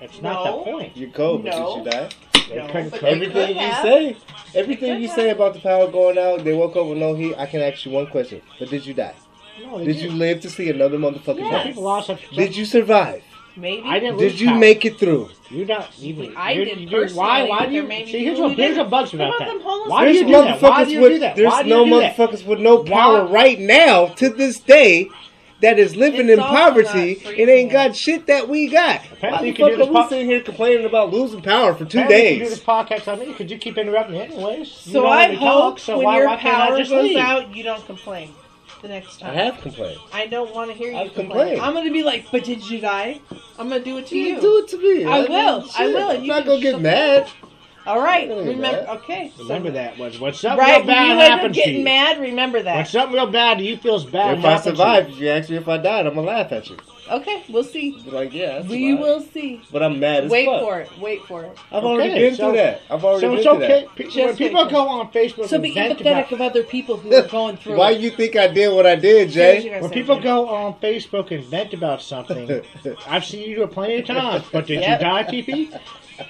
Speaker 4: That's not
Speaker 3: No.
Speaker 4: the point.
Speaker 2: You're cold,
Speaker 3: No.
Speaker 2: but did you die?
Speaker 4: They
Speaker 3: No,
Speaker 4: couldn't
Speaker 5: but
Speaker 4: cook.
Speaker 5: they-
Speaker 2: Everything
Speaker 5: could
Speaker 2: you
Speaker 5: have.
Speaker 2: say, everything
Speaker 3: could
Speaker 2: you
Speaker 3: have.
Speaker 2: say about the power going out, they woke up with no heat. I can ask you one question: But did you die?
Speaker 4: No, they
Speaker 2: Did you live to see another motherfucking
Speaker 4: Some
Speaker 3: Yes.
Speaker 2: day?
Speaker 4: people lost. Some,
Speaker 2: Did you survive?
Speaker 3: Maybe.
Speaker 4: I didn't.
Speaker 2: Did
Speaker 4: lose
Speaker 2: you
Speaker 4: power.
Speaker 2: make it through?
Speaker 4: You don't even.
Speaker 3: I
Speaker 4: you-
Speaker 3: did
Speaker 4: you- Why?
Speaker 3: personally,
Speaker 4: Why
Speaker 3: but
Speaker 4: do
Speaker 3: there
Speaker 4: you?
Speaker 3: may be
Speaker 4: See,
Speaker 3: people
Speaker 4: here's
Speaker 3: who
Speaker 4: what here's a
Speaker 3: didn't.
Speaker 4: bugs
Speaker 3: Some
Speaker 4: about
Speaker 3: of
Speaker 4: that.
Speaker 3: them homeless
Speaker 4: Why do
Speaker 2: There's
Speaker 4: you do that? Why
Speaker 2: motherfuckers
Speaker 4: do you do
Speaker 2: with
Speaker 4: that? Why
Speaker 2: there's
Speaker 4: do you
Speaker 2: no
Speaker 4: do that?
Speaker 2: motherfuckers with no power
Speaker 4: Why-
Speaker 2: right now to this day that is living
Speaker 3: It's
Speaker 2: in
Speaker 3: also
Speaker 2: poverty
Speaker 3: not
Speaker 2: and ain't
Speaker 3: freezing.
Speaker 2: got shit that we got.
Speaker 4: Apparently
Speaker 2: Why the
Speaker 4: you can do
Speaker 2: fuck
Speaker 4: this
Speaker 2: are we
Speaker 4: pop-
Speaker 2: sitting here complaining about losing power for two
Speaker 4: Apparently, You do this
Speaker 2: days?
Speaker 4: podcast on me because you keep interrupting me anyways. You
Speaker 3: so
Speaker 4: don't
Speaker 3: I
Speaker 4: let me
Speaker 3: hope
Speaker 4: talk, so
Speaker 3: when
Speaker 4: why,
Speaker 3: your
Speaker 4: why can't I
Speaker 3: power
Speaker 4: just
Speaker 3: goes
Speaker 4: leave?
Speaker 3: out, you don't complain the next
Speaker 2: I
Speaker 3: time.
Speaker 2: have complained.
Speaker 3: I don't want to hear you
Speaker 2: I've
Speaker 3: complain.
Speaker 2: complained.
Speaker 3: I'm gonna be like, but did you die? I'm gonna do it to you.
Speaker 2: You do it to me.
Speaker 3: I
Speaker 2: mean,
Speaker 3: will. I
Speaker 2: shit,
Speaker 3: will.
Speaker 2: I'm
Speaker 3: You
Speaker 2: not
Speaker 3: can
Speaker 2: gonna get
Speaker 3: shut
Speaker 2: mad.
Speaker 3: All right.
Speaker 2: Don't do
Speaker 3: Remember.
Speaker 2: that.
Speaker 3: Okay. so-
Speaker 4: Remember that was when something
Speaker 3: Right when
Speaker 4: real
Speaker 3: you
Speaker 4: bad
Speaker 3: end up
Speaker 4: happens to
Speaker 3: getting
Speaker 4: you.
Speaker 3: mad, remember
Speaker 4: When
Speaker 3: that.
Speaker 4: something real bad to you feels bad,
Speaker 2: If I
Speaker 4: happens to you.
Speaker 2: survive, if you ask me if I died, I'm gonna laugh at you.
Speaker 3: Okay, we'll see.
Speaker 2: Be like, yeah, I
Speaker 3: We
Speaker 2: survived.
Speaker 3: will see.
Speaker 2: But I'm mad as
Speaker 3: Wait
Speaker 2: fuck.
Speaker 3: for it. Wait for it.
Speaker 2: I've already
Speaker 4: Okay,
Speaker 2: been
Speaker 4: so-
Speaker 2: through that. I've already
Speaker 4: so
Speaker 2: been
Speaker 4: it's
Speaker 2: through
Speaker 4: okay.
Speaker 2: that.
Speaker 4: Pe-
Speaker 3: Just
Speaker 4: When people
Speaker 3: wait.
Speaker 4: go on Facebook
Speaker 3: So
Speaker 4: and
Speaker 3: be
Speaker 4: vent
Speaker 3: empathetic
Speaker 4: about,
Speaker 3: of other people who are going through.
Speaker 2: Why
Speaker 3: it.
Speaker 2: you think I did what I did, Jay?
Speaker 3: Seriously, guys,
Speaker 4: when
Speaker 3: I
Speaker 4: people
Speaker 3: do.
Speaker 4: go on Facebook and vent about something, I've seen you do it plenty of times. But did
Speaker 3: Yep.
Speaker 4: you die, PP?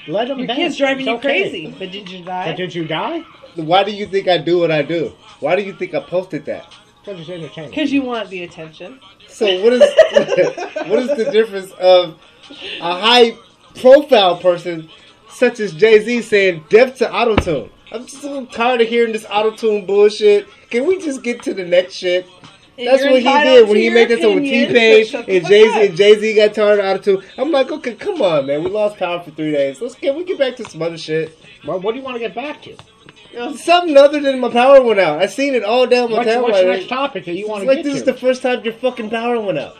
Speaker 4: Let them
Speaker 3: Your
Speaker 4: vent.
Speaker 3: kid's driving
Speaker 4: It's
Speaker 3: you
Speaker 4: okay.
Speaker 3: crazy. But did you
Speaker 4: But
Speaker 3: die?
Speaker 4: did you die?
Speaker 2: Why do you think I do what I do? Why do you think I posted that?
Speaker 4: Because it's entertainment.
Speaker 3: Because you want the attention.
Speaker 2: So what is what is the difference of a high profile person such as Jay Z saying death to autotune? I'm just so tired of hearing this autotune bullshit. Can we just get to the next shit?
Speaker 3: And
Speaker 2: That's
Speaker 3: you're
Speaker 2: what he
Speaker 3: entitled
Speaker 2: did when
Speaker 3: to
Speaker 2: he
Speaker 3: your
Speaker 2: made that song with T
Speaker 3: opinion,
Speaker 2: Page
Speaker 3: so shut the
Speaker 2: and
Speaker 3: fuck
Speaker 2: Jay Z
Speaker 3: up.
Speaker 2: and Jay Z got tired of autotune. I'm like, okay, come on, man. We lost power for three days. Let's can we get back to some other shit?
Speaker 4: Well, what do you want to get back to?
Speaker 2: Something other than my power went out. I seen it all down my
Speaker 4: What's,
Speaker 2: timeline.
Speaker 4: what's the next topic that you want
Speaker 2: It's
Speaker 4: to
Speaker 2: like
Speaker 4: get
Speaker 2: this
Speaker 4: to?
Speaker 2: is the first time your fucking power went out.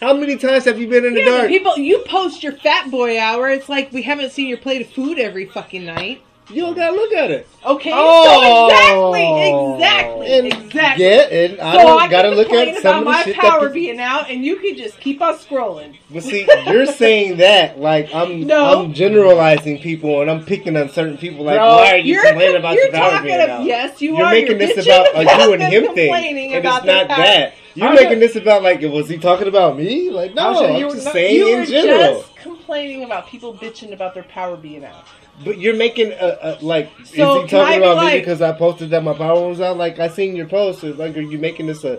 Speaker 2: How many times have you been in the
Speaker 3: Yeah,
Speaker 2: dark?
Speaker 3: but people, you post your fat boy hour. It's like we haven't seen your plate of food every fucking night.
Speaker 2: You don't gotta look at it.
Speaker 3: Okay,
Speaker 4: Oh.
Speaker 3: so exactly,
Speaker 2: And-
Speaker 3: exactly, exactly.
Speaker 2: Yeah, and I
Speaker 3: so
Speaker 2: don't
Speaker 3: I
Speaker 2: gotta
Speaker 3: can
Speaker 2: look
Speaker 3: complain
Speaker 2: at some
Speaker 3: about
Speaker 2: of the
Speaker 3: my
Speaker 2: shit
Speaker 3: power
Speaker 2: that people.
Speaker 3: being out, and you can just keep on scrolling.
Speaker 2: But see, you're saying that like I'm
Speaker 3: No.
Speaker 2: I'm generalizing people and I'm picking on certain people. Like,
Speaker 4: Bro,
Speaker 2: why are you
Speaker 3: You're,
Speaker 2: complaining about
Speaker 3: you're
Speaker 2: your power
Speaker 3: talking
Speaker 2: being
Speaker 3: of,
Speaker 2: out?
Speaker 3: yes, you
Speaker 2: you're
Speaker 3: are.
Speaker 2: making
Speaker 3: you're
Speaker 2: this about
Speaker 3: bitching
Speaker 2: a you and him thing,
Speaker 3: complaining
Speaker 2: and it's not
Speaker 3: about their power.
Speaker 2: that. You're
Speaker 4: How's
Speaker 2: making
Speaker 4: it-
Speaker 2: this about like, was he talking about me? Like,
Speaker 4: How's
Speaker 2: no,
Speaker 4: it
Speaker 2: I'm
Speaker 4: you were
Speaker 2: just
Speaker 4: not-
Speaker 2: saying
Speaker 3: You were
Speaker 2: Oh, in general.
Speaker 3: just complaining about people bitching about their power being out.
Speaker 2: But you're making a, a like.
Speaker 3: So,
Speaker 2: is he
Speaker 3: can I
Speaker 2: talking
Speaker 3: be
Speaker 2: about me
Speaker 3: like-
Speaker 2: because I posted that my power was out? Like I seen your post. It's like, are you making this a?
Speaker 3: I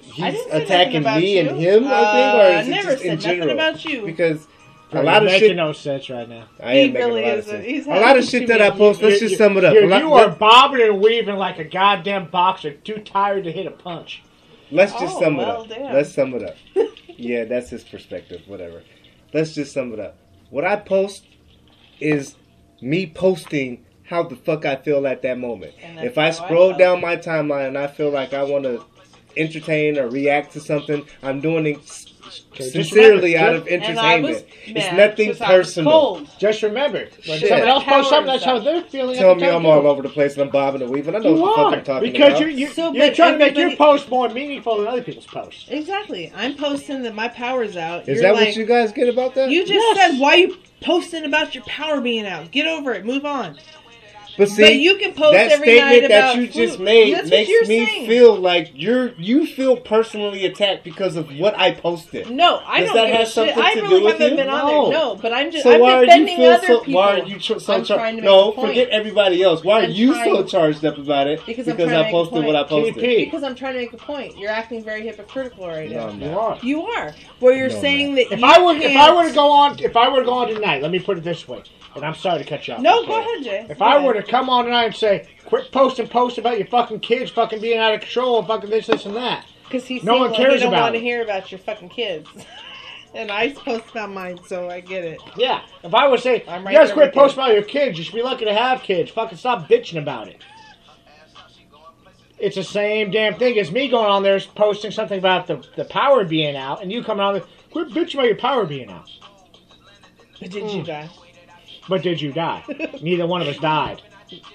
Speaker 2: He's
Speaker 3: didn't say nothing
Speaker 2: attacking
Speaker 3: about
Speaker 2: me
Speaker 3: you.
Speaker 2: and him.
Speaker 3: Uh,
Speaker 2: I think, or
Speaker 3: I
Speaker 2: is it
Speaker 3: never
Speaker 2: just
Speaker 3: said
Speaker 2: in
Speaker 3: nothing
Speaker 2: general?
Speaker 3: about you.
Speaker 2: Because A lot of
Speaker 4: making
Speaker 2: shit.
Speaker 4: no sense right now.
Speaker 2: I ain't
Speaker 3: He
Speaker 2: making
Speaker 3: really
Speaker 2: a lot of
Speaker 3: isn't.
Speaker 2: sense.
Speaker 3: He's
Speaker 2: A lot
Speaker 3: having
Speaker 2: of shit
Speaker 3: too
Speaker 2: that I
Speaker 3: many.
Speaker 2: post. Let's
Speaker 4: You-
Speaker 2: just sum it up.
Speaker 4: You,
Speaker 2: A lot-
Speaker 4: you are bobbing and weaving like a goddamn boxer, too tired to hit a punch.
Speaker 2: Let's just
Speaker 3: Oh,
Speaker 2: sum it
Speaker 3: well,
Speaker 2: up.
Speaker 3: damn.
Speaker 2: Let's sum it up. yeah, that's his perspective. Whatever. Let's just sum it up. What I post is me posting how the fuck I feel at that moment.
Speaker 5: And that's
Speaker 2: If I
Speaker 5: how I
Speaker 2: scroll
Speaker 5: felt.
Speaker 2: down my timeline and I feel like I want to entertain or react to something, I'm doing it s-
Speaker 4: Okay, just
Speaker 2: sincerely
Speaker 4: remember,
Speaker 2: out of
Speaker 4: just-
Speaker 2: entertainment.
Speaker 5: And I was
Speaker 2: it's
Speaker 5: mad
Speaker 2: nothing
Speaker 5: 'cause I was
Speaker 2: personal.
Speaker 5: cold.
Speaker 4: Just remember, when
Speaker 2: Shit.
Speaker 4: someone else posts something, that's how
Speaker 5: Powers
Speaker 4: they're feeling.
Speaker 2: Tell
Speaker 4: at the
Speaker 2: me
Speaker 4: time,
Speaker 2: I'm
Speaker 4: too.
Speaker 2: all over the place and I'm bobbing and weaving. I know
Speaker 4: You
Speaker 2: what the fuck
Speaker 4: are
Speaker 2: I'm talking
Speaker 4: because
Speaker 2: about.
Speaker 4: you you
Speaker 3: So,
Speaker 4: you're
Speaker 3: but
Speaker 4: trying to make your
Speaker 3: everybody-
Speaker 4: post more meaningful than other people's posts.
Speaker 3: Exactly. I'm posting that my power's out.
Speaker 2: Is
Speaker 3: You're
Speaker 2: that
Speaker 3: like,
Speaker 2: what you guys get about that?
Speaker 3: You just
Speaker 4: Yes.
Speaker 3: said why you posting about your power being out. Get over it. Move on.
Speaker 2: But see,
Speaker 3: but you can post
Speaker 2: that
Speaker 3: every
Speaker 2: statement
Speaker 3: night
Speaker 2: that
Speaker 3: about
Speaker 2: you just
Speaker 3: food.
Speaker 2: made
Speaker 3: That's what you're
Speaker 2: makes me
Speaker 3: saying.
Speaker 2: feel like you're you feel personally attacked because of what I posted.
Speaker 3: No, I
Speaker 2: Does
Speaker 3: don't
Speaker 2: that
Speaker 3: give
Speaker 2: have
Speaker 3: a shit.
Speaker 2: something
Speaker 3: I
Speaker 2: to
Speaker 3: really
Speaker 2: do with
Speaker 3: haven't
Speaker 2: you?
Speaker 3: been on
Speaker 2: No.
Speaker 3: there. No, but I'm just
Speaker 2: So
Speaker 3: I'm
Speaker 2: why are you
Speaker 3: defending
Speaker 2: feel
Speaker 3: other
Speaker 2: so?
Speaker 3: people.
Speaker 2: Why are you tr- so
Speaker 3: I'm trying
Speaker 2: charged?
Speaker 3: to
Speaker 2: No,
Speaker 3: make a point.
Speaker 2: forget everybody else. Why are
Speaker 3: I'm
Speaker 2: you so
Speaker 3: trying-
Speaker 2: charged up about it?
Speaker 3: Because I'm trying to
Speaker 2: I
Speaker 3: make a
Speaker 2: posted what I
Speaker 4: point.
Speaker 2: posted.
Speaker 4: TP.
Speaker 3: Because I'm trying to make a point. You're acting very hypocritical right
Speaker 2: No,
Speaker 3: now.
Speaker 2: I'm
Speaker 4: You
Speaker 2: not.
Speaker 4: are.
Speaker 3: You are. Where you're
Speaker 2: No,
Speaker 3: saying that
Speaker 4: If
Speaker 3: you
Speaker 4: I were if I
Speaker 3: can't-
Speaker 4: were to go on if I were to go on tonight, let me put it this way, and I'm sorry to cut you off.
Speaker 3: No,
Speaker 4: okay?
Speaker 3: go ahead, Jay.
Speaker 4: If
Speaker 3: Go
Speaker 4: I
Speaker 3: ahead.
Speaker 4: were to come on tonight and say, quit posting posts about your fucking kids fucking being out of control and fucking this, this, and that.
Speaker 3: Because he's
Speaker 4: No
Speaker 3: no
Speaker 4: one
Speaker 3: one
Speaker 4: cares
Speaker 3: He don't
Speaker 4: about
Speaker 3: want
Speaker 4: it.
Speaker 3: to hear about your fucking kids. and I post about mine, so I get it.
Speaker 4: Yeah. If I were to say,
Speaker 3: I'm
Speaker 4: you
Speaker 3: right
Speaker 4: guys
Speaker 3: there
Speaker 4: quit
Speaker 3: with you.
Speaker 4: posting about your kids, you should be lucky to have kids. Fucking stop bitching about it. It's the same damn thing as me going on there posting something about the, the power being out, and you coming on there, quit bitching about your power being out.
Speaker 3: But did
Speaker 2: Hmm.
Speaker 3: you die?
Speaker 4: But did you die? Neither one of us died.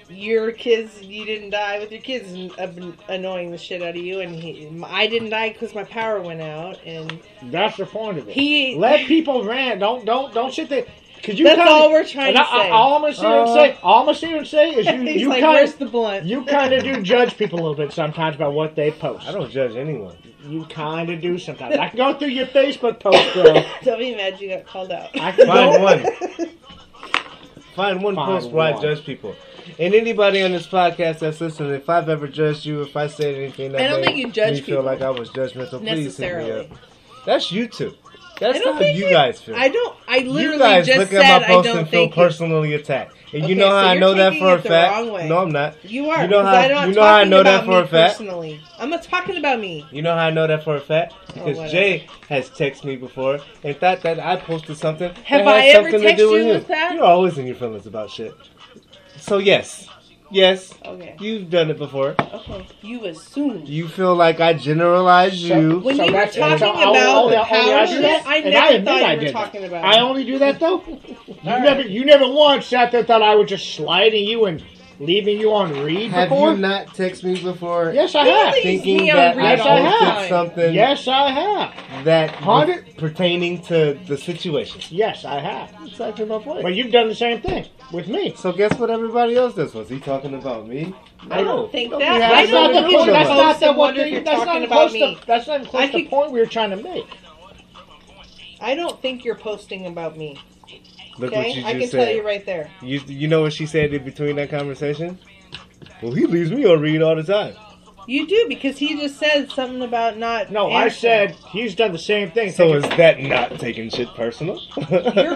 Speaker 3: Your kids, you didn't die with your kids an- annoying the shit out of you, and he, I didn't die because my power went out, and
Speaker 4: That's the point of it.
Speaker 3: He-
Speaker 4: let people rant. Don't don't don't sit there. Cause you
Speaker 3: That's
Speaker 4: kinda,
Speaker 3: all we're trying
Speaker 4: and
Speaker 3: to
Speaker 4: I,
Speaker 3: say.
Speaker 4: I, all I'm gonna sit here and say, all I'm gonna sit here and say is you
Speaker 3: Uh, he's
Speaker 4: you
Speaker 3: like, "Where's
Speaker 4: kind
Speaker 3: the blunt?"
Speaker 4: you kind of do judge people a little bit sometimes by what they post.
Speaker 2: I don't judge anyone.
Speaker 4: You kind of do sometimes. I can go through your Facebook post, girl.
Speaker 3: Don't be mad you got called out.
Speaker 4: I can
Speaker 2: Find
Speaker 4: go.
Speaker 2: one. Find one
Speaker 4: Find
Speaker 2: post where I
Speaker 4: one.
Speaker 2: judge people. And anybody on this podcast that's listening, if I've ever judged you, if I said anything that
Speaker 3: I don't
Speaker 2: made
Speaker 3: think you judge
Speaker 2: me feel
Speaker 3: people.
Speaker 2: like I was judgmental, please hit me
Speaker 3: necessarily.
Speaker 2: up. That's you two.
Speaker 3: I
Speaker 2: That's
Speaker 3: don't
Speaker 2: how
Speaker 3: think
Speaker 2: you
Speaker 3: that-
Speaker 2: guys feel.
Speaker 3: I don't. I literally
Speaker 2: you guys
Speaker 3: just
Speaker 2: look
Speaker 3: said
Speaker 2: at my
Speaker 3: I
Speaker 2: post
Speaker 3: don't
Speaker 2: and feel
Speaker 3: think
Speaker 2: personally attacked. And you
Speaker 3: Okay,
Speaker 2: know how
Speaker 3: so
Speaker 2: I
Speaker 3: you're
Speaker 2: know that
Speaker 3: taking
Speaker 2: for
Speaker 3: it
Speaker 2: a
Speaker 3: the
Speaker 2: fact.
Speaker 3: wrong way.
Speaker 2: No, I'm not.
Speaker 3: you, you are.
Speaker 2: You know
Speaker 3: because
Speaker 2: how-
Speaker 3: I'm not
Speaker 2: you know how I
Speaker 3: talking
Speaker 2: know that
Speaker 3: about
Speaker 2: for
Speaker 3: me
Speaker 2: a fact?
Speaker 3: Personally, I'm not talking about me.
Speaker 2: You know how I know that for a fact?
Speaker 3: Oh,
Speaker 2: Because
Speaker 3: whatever.
Speaker 2: Jay has texted me before and thought that I posted something. that
Speaker 3: Have
Speaker 2: had
Speaker 3: I ever
Speaker 2: something to
Speaker 3: texted
Speaker 2: do with
Speaker 3: you
Speaker 2: you
Speaker 3: with that?
Speaker 2: You're always in your feelings about shit. So yes, yes,
Speaker 3: Okay.
Speaker 2: you've done it before.
Speaker 3: Okay. You assume.
Speaker 2: You feel like I generalize
Speaker 4: So-
Speaker 2: you.
Speaker 3: When
Speaker 4: so
Speaker 3: you were
Speaker 4: that's-
Speaker 3: talking
Speaker 4: so I-
Speaker 3: about
Speaker 4: I only-
Speaker 3: the
Speaker 4: I only- I do
Speaker 3: power,
Speaker 4: that,
Speaker 3: I
Speaker 4: and
Speaker 3: never
Speaker 4: admit
Speaker 3: thought you
Speaker 4: I
Speaker 3: were
Speaker 4: did that.
Speaker 3: talking about
Speaker 4: I
Speaker 3: it.
Speaker 4: only do that though. You
Speaker 3: right.
Speaker 4: never, you never once sat there thought I was just sliding you and leaving you on read
Speaker 2: have
Speaker 4: before.
Speaker 2: you not texted me before?
Speaker 4: Yes, I
Speaker 3: Really?
Speaker 4: have.
Speaker 2: Thinking
Speaker 3: Me on
Speaker 2: that I
Speaker 4: read all the
Speaker 2: posted
Speaker 3: time.
Speaker 2: something
Speaker 4: Yes, I have.
Speaker 2: that was
Speaker 4: Hundred-
Speaker 2: pertaining to the situation.
Speaker 4: Yes, I have.
Speaker 2: That's actually my point.
Speaker 4: But you've done the same thing with me.
Speaker 2: So guess what everybody else does? Was he talking about me?
Speaker 3: I don't think that.
Speaker 2: we have
Speaker 3: I
Speaker 4: That's not
Speaker 3: don't
Speaker 4: the
Speaker 3: think you
Speaker 4: point.
Speaker 3: were
Speaker 4: That's not
Speaker 3: supposed
Speaker 4: the
Speaker 3: to
Speaker 4: what
Speaker 3: wonder
Speaker 4: you're.
Speaker 3: if you're
Speaker 4: That's
Speaker 3: talking
Speaker 4: not
Speaker 3: about
Speaker 4: close
Speaker 3: me.
Speaker 4: to. That's not even close
Speaker 3: I
Speaker 4: to the
Speaker 3: could-
Speaker 4: point we were trying to make.
Speaker 3: I don't think you're posting about me.
Speaker 2: Look what
Speaker 3: Okay,
Speaker 2: you just
Speaker 3: I can
Speaker 2: said.
Speaker 3: tell you right there.
Speaker 2: You you know what she said in between that conversation? Well, he leaves me on read all the time.
Speaker 3: You do because he just said something about not.
Speaker 4: No, I
Speaker 3: answering.
Speaker 4: said he's done the same thing.
Speaker 2: So is
Speaker 4: Thinking-
Speaker 2: that not taking shit personal?
Speaker 3: your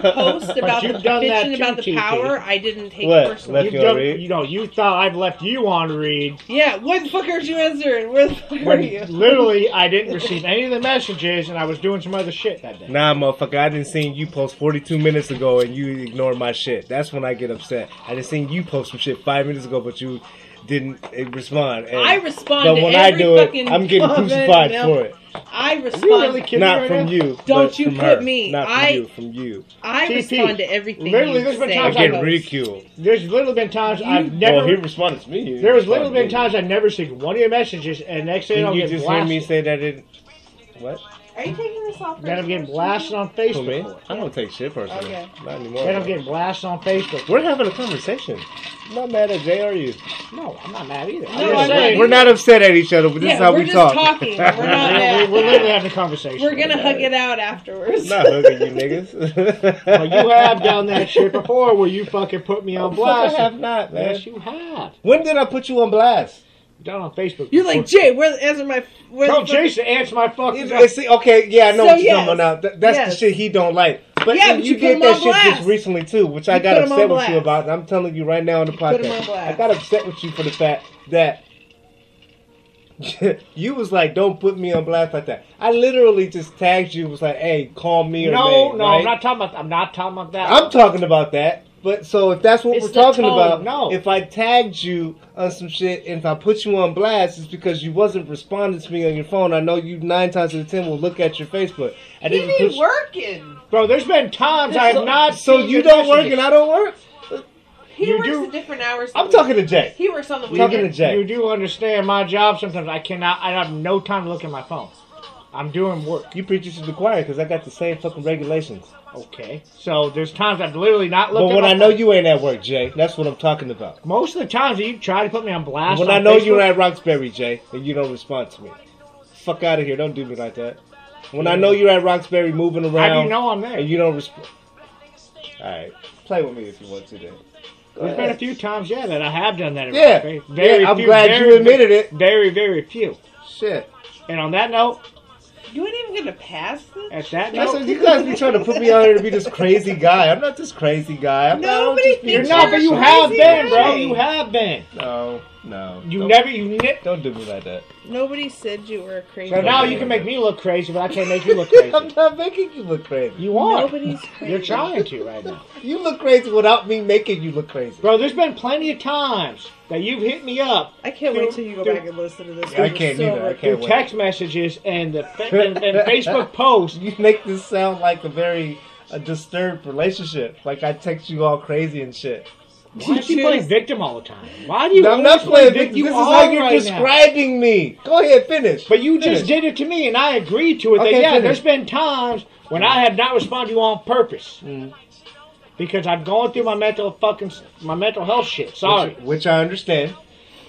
Speaker 3: post about the
Speaker 4: you've done that
Speaker 3: bitching about the
Speaker 4: too, TP.
Speaker 3: power. I didn't take
Speaker 2: What?
Speaker 3: personally.
Speaker 2: Left
Speaker 4: you've
Speaker 2: you on
Speaker 4: done,
Speaker 2: read?
Speaker 4: you know, you thought I've left you on read.
Speaker 3: Yeah, what the fuck are you answering? Where the fuck are
Speaker 4: When
Speaker 3: you?
Speaker 4: literally, I didn't receive any of the messages, and I was doing some other shit that day.
Speaker 2: Nah, motherfucker, I didn't seen you post 42 minutes ago and you ignored my shit. That's when I get upset. I didn't seen you post some shit five minutes ago, but you didn't eh, respond. And,
Speaker 3: I respond.
Speaker 2: But
Speaker 3: to
Speaker 2: when I
Speaker 3: every
Speaker 2: do it,
Speaker 3: fucking
Speaker 2: I'm getting
Speaker 3: comment,
Speaker 2: crucified
Speaker 3: Mel.
Speaker 2: for it.
Speaker 3: I respond.
Speaker 4: You really kidding
Speaker 2: Not
Speaker 4: me right
Speaker 2: from
Speaker 4: now?
Speaker 2: you.
Speaker 3: Don't
Speaker 2: but
Speaker 3: you
Speaker 2: from
Speaker 3: put
Speaker 2: her.
Speaker 3: me.
Speaker 2: Not from
Speaker 3: I-
Speaker 2: you. From you.
Speaker 3: I
Speaker 4: TP.
Speaker 3: respond to everything.
Speaker 4: Literally,
Speaker 3: you
Speaker 4: there's been
Speaker 3: say.
Speaker 2: I
Speaker 4: times
Speaker 2: get
Speaker 4: post.
Speaker 2: ridiculed.
Speaker 4: There's literally been times I've never.
Speaker 2: well, he responded to me.
Speaker 4: there was literally been times I've never seen one of your messages, and next thing
Speaker 2: Didn't
Speaker 4: I'm
Speaker 2: you
Speaker 4: getting
Speaker 2: just hear
Speaker 4: blasted.
Speaker 2: me say that it. What?
Speaker 5: Are you taking this off?
Speaker 4: then I'm getting
Speaker 5: first?
Speaker 4: blasted on
Speaker 2: Who, me?
Speaker 4: Facebook. for it.
Speaker 2: I don't take shit personally.
Speaker 3: Okay.
Speaker 2: Not anymore.
Speaker 4: Then I'm getting blasted on Facebook.
Speaker 2: We're having a conversation. I'm not mad at Jay, are you?
Speaker 4: No, I'm not mad either.
Speaker 3: No,
Speaker 4: I'm just
Speaker 3: I'm not
Speaker 4: saying.
Speaker 2: We're not upset at each other, but this
Speaker 3: Yeah,
Speaker 2: is how
Speaker 3: we're
Speaker 2: we
Speaker 3: just
Speaker 2: talk.
Speaker 3: talking. We're not
Speaker 4: We're,
Speaker 3: mad.
Speaker 4: we're literally having a conversation.
Speaker 3: We're gonna hug it out afterwards.
Speaker 2: not hugging you niggas.
Speaker 4: But you have done that shit before where you fucking put me on
Speaker 2: on blast.
Speaker 4: blast.
Speaker 2: I have not, man.
Speaker 4: Yes, you have.
Speaker 2: When did I put you on blast?
Speaker 4: Done on Facebook.
Speaker 3: You're like
Speaker 4: before.
Speaker 3: Jay. Where the answer my? Where
Speaker 4: Tell
Speaker 3: the fuck-
Speaker 4: Jason, answer my fucking.
Speaker 2: It's- it's- okay, yeah, I know
Speaker 3: So
Speaker 2: what you're
Speaker 3: yes.
Speaker 2: talking about. That- that's
Speaker 3: Yes.
Speaker 2: the shit he don't like. But you,
Speaker 3: Yeah, but
Speaker 2: you
Speaker 3: you put
Speaker 2: did
Speaker 3: 'em
Speaker 2: that
Speaker 3: on
Speaker 2: shit
Speaker 3: blast.
Speaker 2: just recently too, which I
Speaker 3: You
Speaker 2: got
Speaker 3: put 'em on
Speaker 2: upset with you
Speaker 3: blast.
Speaker 2: about. and I'm telling you right now on the
Speaker 3: put 'em
Speaker 2: podcast,
Speaker 3: on blast.
Speaker 2: I got upset with you for the fact that you was like, "Don't put me on blast like that." I literally just tagged you, was like, "Hey, call me or
Speaker 4: No,
Speaker 2: name,"
Speaker 4: no,
Speaker 2: right?
Speaker 4: I'm not talking about. I'm not talking about that.
Speaker 2: I'm talking about that. But so if that's what
Speaker 4: It's
Speaker 2: we're
Speaker 4: the
Speaker 2: talking
Speaker 4: tone,
Speaker 2: about,
Speaker 4: no.
Speaker 2: if I tagged you on some shit and if I put you on blast, it's because you wasn't responding to me on your phone. I know you nine times out of ten will look at your Facebook. I
Speaker 5: He
Speaker 2: didn't
Speaker 5: be
Speaker 2: put.
Speaker 5: working.
Speaker 4: bro. There's been times I have not.
Speaker 2: So
Speaker 4: seen
Speaker 2: you
Speaker 4: your
Speaker 2: don't work
Speaker 4: messages.
Speaker 2: and I don't work.
Speaker 3: He
Speaker 4: You
Speaker 3: works
Speaker 4: do-
Speaker 3: at different hours.
Speaker 2: I'm talking to Jay.
Speaker 3: He works on the
Speaker 2: I'm
Speaker 3: weekend.
Speaker 2: talking to Jay.
Speaker 4: You do understand my job. Sometimes I cannot. I have no time to look at my phone. I'm doing work.
Speaker 2: You preaching to the choir because I got the same fucking regulations.
Speaker 4: Okay. So there's times I've literally not
Speaker 2: but
Speaker 4: looked. at
Speaker 2: when
Speaker 4: my
Speaker 2: I know
Speaker 4: phone.
Speaker 2: you ain't at work, Jay, that's what I'm talking about.
Speaker 4: most of the times that you try to put me on blast.
Speaker 2: When
Speaker 4: on
Speaker 2: I know
Speaker 4: Facebook,
Speaker 2: you're at Roxbury, Jay, and you don't respond to me, fuck out of here. Don't do me like that. When I know you're at Roxbury moving around,
Speaker 4: How do you know I'm there?
Speaker 2: and you don't respond. All right, play with me if you want to. Then. Go
Speaker 4: There's been a
Speaker 2: ahead.
Speaker 4: few times, yeah, that I have done that. in
Speaker 2: Yeah.
Speaker 4: my face. Very
Speaker 2: Yeah, I'm
Speaker 4: few-
Speaker 2: glad
Speaker 4: very,
Speaker 2: you admitted it.
Speaker 4: Very, very few.
Speaker 2: Shit.
Speaker 4: And on that note,
Speaker 3: You ain't even gonna pass this.
Speaker 4: at that
Speaker 2: That's
Speaker 4: note,
Speaker 2: what you guys be trying to put me on here to be this crazy guy. I'm not this crazy guy. I'm not, I don't
Speaker 3: Nobody
Speaker 2: just be-
Speaker 4: you're
Speaker 3: thinks
Speaker 4: not, but you
Speaker 3: You're a
Speaker 4: have
Speaker 3: crazy
Speaker 4: been, bro.
Speaker 3: guy.
Speaker 4: You have been.
Speaker 2: No, no.
Speaker 4: You
Speaker 2: don't-
Speaker 4: never, you ne-
Speaker 2: Don't do me like that.
Speaker 3: Nobody said you were a crazy.
Speaker 4: So now you can make me look crazy, but I can't make you look crazy.
Speaker 2: I'm not making you look crazy.
Speaker 4: You are.
Speaker 3: Nobody's crazy.
Speaker 4: You're trying to right now.
Speaker 2: You look crazy without me making you look crazy.
Speaker 4: Bro, there's been plenty of times that you've hit me up
Speaker 3: I can't wait till you go
Speaker 4: Dude.
Speaker 3: back and listen to this.
Speaker 2: Yeah, I
Speaker 3: You're
Speaker 2: can't
Speaker 3: so
Speaker 2: either. I can't
Speaker 3: right.
Speaker 4: through
Speaker 2: wait.
Speaker 4: text messages and the fa- and, and Facebook posts.
Speaker 2: You make this sound like a very a disturbed relationship. Like I text you all crazy and shit.
Speaker 4: Why is she playing victim all the time? Why do you?
Speaker 2: No, I'm not
Speaker 4: always
Speaker 2: playing.
Speaker 4: vic-
Speaker 2: This,
Speaker 4: you
Speaker 2: this is
Speaker 4: are
Speaker 2: how you're
Speaker 4: right now.
Speaker 2: describing me. Go ahead, finish.
Speaker 4: But you just
Speaker 2: Finish.
Speaker 4: did it to me, and I agreed to it. that,
Speaker 2: Okay,
Speaker 4: yeah,
Speaker 2: finish.
Speaker 4: there's been times when I have not responded to you on purpose
Speaker 2: Mm.
Speaker 4: because I've gone through my mental fucking s- my mental health shit. Sorry.
Speaker 2: Which, which I understand.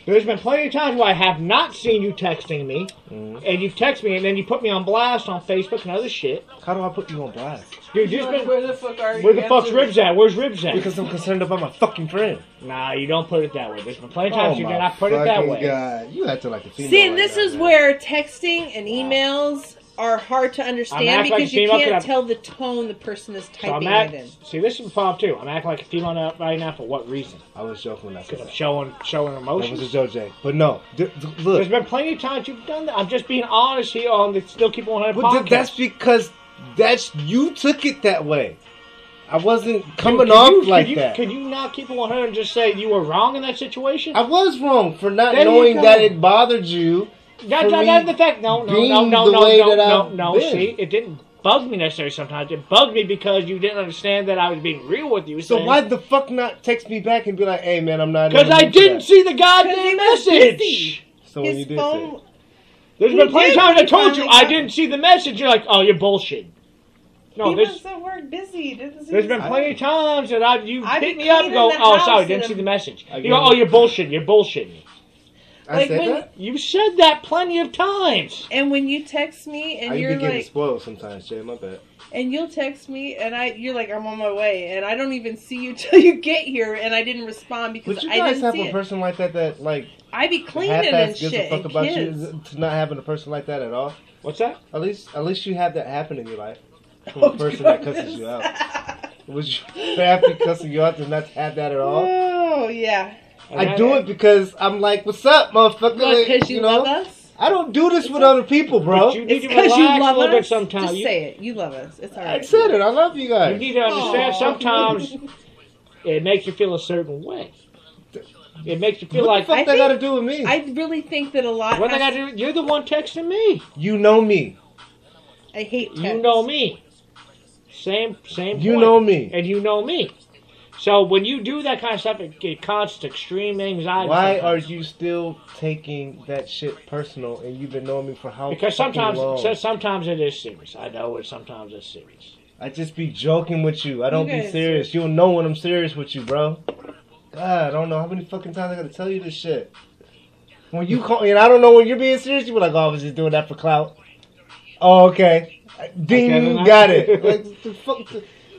Speaker 4: There's been plenty of times where I have not seen you texting me,
Speaker 2: Mm.
Speaker 4: and you text me, and then you put me on blast on Facebook and other shit.
Speaker 2: How do I put you on blast?
Speaker 4: Dude, just been,
Speaker 5: where the fuck are you?
Speaker 4: where the fuck's ribs at? Where's ribs at?
Speaker 2: Because I'm concerned about my fucking friend.
Speaker 4: nah, you don't put it that way. There's been plenty of times you did not put it that
Speaker 2: Oh fucking
Speaker 4: way.
Speaker 2: God. You acting like a female.
Speaker 3: See,
Speaker 2: right
Speaker 3: and this
Speaker 2: now,
Speaker 3: is
Speaker 2: man.
Speaker 3: where texting and emails are hard to
Speaker 4: I'm
Speaker 3: understand
Speaker 4: act like
Speaker 3: because
Speaker 4: a
Speaker 3: you
Speaker 4: female, 'cause
Speaker 3: can't
Speaker 4: I'm-
Speaker 3: tell the tone the person is
Speaker 4: So I'm
Speaker 3: typing it in.
Speaker 4: act, see, this is the problem too. I'm acting like a female now, right now for what reason?
Speaker 2: I was joking when I said
Speaker 4: Because I'm
Speaker 2: that.
Speaker 4: showing showing
Speaker 2: That was
Speaker 4: emotions.
Speaker 2: a joke, Jay. But no, th- th- look.
Speaker 4: There's been plenty of times you've done that. I'm just being honest here on the Still Keep 100
Speaker 2: But th-
Speaker 4: podcast.
Speaker 2: that's because that's you took it that way. I wasn't coming
Speaker 4: Could
Speaker 2: off
Speaker 4: you- could
Speaker 2: like
Speaker 4: you-
Speaker 2: that.
Speaker 4: Could you not keep it 100 and just say you were wrong in that situation?
Speaker 2: I was wrong for not
Speaker 4: There you
Speaker 2: knowing
Speaker 4: go.
Speaker 2: that it bothered you.
Speaker 4: Not,
Speaker 2: for
Speaker 4: not,
Speaker 2: me
Speaker 4: not the fact. No, no,
Speaker 2: being
Speaker 4: no, no,
Speaker 2: the
Speaker 4: no,
Speaker 2: way
Speaker 4: no,
Speaker 2: that
Speaker 4: no,
Speaker 2: I've
Speaker 4: no.
Speaker 2: been.
Speaker 4: See, it didn't bug me necessarily. Sometimes it bugged me because you didn't understand that I was being real with you.
Speaker 2: So why the fuck not text me back and be like, "Hey man, I'm not." in
Speaker 4: Because
Speaker 2: the
Speaker 4: I
Speaker 2: mood for
Speaker 4: didn't
Speaker 2: that."
Speaker 4: see the
Speaker 3: 'Cause he
Speaker 4: goddamn
Speaker 3: was
Speaker 4: message.
Speaker 3: busy.
Speaker 2: So when you
Speaker 3: His
Speaker 2: did
Speaker 3: phone.
Speaker 4: There's
Speaker 3: He
Speaker 4: been plenty of
Speaker 3: did
Speaker 4: times
Speaker 3: when
Speaker 4: I
Speaker 3: he
Speaker 4: told you
Speaker 3: finally
Speaker 4: I
Speaker 3: got
Speaker 4: didn't see the message. You're like, oh, you're bullshit. No,
Speaker 5: he
Speaker 4: there's
Speaker 5: was at work busy. He Didn't see
Speaker 4: there's
Speaker 5: his
Speaker 4: been
Speaker 5: phone.
Speaker 4: plenty of times that I you
Speaker 5: I've
Speaker 4: hit
Speaker 5: been
Speaker 4: me up and go,
Speaker 5: cleaning the
Speaker 4: oh,
Speaker 5: house
Speaker 4: sorry,
Speaker 5: and
Speaker 4: didn't
Speaker 5: I'm-
Speaker 4: see the message.
Speaker 2: I
Speaker 4: You go,
Speaker 2: get
Speaker 4: oh,
Speaker 2: it.
Speaker 4: you're bullshitting. You're bullshitting.
Speaker 2: I
Speaker 3: Like
Speaker 2: said
Speaker 3: when-
Speaker 2: that.
Speaker 4: You said that plenty of times.
Speaker 3: And when you text me and
Speaker 2: I
Speaker 3: you're
Speaker 2: be getting
Speaker 3: like,
Speaker 2: spoiled sometimes, Jay. My bad.
Speaker 3: and you'll text me and I, you're like, I'm on my way, and I don't even see you till you get here, and I didn't respond because
Speaker 2: But you
Speaker 3: I
Speaker 2: guys
Speaker 3: didn't
Speaker 2: have a
Speaker 3: see it.
Speaker 2: person like that that like
Speaker 3: I be cleaning and
Speaker 2: half-ass gives
Speaker 3: shit.
Speaker 2: a fuck
Speaker 3: And
Speaker 2: about
Speaker 3: kids.
Speaker 2: you to not having a person like that at all.
Speaker 4: What's that?
Speaker 2: At least, at least you have that happen in your life. From
Speaker 3: Oh,
Speaker 2: a person that
Speaker 3: goodness.
Speaker 2: cusses you out. Would you happy cussing you out to not have that at all?
Speaker 3: Oh yeah.
Speaker 2: I do it because I'm like, what's up, motherfucker? Like,
Speaker 3: Because you,
Speaker 2: you know,
Speaker 3: love us.
Speaker 2: I don't do this with other people, bro.
Speaker 4: But you need
Speaker 3: It's
Speaker 4: to
Speaker 3: because
Speaker 4: relax
Speaker 3: you love
Speaker 4: a little bit
Speaker 3: us.
Speaker 4: sometimes.
Speaker 3: Just
Speaker 4: You-
Speaker 3: say it. You love us. It's
Speaker 2: I
Speaker 3: alright.
Speaker 2: said it. I love you
Speaker 4: You
Speaker 2: guys.
Speaker 4: need to understand
Speaker 3: Aw.
Speaker 4: sometimes it makes you feel a certain way. It makes you feel
Speaker 2: what
Speaker 4: like
Speaker 2: the fuck
Speaker 3: I
Speaker 2: that got to
Speaker 3: think-
Speaker 2: do with me?
Speaker 3: I really think that a lot.
Speaker 4: what I
Speaker 3: has-
Speaker 4: gotta do you're the one texting me.
Speaker 2: you know me.
Speaker 3: I hate text.
Speaker 4: You know me. Same same
Speaker 2: You
Speaker 4: point.
Speaker 2: know me.
Speaker 4: And you know me. So when you do that kind of stuff it, it causes extreme anxiety.
Speaker 2: Why are
Speaker 4: sometimes.
Speaker 2: you still taking that shit personal? And you've been knowing me for how?
Speaker 4: because
Speaker 2: fucking
Speaker 4: sometimes
Speaker 2: long?
Speaker 4: so- sometimes it is serious. I know it sometimes it's serious.
Speaker 2: I just be joking with you. I don't be
Speaker 3: guys-
Speaker 2: serious. You'll know when I'm serious with you, bro. God, I don't know how many fucking times I gotta tell you this shit. When you call, and I don't know when you're being serious, you be like, "Oh, I was just doing that for clout." Oh, okay. Ding,
Speaker 4: Okay, then I-
Speaker 2: got it. Like, the fuck.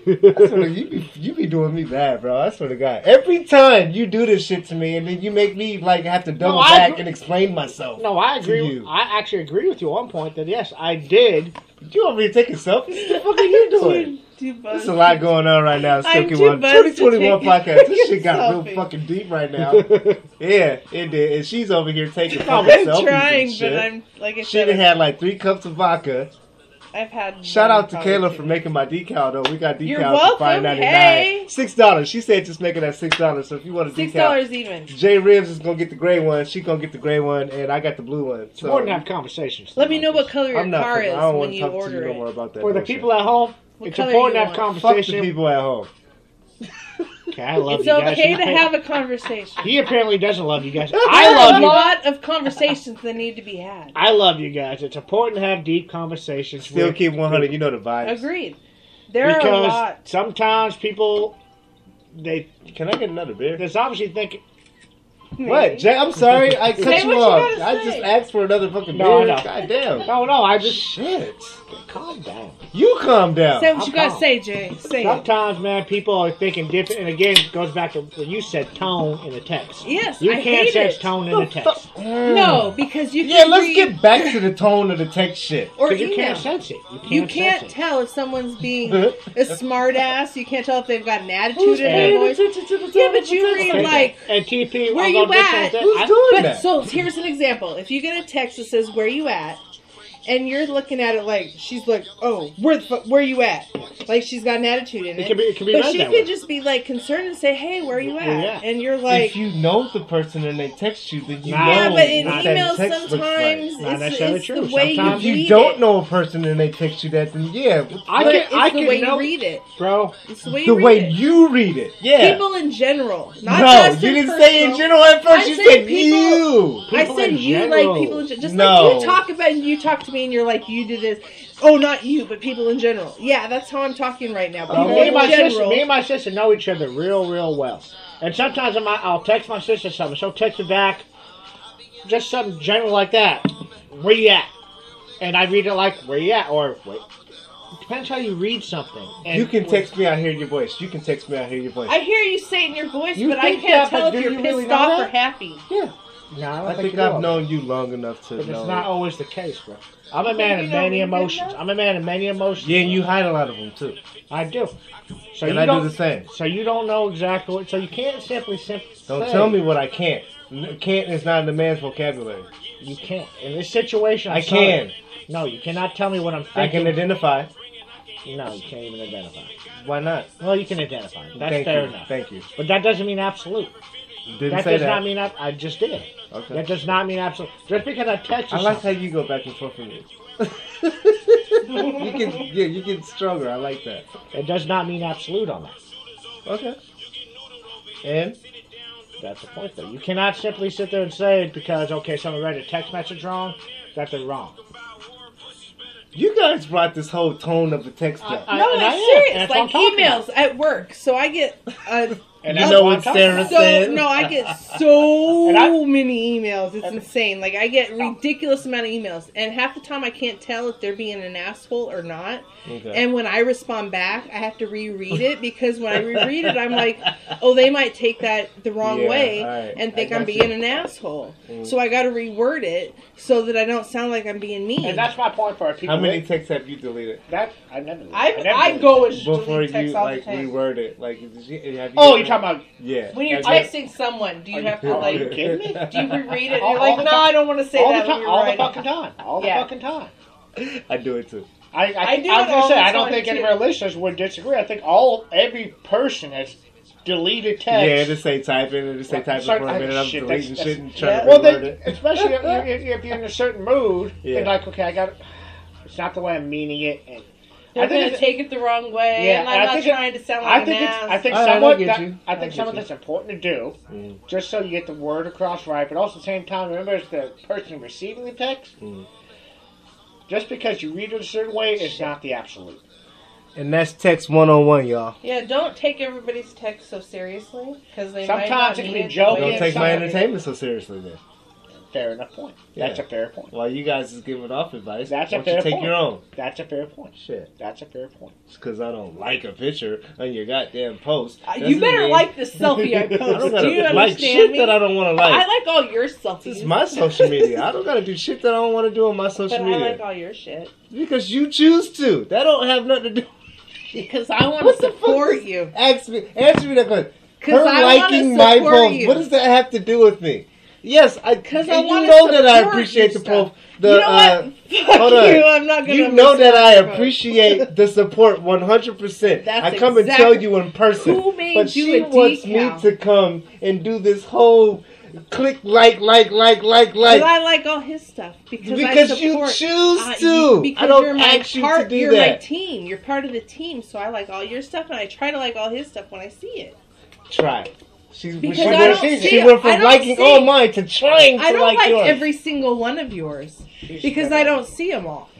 Speaker 2: I swear to- you be you be doing me bad, bro. I swear to God. Every time you do this shit to me, and then you make me like have to double
Speaker 4: I
Speaker 2: back
Speaker 4: agree-
Speaker 2: and explain myself.
Speaker 4: No, I
Speaker 2: to
Speaker 4: agree.
Speaker 2: you.
Speaker 4: I actually agree with you on one point that yes, I did
Speaker 2: You over here taking selfies? What the fuck are you doing?
Speaker 3: Too
Speaker 2: There's a lot going on right now.
Speaker 3: I'm
Speaker 2: Silky
Speaker 3: too
Speaker 2: One.
Speaker 3: buzzed to
Speaker 2: 2021
Speaker 3: take
Speaker 2: podcast. This shit got
Speaker 3: yourself
Speaker 2: real
Speaker 3: in.
Speaker 2: fucking deep right now. yeah, it did. And she's over here taking fucking
Speaker 3: I'm
Speaker 2: selfies and
Speaker 3: trying,
Speaker 2: shit.
Speaker 3: but I'm like I
Speaker 2: She
Speaker 3: said,
Speaker 2: done
Speaker 3: I've,
Speaker 2: had like three cups of vodka.
Speaker 3: I've had.
Speaker 2: Shout
Speaker 3: one
Speaker 2: out to
Speaker 3: probably
Speaker 2: Kayla
Speaker 3: too
Speaker 2: for
Speaker 3: much.
Speaker 2: making my decal though. We got
Speaker 3: You're
Speaker 2: decal for
Speaker 3: welcome.
Speaker 2: five ninety
Speaker 3: Hey.
Speaker 2: nine. Six dollars. She said just make it at six dollars. So if you want a
Speaker 3: six
Speaker 2: decal,
Speaker 3: dollars even.
Speaker 2: Jay Ribs is gonna get the gray one. She gonna get the gray one, and I got the blue one.
Speaker 4: It's
Speaker 2: So
Speaker 4: important to have conversations.
Speaker 3: Let me know
Speaker 4: like
Speaker 3: what color your
Speaker 2: I'm not.
Speaker 3: car
Speaker 2: I
Speaker 3: is
Speaker 2: don't
Speaker 3: when
Speaker 2: want to
Speaker 3: you
Speaker 2: talk to you
Speaker 3: order
Speaker 2: no more
Speaker 3: it.
Speaker 2: about
Speaker 4: this.
Speaker 2: that.
Speaker 4: for the
Speaker 2: bullshit.
Speaker 4: people at home.
Speaker 3: What
Speaker 4: it's
Speaker 3: color
Speaker 4: important
Speaker 3: you
Speaker 4: to have
Speaker 3: want?
Speaker 2: fuck the
Speaker 4: conversation.
Speaker 2: people at home.
Speaker 4: Okay, I love
Speaker 3: It's
Speaker 4: you guys.
Speaker 3: okay to
Speaker 4: He-
Speaker 3: have a conversation.
Speaker 4: He apparently doesn't love you guys.
Speaker 3: There
Speaker 4: I
Speaker 3: are
Speaker 4: love
Speaker 3: a
Speaker 4: you.
Speaker 3: lot of conversations that need to be had.
Speaker 4: I love you guys. It's important to have deep conversations.
Speaker 2: Still
Speaker 4: with-
Speaker 2: keep one hundred. You know the vibes.
Speaker 3: Agreed. There are a
Speaker 4: because
Speaker 3: lot.
Speaker 4: sometimes people they
Speaker 2: Can I get another beer?
Speaker 4: there's obviously think
Speaker 2: What, Jay? I'm sorry, I cut
Speaker 3: Say
Speaker 2: you
Speaker 3: what you
Speaker 2: off.
Speaker 3: gotta
Speaker 2: I
Speaker 3: say.
Speaker 2: just asked for another fucking
Speaker 4: No, I
Speaker 2: beer.
Speaker 4: know.
Speaker 2: God damn.
Speaker 4: oh, no no I just
Speaker 2: Shit.
Speaker 4: calm down.
Speaker 2: You calm down.
Speaker 3: Say what
Speaker 4: I'm
Speaker 3: you gotta
Speaker 4: calm.
Speaker 3: say, Jay. Say it.
Speaker 4: Sometimes man people are thinking different and again it goes back to what you said tone in the text.
Speaker 3: Yes,
Speaker 4: You
Speaker 3: I
Speaker 4: can't
Speaker 3: hate
Speaker 4: sense
Speaker 3: it.
Speaker 4: tone in
Speaker 2: The
Speaker 4: the text.
Speaker 2: fuck- Mm.
Speaker 3: No, because you
Speaker 2: Yeah,
Speaker 3: can
Speaker 2: let's
Speaker 3: read-
Speaker 2: get back to the tone of the text shit.
Speaker 3: or
Speaker 4: Because you
Speaker 3: email.
Speaker 4: can't sense it. You can't,
Speaker 3: You can't
Speaker 4: sense it.
Speaker 3: tell if someone's being a smartass. You can't tell if they've got an attitude in
Speaker 4: paying
Speaker 3: their voice. Yeah, but you read
Speaker 4: Okay.
Speaker 3: like.
Speaker 4: and TP
Speaker 3: where
Speaker 4: I
Speaker 3: you
Speaker 4: love this
Speaker 3: at?
Speaker 4: one.
Speaker 2: Who's
Speaker 4: I-
Speaker 2: doing
Speaker 3: But
Speaker 2: that?
Speaker 3: so here's an example. If you get a text that says "Where you at," and you're looking at it like she's like, "Oh, where the fuck, where you at?" Like she's got an attitude in it.
Speaker 4: It can be- it can be
Speaker 3: but
Speaker 4: read
Speaker 3: she
Speaker 4: that
Speaker 3: could
Speaker 4: way.
Speaker 3: just be like concerned and say, "Hey, where you at?"
Speaker 4: you at?
Speaker 3: And you're like,
Speaker 2: if you know the person and they text you, then you
Speaker 4: Nah.
Speaker 2: know
Speaker 3: "Yeah, but in
Speaker 2: what
Speaker 3: email
Speaker 2: that text looks
Speaker 3: sometimes
Speaker 2: like.
Speaker 4: Not
Speaker 3: it's,
Speaker 4: necessarily
Speaker 3: it's
Speaker 4: true.
Speaker 3: the way
Speaker 4: Sometimes-
Speaker 2: If
Speaker 3: you
Speaker 2: you
Speaker 3: read
Speaker 2: don't
Speaker 3: it.
Speaker 2: know a person and they text you that, then yeah,
Speaker 4: I
Speaker 3: But
Speaker 4: can
Speaker 3: it's
Speaker 4: I
Speaker 3: the
Speaker 4: can
Speaker 3: way
Speaker 4: know
Speaker 3: you read it.
Speaker 4: bro.
Speaker 3: It's the way you
Speaker 2: the
Speaker 3: read
Speaker 2: way
Speaker 3: it.
Speaker 2: you read it, yeah.
Speaker 3: people in general, not
Speaker 2: no,
Speaker 3: just
Speaker 2: you
Speaker 3: in
Speaker 2: didn't
Speaker 3: personal.
Speaker 2: say in general at first.
Speaker 3: I
Speaker 2: you
Speaker 3: said
Speaker 2: said
Speaker 3: people-
Speaker 2: you.
Speaker 3: I
Speaker 4: People
Speaker 3: said
Speaker 4: in
Speaker 3: you
Speaker 4: general.
Speaker 3: like people in general. Just
Speaker 2: No.
Speaker 3: like you talk about and you talk to me and you're like, you did this. Oh, not you, but people in general. Yeah, that's how I'm talking right now. People
Speaker 4: Uh, me, and my
Speaker 3: in
Speaker 4: sister,
Speaker 3: general.
Speaker 4: me and my sister know each other real, real well. And sometimes I might, I'll text my sister something. She'll text me back just something general like that. Where you at? And I read it like, where you at? Or, wait. Depends how you read something. And
Speaker 2: You can text me. I hear your voice. You can text me. I hear your voice.
Speaker 3: I hear you say it in your voice,
Speaker 2: You
Speaker 3: but I
Speaker 2: think that,
Speaker 3: can't
Speaker 2: but
Speaker 3: tell
Speaker 2: do
Speaker 3: if you're
Speaker 2: you
Speaker 3: pissed
Speaker 2: really know
Speaker 3: off
Speaker 2: that?
Speaker 3: or happy.
Speaker 2: yeah,
Speaker 4: No, I don't
Speaker 2: I
Speaker 4: think,
Speaker 2: think
Speaker 4: you
Speaker 2: I've
Speaker 4: will.
Speaker 2: known you long enough to
Speaker 4: But it's
Speaker 2: know.
Speaker 4: not always the case, bro. I'm a
Speaker 5: You
Speaker 4: man
Speaker 5: think
Speaker 4: of
Speaker 5: you don't read
Speaker 4: many
Speaker 5: good
Speaker 4: emotions.
Speaker 5: enough?
Speaker 4: I'm a man of many emotions.
Speaker 2: Yeah, and you hide a lot of them too,
Speaker 4: I do. So
Speaker 2: and
Speaker 4: you
Speaker 2: I
Speaker 4: don't.
Speaker 2: do the same.
Speaker 4: so you don't know exactly what. So you can't simply simply.
Speaker 2: Don't tell me what I can't. N- Can't is not in the man's vocabulary.
Speaker 4: You can't. In this situation, I'm
Speaker 2: I
Speaker 4: sorry.
Speaker 2: can.
Speaker 4: No, you cannot tell me what I'm thinking.
Speaker 2: I can identify.
Speaker 4: No, you can't even identify.
Speaker 2: Why not?
Speaker 4: Well, you can identify. That's
Speaker 2: Thank
Speaker 4: fair
Speaker 2: you.
Speaker 4: enough.
Speaker 2: Thank you.
Speaker 4: But that doesn't mean absolute.
Speaker 2: Didn't
Speaker 4: that
Speaker 2: say
Speaker 4: does
Speaker 2: that.
Speaker 4: not mean ab- I just did.
Speaker 2: okay.
Speaker 4: That does not mean absolute. Just because I text you
Speaker 2: I like
Speaker 4: something-
Speaker 2: how you go back and forth with me. you get yeah, you get stronger. I like that.
Speaker 4: it does not mean absolute on that.
Speaker 2: Okay. And
Speaker 4: That's the point, though. You cannot simply sit there and say because okay, someone read a text message wrong, that they're wrong.
Speaker 2: you guys brought this whole tone of the text up.
Speaker 4: I-
Speaker 3: no,
Speaker 4: and
Speaker 3: I'm
Speaker 4: I am.
Speaker 3: serious.
Speaker 4: That's what I'm
Speaker 3: Like
Speaker 4: talking
Speaker 3: emails at work, so I get uh,
Speaker 4: And
Speaker 2: You
Speaker 4: that's
Speaker 2: know
Speaker 4: what I'm
Speaker 2: what
Speaker 4: talking
Speaker 2: Sarah
Speaker 4: about.
Speaker 2: said?
Speaker 3: so no, I get so
Speaker 4: And I-
Speaker 3: many emails. It's insane. Like I get ridiculous amount of emails, and half the time I can't tell if they're being an asshole or not.
Speaker 2: Okay.
Speaker 3: And when I respond back, I have to reread it because when I reread it, I'm like, oh, they might take that the wrong
Speaker 2: Yeah,
Speaker 3: way
Speaker 2: alright.
Speaker 3: and think
Speaker 2: I
Speaker 3: I'm
Speaker 2: got
Speaker 3: being
Speaker 2: you.
Speaker 3: an asshole.
Speaker 2: Mm.
Speaker 3: So I got to reword it so that I don't sound like I'm being mean.
Speaker 4: And that's my point for our people.
Speaker 2: How many texts have you deleted
Speaker 4: That I never.
Speaker 5: I,
Speaker 4: never
Speaker 5: I
Speaker 4: did.
Speaker 5: go and
Speaker 2: before
Speaker 5: delete
Speaker 2: you
Speaker 5: texts all the
Speaker 2: like
Speaker 5: time.
Speaker 2: reword it? Like, did you, have you
Speaker 4: Oh,
Speaker 2: ever-
Speaker 4: you're talking about?
Speaker 2: yeah.
Speaker 5: When you're
Speaker 2: Have you-
Speaker 5: texting someone, do you
Speaker 4: Are
Speaker 5: have
Speaker 4: you-
Speaker 5: to
Speaker 4: are you
Speaker 5: like?
Speaker 4: kidding me?
Speaker 5: Do you reread it? And
Speaker 4: All-
Speaker 5: you're
Speaker 4: all
Speaker 5: like,
Speaker 4: the
Speaker 5: no,
Speaker 4: time.
Speaker 5: I don't want to say
Speaker 4: all
Speaker 5: that. when
Speaker 4: the time,
Speaker 5: you're
Speaker 4: all the
Speaker 5: writing."
Speaker 4: fucking time, all the
Speaker 5: Yeah.
Speaker 4: fucking time.
Speaker 2: I do it too.
Speaker 5: I
Speaker 4: I, I,
Speaker 5: do
Speaker 4: I was
Speaker 5: it
Speaker 4: gonna
Speaker 5: all
Speaker 4: say
Speaker 5: the
Speaker 4: I don't
Speaker 5: time,
Speaker 4: think any
Speaker 5: too.
Speaker 4: of our listeners would disagree. I think all every person has deleted text.
Speaker 2: Yeah, just say type in and just say type in for
Speaker 4: Sorry,
Speaker 2: a
Speaker 4: I-
Speaker 2: minute. I'm
Speaker 4: shit, that's-
Speaker 2: deleting
Speaker 4: that's-
Speaker 2: shit and trying to
Speaker 4: Well,
Speaker 2: reword
Speaker 4: then,
Speaker 2: it.
Speaker 4: especially if, you're, if if you're in a certain mood,
Speaker 2: Yeah.
Speaker 4: and like, okay, I got. It's not the way I'm meaning it, and
Speaker 5: They're
Speaker 4: I
Speaker 5: going
Speaker 4: think
Speaker 5: to
Speaker 4: it's-
Speaker 5: take it the wrong way,
Speaker 4: Yeah,
Speaker 5: and
Speaker 4: and
Speaker 5: I'm
Speaker 4: I
Speaker 5: not
Speaker 4: think it-
Speaker 5: trying to sound like
Speaker 4: I think
Speaker 5: an
Speaker 4: it's,
Speaker 5: ass.
Speaker 4: I think
Speaker 2: All right, I
Speaker 4: somewhat
Speaker 2: get
Speaker 4: that,
Speaker 2: you.
Speaker 4: I
Speaker 2: I
Speaker 4: think
Speaker 2: get
Speaker 4: something
Speaker 2: you.
Speaker 4: that's important to do,
Speaker 2: Mm.
Speaker 4: just so you get the word across right, but also at the same time, remember it's the person receiving the text.
Speaker 2: Mm.
Speaker 4: Just because you read it a certain way is not the absolute.
Speaker 2: And that's text one on one, y'all.
Speaker 5: yeah, don't take everybody's text so seriously because they
Speaker 4: Sometimes
Speaker 5: might not
Speaker 4: it can
Speaker 5: mean
Speaker 4: be
Speaker 5: it the
Speaker 4: joking.
Speaker 5: way
Speaker 2: Don't
Speaker 4: yeah,
Speaker 5: it
Speaker 2: take my
Speaker 4: sorry.
Speaker 5: sounds.
Speaker 2: entertainment so seriously then.
Speaker 4: Fair enough point. That's
Speaker 2: Yeah.
Speaker 4: a fair point.
Speaker 2: While you guys is giving off advice,
Speaker 4: That's a
Speaker 2: why don't you
Speaker 4: fair
Speaker 2: take
Speaker 4: point.
Speaker 2: your own?
Speaker 4: That's a fair point.
Speaker 2: Shit,
Speaker 4: That's a fair point.
Speaker 2: just because I don't like a picture on your goddamn post.
Speaker 5: Uh, You
Speaker 2: doesn't
Speaker 5: better
Speaker 2: mean-
Speaker 5: like the selfie I
Speaker 2: I don't
Speaker 5: post.
Speaker 2: gotta
Speaker 5: do you
Speaker 2: like
Speaker 5: understand
Speaker 2: shit
Speaker 5: me?
Speaker 2: that I don't want to
Speaker 5: I
Speaker 2: like.
Speaker 5: like all your
Speaker 2: This is
Speaker 5: selfies,
Speaker 2: my social media. I don't gotta do shit that I don't want to do on my
Speaker 5: but
Speaker 2: social
Speaker 5: I
Speaker 2: media
Speaker 5: like all your shit.
Speaker 2: because you choose to. That don't have nothing to do.
Speaker 3: because I want
Speaker 2: What
Speaker 3: to
Speaker 2: the fuck
Speaker 3: support
Speaker 2: is-
Speaker 3: you.
Speaker 2: Ask me, answer me that question.
Speaker 3: 'Cause
Speaker 2: Her
Speaker 3: I wanna
Speaker 2: liking my
Speaker 3: support
Speaker 2: poem.
Speaker 3: you.
Speaker 2: What does that have to do with me? Yes, I.
Speaker 3: 'Cause
Speaker 2: Because
Speaker 3: I
Speaker 2: you
Speaker 3: wanna
Speaker 2: know that I
Speaker 3: support
Speaker 2: appreciate
Speaker 3: you
Speaker 2: the poem.
Speaker 3: stuff.
Speaker 2: The
Speaker 3: you know
Speaker 2: uh,
Speaker 3: what? Fuck
Speaker 2: hold
Speaker 3: you.
Speaker 2: on.
Speaker 3: I'm not gonna.
Speaker 2: you know that I
Speaker 3: respond.
Speaker 2: appreciate the support 100%.
Speaker 3: That's
Speaker 2: I come and
Speaker 3: exact-
Speaker 2: tell you in person.
Speaker 3: Who made
Speaker 2: but
Speaker 3: you
Speaker 2: she
Speaker 3: a
Speaker 2: wants
Speaker 3: decal?
Speaker 2: me to come and do this whole click, like, like, like, like,
Speaker 3: 'Cause
Speaker 2: like.
Speaker 3: I like all his stuff because I
Speaker 2: because you
Speaker 3: support. uh,
Speaker 2: choose to.
Speaker 3: you- because
Speaker 2: I don't
Speaker 3: you're my
Speaker 2: ask you
Speaker 3: part,
Speaker 2: to do
Speaker 3: you're my
Speaker 2: that.
Speaker 3: team. You're part of the team, so I like all your stuff, and I try to like all his stuff when I see it.
Speaker 2: Try. She's,
Speaker 3: Because
Speaker 2: she,
Speaker 3: I
Speaker 2: went,
Speaker 3: don't
Speaker 2: she
Speaker 3: see-
Speaker 2: went
Speaker 3: I
Speaker 2: from
Speaker 3: don't
Speaker 2: liking
Speaker 3: see-
Speaker 2: all mine to trying to
Speaker 3: I don't like,
Speaker 2: yours.
Speaker 3: every single one of yours
Speaker 4: She's
Speaker 3: because
Speaker 4: never-
Speaker 3: I don't see them all.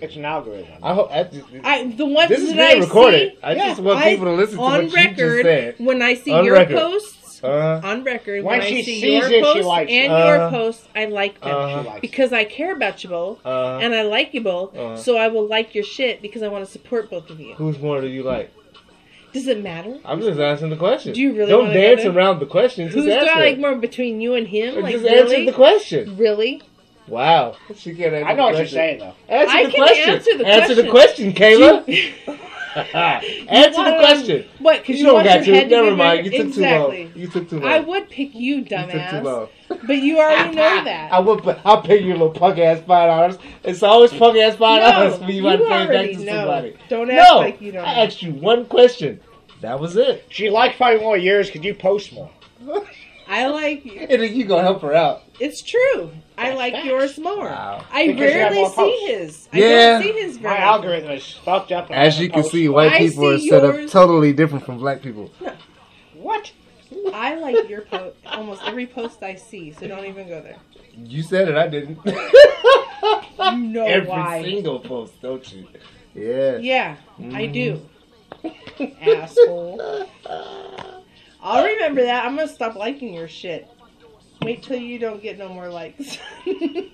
Speaker 4: It's an algorithm.
Speaker 2: Mm. I hope. I, this
Speaker 3: I the ones
Speaker 2: is
Speaker 3: that
Speaker 2: being
Speaker 3: I
Speaker 2: recorded.
Speaker 3: see
Speaker 2: I just
Speaker 4: Yeah,
Speaker 2: want
Speaker 3: I-
Speaker 2: people to listen to
Speaker 3: on
Speaker 2: what you just
Speaker 3: record
Speaker 2: said.
Speaker 3: when I see
Speaker 2: On
Speaker 3: your
Speaker 2: record.
Speaker 3: posts.
Speaker 2: Uh,
Speaker 3: on record,
Speaker 4: When
Speaker 3: when, I
Speaker 4: she
Speaker 3: see
Speaker 4: sees
Speaker 3: your
Speaker 4: it, she
Speaker 3: posts
Speaker 4: likes it.
Speaker 3: and
Speaker 2: Uh-huh.
Speaker 3: your posts, I like them
Speaker 2: Uh-huh.
Speaker 4: She likes
Speaker 3: because I care about you both
Speaker 2: uh,
Speaker 3: and I like you both,
Speaker 2: Uh-huh.
Speaker 3: so I will like your shit because I want to support both of you.
Speaker 2: who's more do you like?
Speaker 3: Does it matter?
Speaker 2: I'm just asking the question.
Speaker 3: Do you really
Speaker 2: don't
Speaker 3: wanna go
Speaker 2: dance
Speaker 3: there?
Speaker 2: around the question? Just
Speaker 3: Who's do
Speaker 2: answer.
Speaker 3: I
Speaker 2: it.
Speaker 3: like more between you and him?
Speaker 2: Or
Speaker 3: Like
Speaker 2: just
Speaker 3: really?
Speaker 2: answer the question.
Speaker 3: Really?
Speaker 2: Wow, she can't answer.
Speaker 4: I know
Speaker 2: the
Speaker 4: what you're
Speaker 2: question.
Speaker 4: saying though.
Speaker 2: Answer
Speaker 3: I
Speaker 2: the
Speaker 3: can
Speaker 2: question.
Speaker 3: answer the
Speaker 2: the question,
Speaker 3: question.
Speaker 2: Kayla.
Speaker 3: You-
Speaker 2: answer the
Speaker 3: wanna-
Speaker 2: question.
Speaker 3: What? Because
Speaker 2: You
Speaker 3: you,
Speaker 2: don't
Speaker 3: want
Speaker 2: got
Speaker 3: your
Speaker 2: to.
Speaker 3: head to
Speaker 2: Never
Speaker 3: be
Speaker 2: mind. You
Speaker 3: bigger-
Speaker 2: took
Speaker 3: exactly.
Speaker 2: too long. You took too long.
Speaker 3: I would pick you,
Speaker 2: You took too
Speaker 3: dumbass.
Speaker 2: long.
Speaker 3: But you already know that.
Speaker 2: I would. put- I'll pay you your little punk ass five dollars. It's always punk ass five dollars
Speaker 3: no,
Speaker 2: when you
Speaker 3: you
Speaker 2: want to pay it back
Speaker 3: already
Speaker 2: to
Speaker 3: know.
Speaker 2: somebody.
Speaker 3: Don't act
Speaker 2: No,
Speaker 3: like you don't.
Speaker 2: I asked you one question. That was it.
Speaker 4: She likes probably more yours because you post more.
Speaker 3: I like you.
Speaker 2: And then you gonna help her out.
Speaker 3: It's true. I
Speaker 4: That's
Speaker 3: like
Speaker 4: facts.
Speaker 3: yours more.
Speaker 2: Wow.
Speaker 3: I
Speaker 4: Because you have
Speaker 3: rarely
Speaker 4: more
Speaker 3: see
Speaker 4: posts.
Speaker 3: his.
Speaker 2: Yeah.
Speaker 3: I don't see his
Speaker 4: My
Speaker 3: very often.
Speaker 4: algorithm is fucked up. and
Speaker 2: As
Speaker 4: I
Speaker 2: you
Speaker 4: post
Speaker 2: can see,
Speaker 4: more.
Speaker 2: white
Speaker 3: Oh, I
Speaker 2: people are
Speaker 3: see
Speaker 2: set up
Speaker 3: yours.
Speaker 2: totally different from black people.
Speaker 4: what?
Speaker 3: I like your post almost every post I see, so don't even go there.
Speaker 2: You said it, I didn't.
Speaker 3: You know
Speaker 2: Every
Speaker 3: why.
Speaker 2: single Mm-hmm. post, don't you? Yeah.
Speaker 3: Yeah, I do. Asshole. I'll remember that. I'm gonna stop liking your shit. Wait till you don't get no more likes. you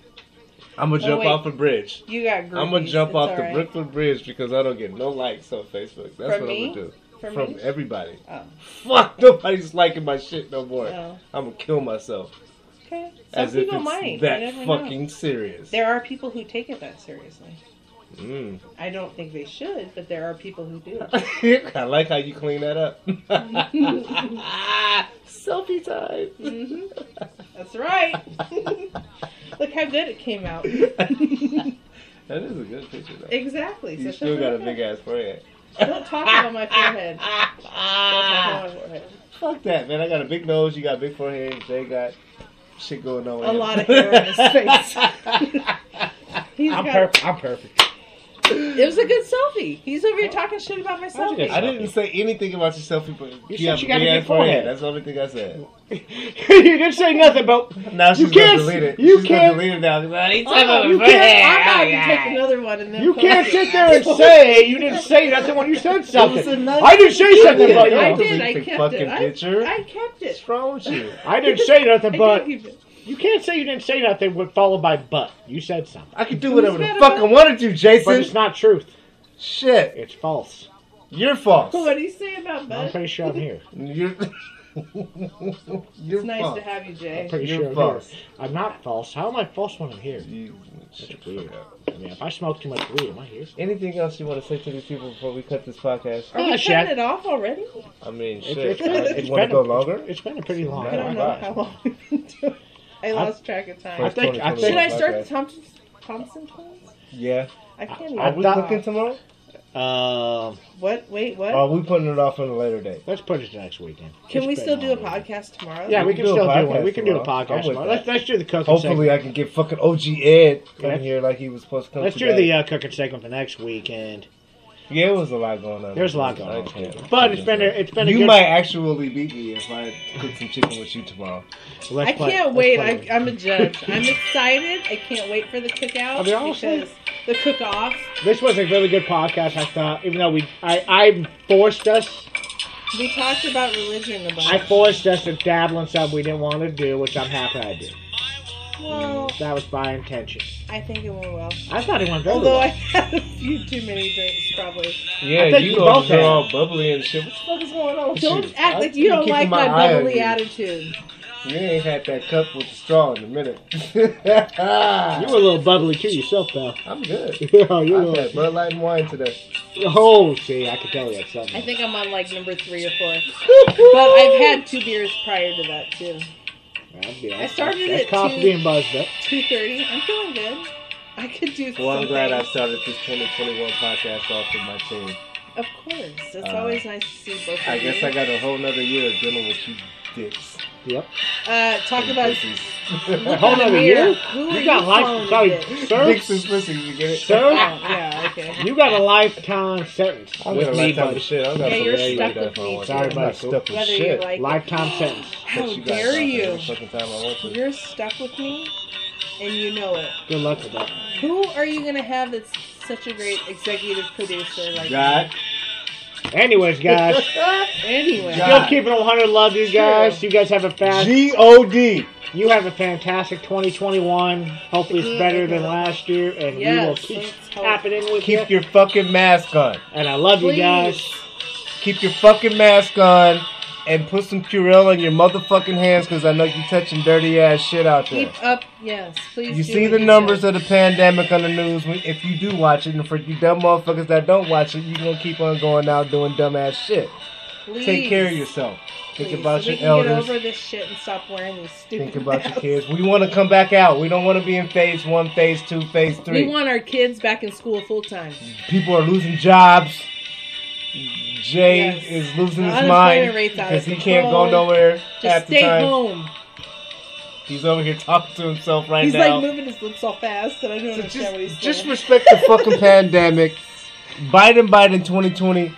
Speaker 2: I'm gonna
Speaker 3: Oh,
Speaker 2: jump
Speaker 3: wait.
Speaker 2: off a bridge.
Speaker 3: got groupies.
Speaker 2: I'm gonna jump
Speaker 3: It's
Speaker 2: off
Speaker 3: all
Speaker 2: the
Speaker 3: right.
Speaker 2: Brooklyn Bridge because I don't get no likes on Facebook. That's
Speaker 3: From
Speaker 2: what
Speaker 3: me?
Speaker 2: I'm gonna do.
Speaker 3: From
Speaker 2: From
Speaker 3: me?
Speaker 2: everybody.
Speaker 3: Oh.
Speaker 2: Fuck, nobody's liking my shit no more.
Speaker 3: No.
Speaker 2: I'm gonna kill myself.
Speaker 3: Okay. Some
Speaker 2: as if
Speaker 3: people
Speaker 2: it's
Speaker 3: might. You
Speaker 2: that
Speaker 3: never know.
Speaker 2: fucking serious.
Speaker 3: There are people who take it that seriously.
Speaker 2: Mm.
Speaker 3: I don't think they should, but there are people who do.
Speaker 2: I like how you clean that up. Selfie time.
Speaker 3: hmm That's right. Look how good it came out.
Speaker 2: That is a good picture though.
Speaker 3: Exactly.
Speaker 2: You
Speaker 3: so
Speaker 2: still
Speaker 3: shut
Speaker 2: got a
Speaker 3: the
Speaker 2: big ass
Speaker 3: fuck
Speaker 2: forehead.
Speaker 3: up. Don't talk about my forehead. Don't talk about my forehead.
Speaker 2: Fuck that, man. I got a big nose. You got a big forehead. Jay got shit going on. with
Speaker 3: A
Speaker 2: him.
Speaker 3: lot of hair on his face. He's
Speaker 4: I'm
Speaker 3: got-
Speaker 4: perfect. I'm perfect.
Speaker 3: It was a good selfie. He's over here talking shit about my
Speaker 4: How'd you get
Speaker 2: I
Speaker 3: selfie.
Speaker 2: didn't say anything about yourself. People,
Speaker 4: said
Speaker 2: have
Speaker 4: you got a
Speaker 2: big-ass
Speaker 4: big forehead.
Speaker 2: That's the only thing I said.
Speaker 4: you didn't say nothing about.
Speaker 2: Now she's gonna
Speaker 4: can't-
Speaker 2: delete it.
Speaker 4: you
Speaker 2: she's
Speaker 4: can't-
Speaker 2: gonna delete it now. 'cause I ain't talking about
Speaker 3: Oh,
Speaker 2: my
Speaker 3: you
Speaker 2: forehead.
Speaker 3: can't. I'm
Speaker 2: Oh,
Speaker 3: not
Speaker 2: yeah.
Speaker 3: gonna take another one and then.
Speaker 4: You
Speaker 3: post
Speaker 4: can't
Speaker 3: it.
Speaker 4: sit there and say you didn't say nothing when you said
Speaker 2: It was
Speaker 4: something.
Speaker 2: another-
Speaker 4: I didn't say something
Speaker 2: Yeah,
Speaker 4: about
Speaker 2: don't
Speaker 3: I
Speaker 4: you.
Speaker 3: did. I
Speaker 2: delete the
Speaker 3: kept
Speaker 2: fucking
Speaker 3: it. I-
Speaker 2: picture.
Speaker 3: I kept it.
Speaker 2: What's wrong with you?
Speaker 4: I didn't say
Speaker 3: I
Speaker 4: nothing,
Speaker 3: did
Speaker 4: but
Speaker 3: keep it.
Speaker 4: you can't say you didn't say nothing with followed by but. You said something,
Speaker 2: I could do whatever the
Speaker 3: mad
Speaker 2: fuck I
Speaker 3: about-
Speaker 2: wanted to,
Speaker 4: but
Speaker 2: Jason.
Speaker 4: it's not truth.
Speaker 2: Shit,
Speaker 4: It's false.
Speaker 2: you're false.
Speaker 3: What do you say about
Speaker 4: I'm
Speaker 3: Bud?
Speaker 4: pretty sure I'm here.
Speaker 2: You're, you're
Speaker 3: It's nice
Speaker 2: false.
Speaker 3: to have you,
Speaker 4: I'm
Speaker 3: Jay.
Speaker 4: pretty
Speaker 2: You're
Speaker 4: sure I'm
Speaker 2: false.
Speaker 4: here. I'm not false. How am I false when I'm here?
Speaker 2: You- shut the
Speaker 4: weird.
Speaker 2: fuck up.
Speaker 4: I mean, if I smoke too much weed, am I here?
Speaker 2: Anything else you want to say to these people before we cut this podcast?
Speaker 3: Are
Speaker 4: Ah,
Speaker 3: we
Speaker 4: shit.
Speaker 3: cutting it off already?
Speaker 2: I mean,
Speaker 4: It's-
Speaker 2: shit.
Speaker 4: it's been-
Speaker 2: uh,
Speaker 4: it's
Speaker 2: you want to
Speaker 4: been-
Speaker 2: go longer?
Speaker 4: It's been a pretty long
Speaker 2: I
Speaker 3: I don't
Speaker 4: time.
Speaker 3: know how long we've been doing. I lost track of
Speaker 4: I
Speaker 3: time.
Speaker 4: think- I
Speaker 3: Should
Speaker 4: think-
Speaker 3: I start the Thompson Thompson twins?
Speaker 2: Yeah.
Speaker 3: I can't.
Speaker 2: Are
Speaker 4: I-
Speaker 3: Even.
Speaker 2: we
Speaker 4: thought-
Speaker 2: cooking tomorrow?
Speaker 4: Um,
Speaker 3: What? Wait,
Speaker 2: Or
Speaker 3: what?
Speaker 2: are we putting it off on a later day?
Speaker 4: let's put it to next weekend.
Speaker 3: Can
Speaker 4: It's
Speaker 3: we
Speaker 4: been
Speaker 3: still do a
Speaker 4: long.
Speaker 3: podcast tomorrow?
Speaker 4: Yeah, we can still do
Speaker 2: podcast
Speaker 4: one. We can do a
Speaker 2: tomorrow. I'm
Speaker 4: podcast
Speaker 2: with
Speaker 4: tomorrow.
Speaker 2: that.
Speaker 4: Let's, let's do the cooking
Speaker 2: Hopefully,
Speaker 4: segment.
Speaker 2: I can get fucking OG Ed coming
Speaker 4: Let's-
Speaker 2: here like he was supposed to come.
Speaker 4: Let's do
Speaker 2: today.
Speaker 4: the uh, cooking segment for next weekend.
Speaker 2: Yeah, it was a lot going on.
Speaker 4: There's a lot going
Speaker 2: I
Speaker 4: on.
Speaker 2: can't-
Speaker 4: But it's been a, it's been a
Speaker 2: You
Speaker 4: good,
Speaker 2: might actually beat me if I cook some chicken with you tomorrow.
Speaker 3: I
Speaker 4: Let's play-
Speaker 3: can't
Speaker 4: let's
Speaker 3: wait.
Speaker 4: play.
Speaker 3: I, I'm a judge. I'm excited. I can't wait for the cookout
Speaker 4: Are they all
Speaker 3: because the cook off.
Speaker 4: This was a really good podcast. I thought, even though we I I forced us
Speaker 3: We talked about religion a
Speaker 4: I
Speaker 3: bunch.
Speaker 4: forced us to dabble in something we didn't want to do, which I'm happy I did.
Speaker 3: Well,
Speaker 4: That was by intention.
Speaker 3: I think it went well.
Speaker 4: I thought it went very
Speaker 3: Although I
Speaker 4: well.
Speaker 3: had a few too many drinks, probably.
Speaker 2: Yeah,
Speaker 4: I thought
Speaker 2: you
Speaker 4: you
Speaker 2: over
Speaker 4: both
Speaker 2: here
Speaker 4: had.
Speaker 2: all bubbly and shit. What the fuck is going on? with
Speaker 3: Don't
Speaker 2: you?
Speaker 3: act
Speaker 2: I
Speaker 3: like
Speaker 2: keep
Speaker 3: you don't
Speaker 2: keeping
Speaker 3: like my
Speaker 2: eye on
Speaker 3: bubbly
Speaker 2: you.
Speaker 3: attitude.
Speaker 2: You ain't had that cup with the straw in a minute.
Speaker 4: You were a little bubbly too yourself, pal.
Speaker 2: I'm good.
Speaker 4: Yeah, you
Speaker 2: I
Speaker 4: were.
Speaker 2: had Bud Light and wine today.
Speaker 4: Oh, see, I can tell you that's
Speaker 5: I
Speaker 4: something.
Speaker 5: think I'm on like number three or four. But I've had two beers prior to that too.
Speaker 4: That'd be-
Speaker 5: I started
Speaker 4: that's
Speaker 5: at
Speaker 4: coffee
Speaker 5: two-
Speaker 4: being buzzed up.
Speaker 3: Two thirty. I'm feeling good. I could do.
Speaker 2: Well, I'm
Speaker 3: something.
Speaker 2: glad I started this 2021 podcast off with my team.
Speaker 3: Of course, it's
Speaker 2: Uh,
Speaker 3: always nice to see both of
Speaker 2: I
Speaker 3: you.
Speaker 2: guess I got a whole nother year of dealing with you dicks.
Speaker 4: Yep.
Speaker 3: uh, talk
Speaker 2: and
Speaker 3: about
Speaker 2: pussies.
Speaker 4: Hold on a
Speaker 3: mirror.
Speaker 4: year.
Speaker 3: Who are
Speaker 4: You got
Speaker 3: you calling a
Speaker 4: life. Sorry,
Speaker 3: bitch?
Speaker 4: sir.
Speaker 2: Dicks is pussies, you get it?
Speaker 3: Oh,
Speaker 4: Sir,
Speaker 3: yeah, okay.
Speaker 4: you got a lifetime sentence
Speaker 2: I'm
Speaker 4: with
Speaker 2: gonna
Speaker 4: me,
Speaker 2: lifetime
Speaker 4: buddy.
Speaker 2: of shit. I'm
Speaker 3: Yeah,
Speaker 2: gonna
Speaker 3: you're
Speaker 2: forget
Speaker 3: stuck
Speaker 2: about
Speaker 3: with
Speaker 2: that
Speaker 3: me,
Speaker 2: for a
Speaker 3: too.
Speaker 2: while.
Speaker 4: Sorry, buddy.
Speaker 2: I'm stuck with
Speaker 3: Whether you
Speaker 2: shit.
Speaker 3: like
Speaker 4: Lifetime sentence.
Speaker 3: How
Speaker 2: But you guys
Speaker 3: dare
Speaker 2: out there
Speaker 3: you?
Speaker 2: every Fucking time I want to.
Speaker 3: You're stuck with me, and you know it.
Speaker 4: Good luck with that.
Speaker 3: Who are you gonna have that's such a great executive producer like
Speaker 2: God,
Speaker 4: Anyways, guys,
Speaker 3: Anyway,
Speaker 4: still
Speaker 2: God.
Speaker 4: keeping 100. Love you guys. You guys have a fast.
Speaker 2: G O D.
Speaker 4: You have a fantastic 2021. Hopefully, it's better than last year, and we will
Speaker 3: Yes,
Speaker 4: keep
Speaker 3: let's hope.
Speaker 4: happening with you.
Speaker 2: Keep your fucking mask on.
Speaker 4: And I love
Speaker 3: please.
Speaker 4: you guys.
Speaker 2: Keep your fucking mask on. And put some Purell on your motherfucking hands because I know you touching dirty ass shit out there.
Speaker 3: Keep up, yes, please.
Speaker 2: You
Speaker 3: do
Speaker 2: see
Speaker 3: what
Speaker 2: the
Speaker 3: you
Speaker 2: numbers
Speaker 3: said.
Speaker 2: of the pandemic on the news. when- If you do watch it, and for you dumb motherfuckers that don't watch it, you gonna keep on going out doing dumb ass shit.
Speaker 3: Please,
Speaker 2: Take care of yourself. Think
Speaker 3: please,
Speaker 2: about
Speaker 3: so we
Speaker 2: your
Speaker 3: can Get
Speaker 2: elders.
Speaker 3: over this shit and stop wearing these stupid.
Speaker 2: Think about your
Speaker 3: masks.
Speaker 2: kids. We want to come back out. We don't want to be in phase one, phase two, phase
Speaker 3: We
Speaker 2: three. Mm.
Speaker 3: want our kids back in school full time.
Speaker 2: People are losing jobs. Jay
Speaker 3: Yes.
Speaker 2: is losing
Speaker 3: The
Speaker 2: his
Speaker 3: unemployment
Speaker 2: mind
Speaker 3: rate's out of
Speaker 2: because he can't
Speaker 3: control.
Speaker 2: go nowhere half
Speaker 3: Just
Speaker 2: the
Speaker 3: stay
Speaker 2: time.
Speaker 3: home.
Speaker 2: He's over here talking to himself right
Speaker 3: he's
Speaker 2: now.
Speaker 3: like moving his lips all fast, and I don't
Speaker 2: uh, So
Speaker 3: understand what he's
Speaker 2: just, just
Speaker 3: saying.
Speaker 2: respect the fucking pandemic. Biden, Biden, 2020.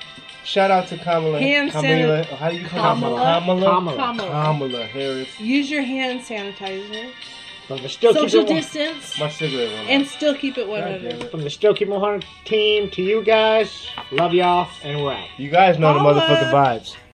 Speaker 2: Shout out to Kamala.
Speaker 3: Hand
Speaker 2: Kamala. How do you
Speaker 3: Kamala.
Speaker 2: Kamala? Kamala.
Speaker 4: Kamala.
Speaker 3: Kamala.
Speaker 2: Kamala Harris.
Speaker 3: Use your hand sanitizer,
Speaker 4: From the still
Speaker 3: social
Speaker 4: keeping
Speaker 3: distance,
Speaker 2: My cigarette went
Speaker 3: and
Speaker 2: out.
Speaker 3: still keep it
Speaker 2: God damn
Speaker 3: 100.
Speaker 2: it.
Speaker 4: from the still keeping 100 team to you guys. Love y'all, and we're out.
Speaker 2: You guys know the
Speaker 3: Kamala.
Speaker 2: motherfucking vibes.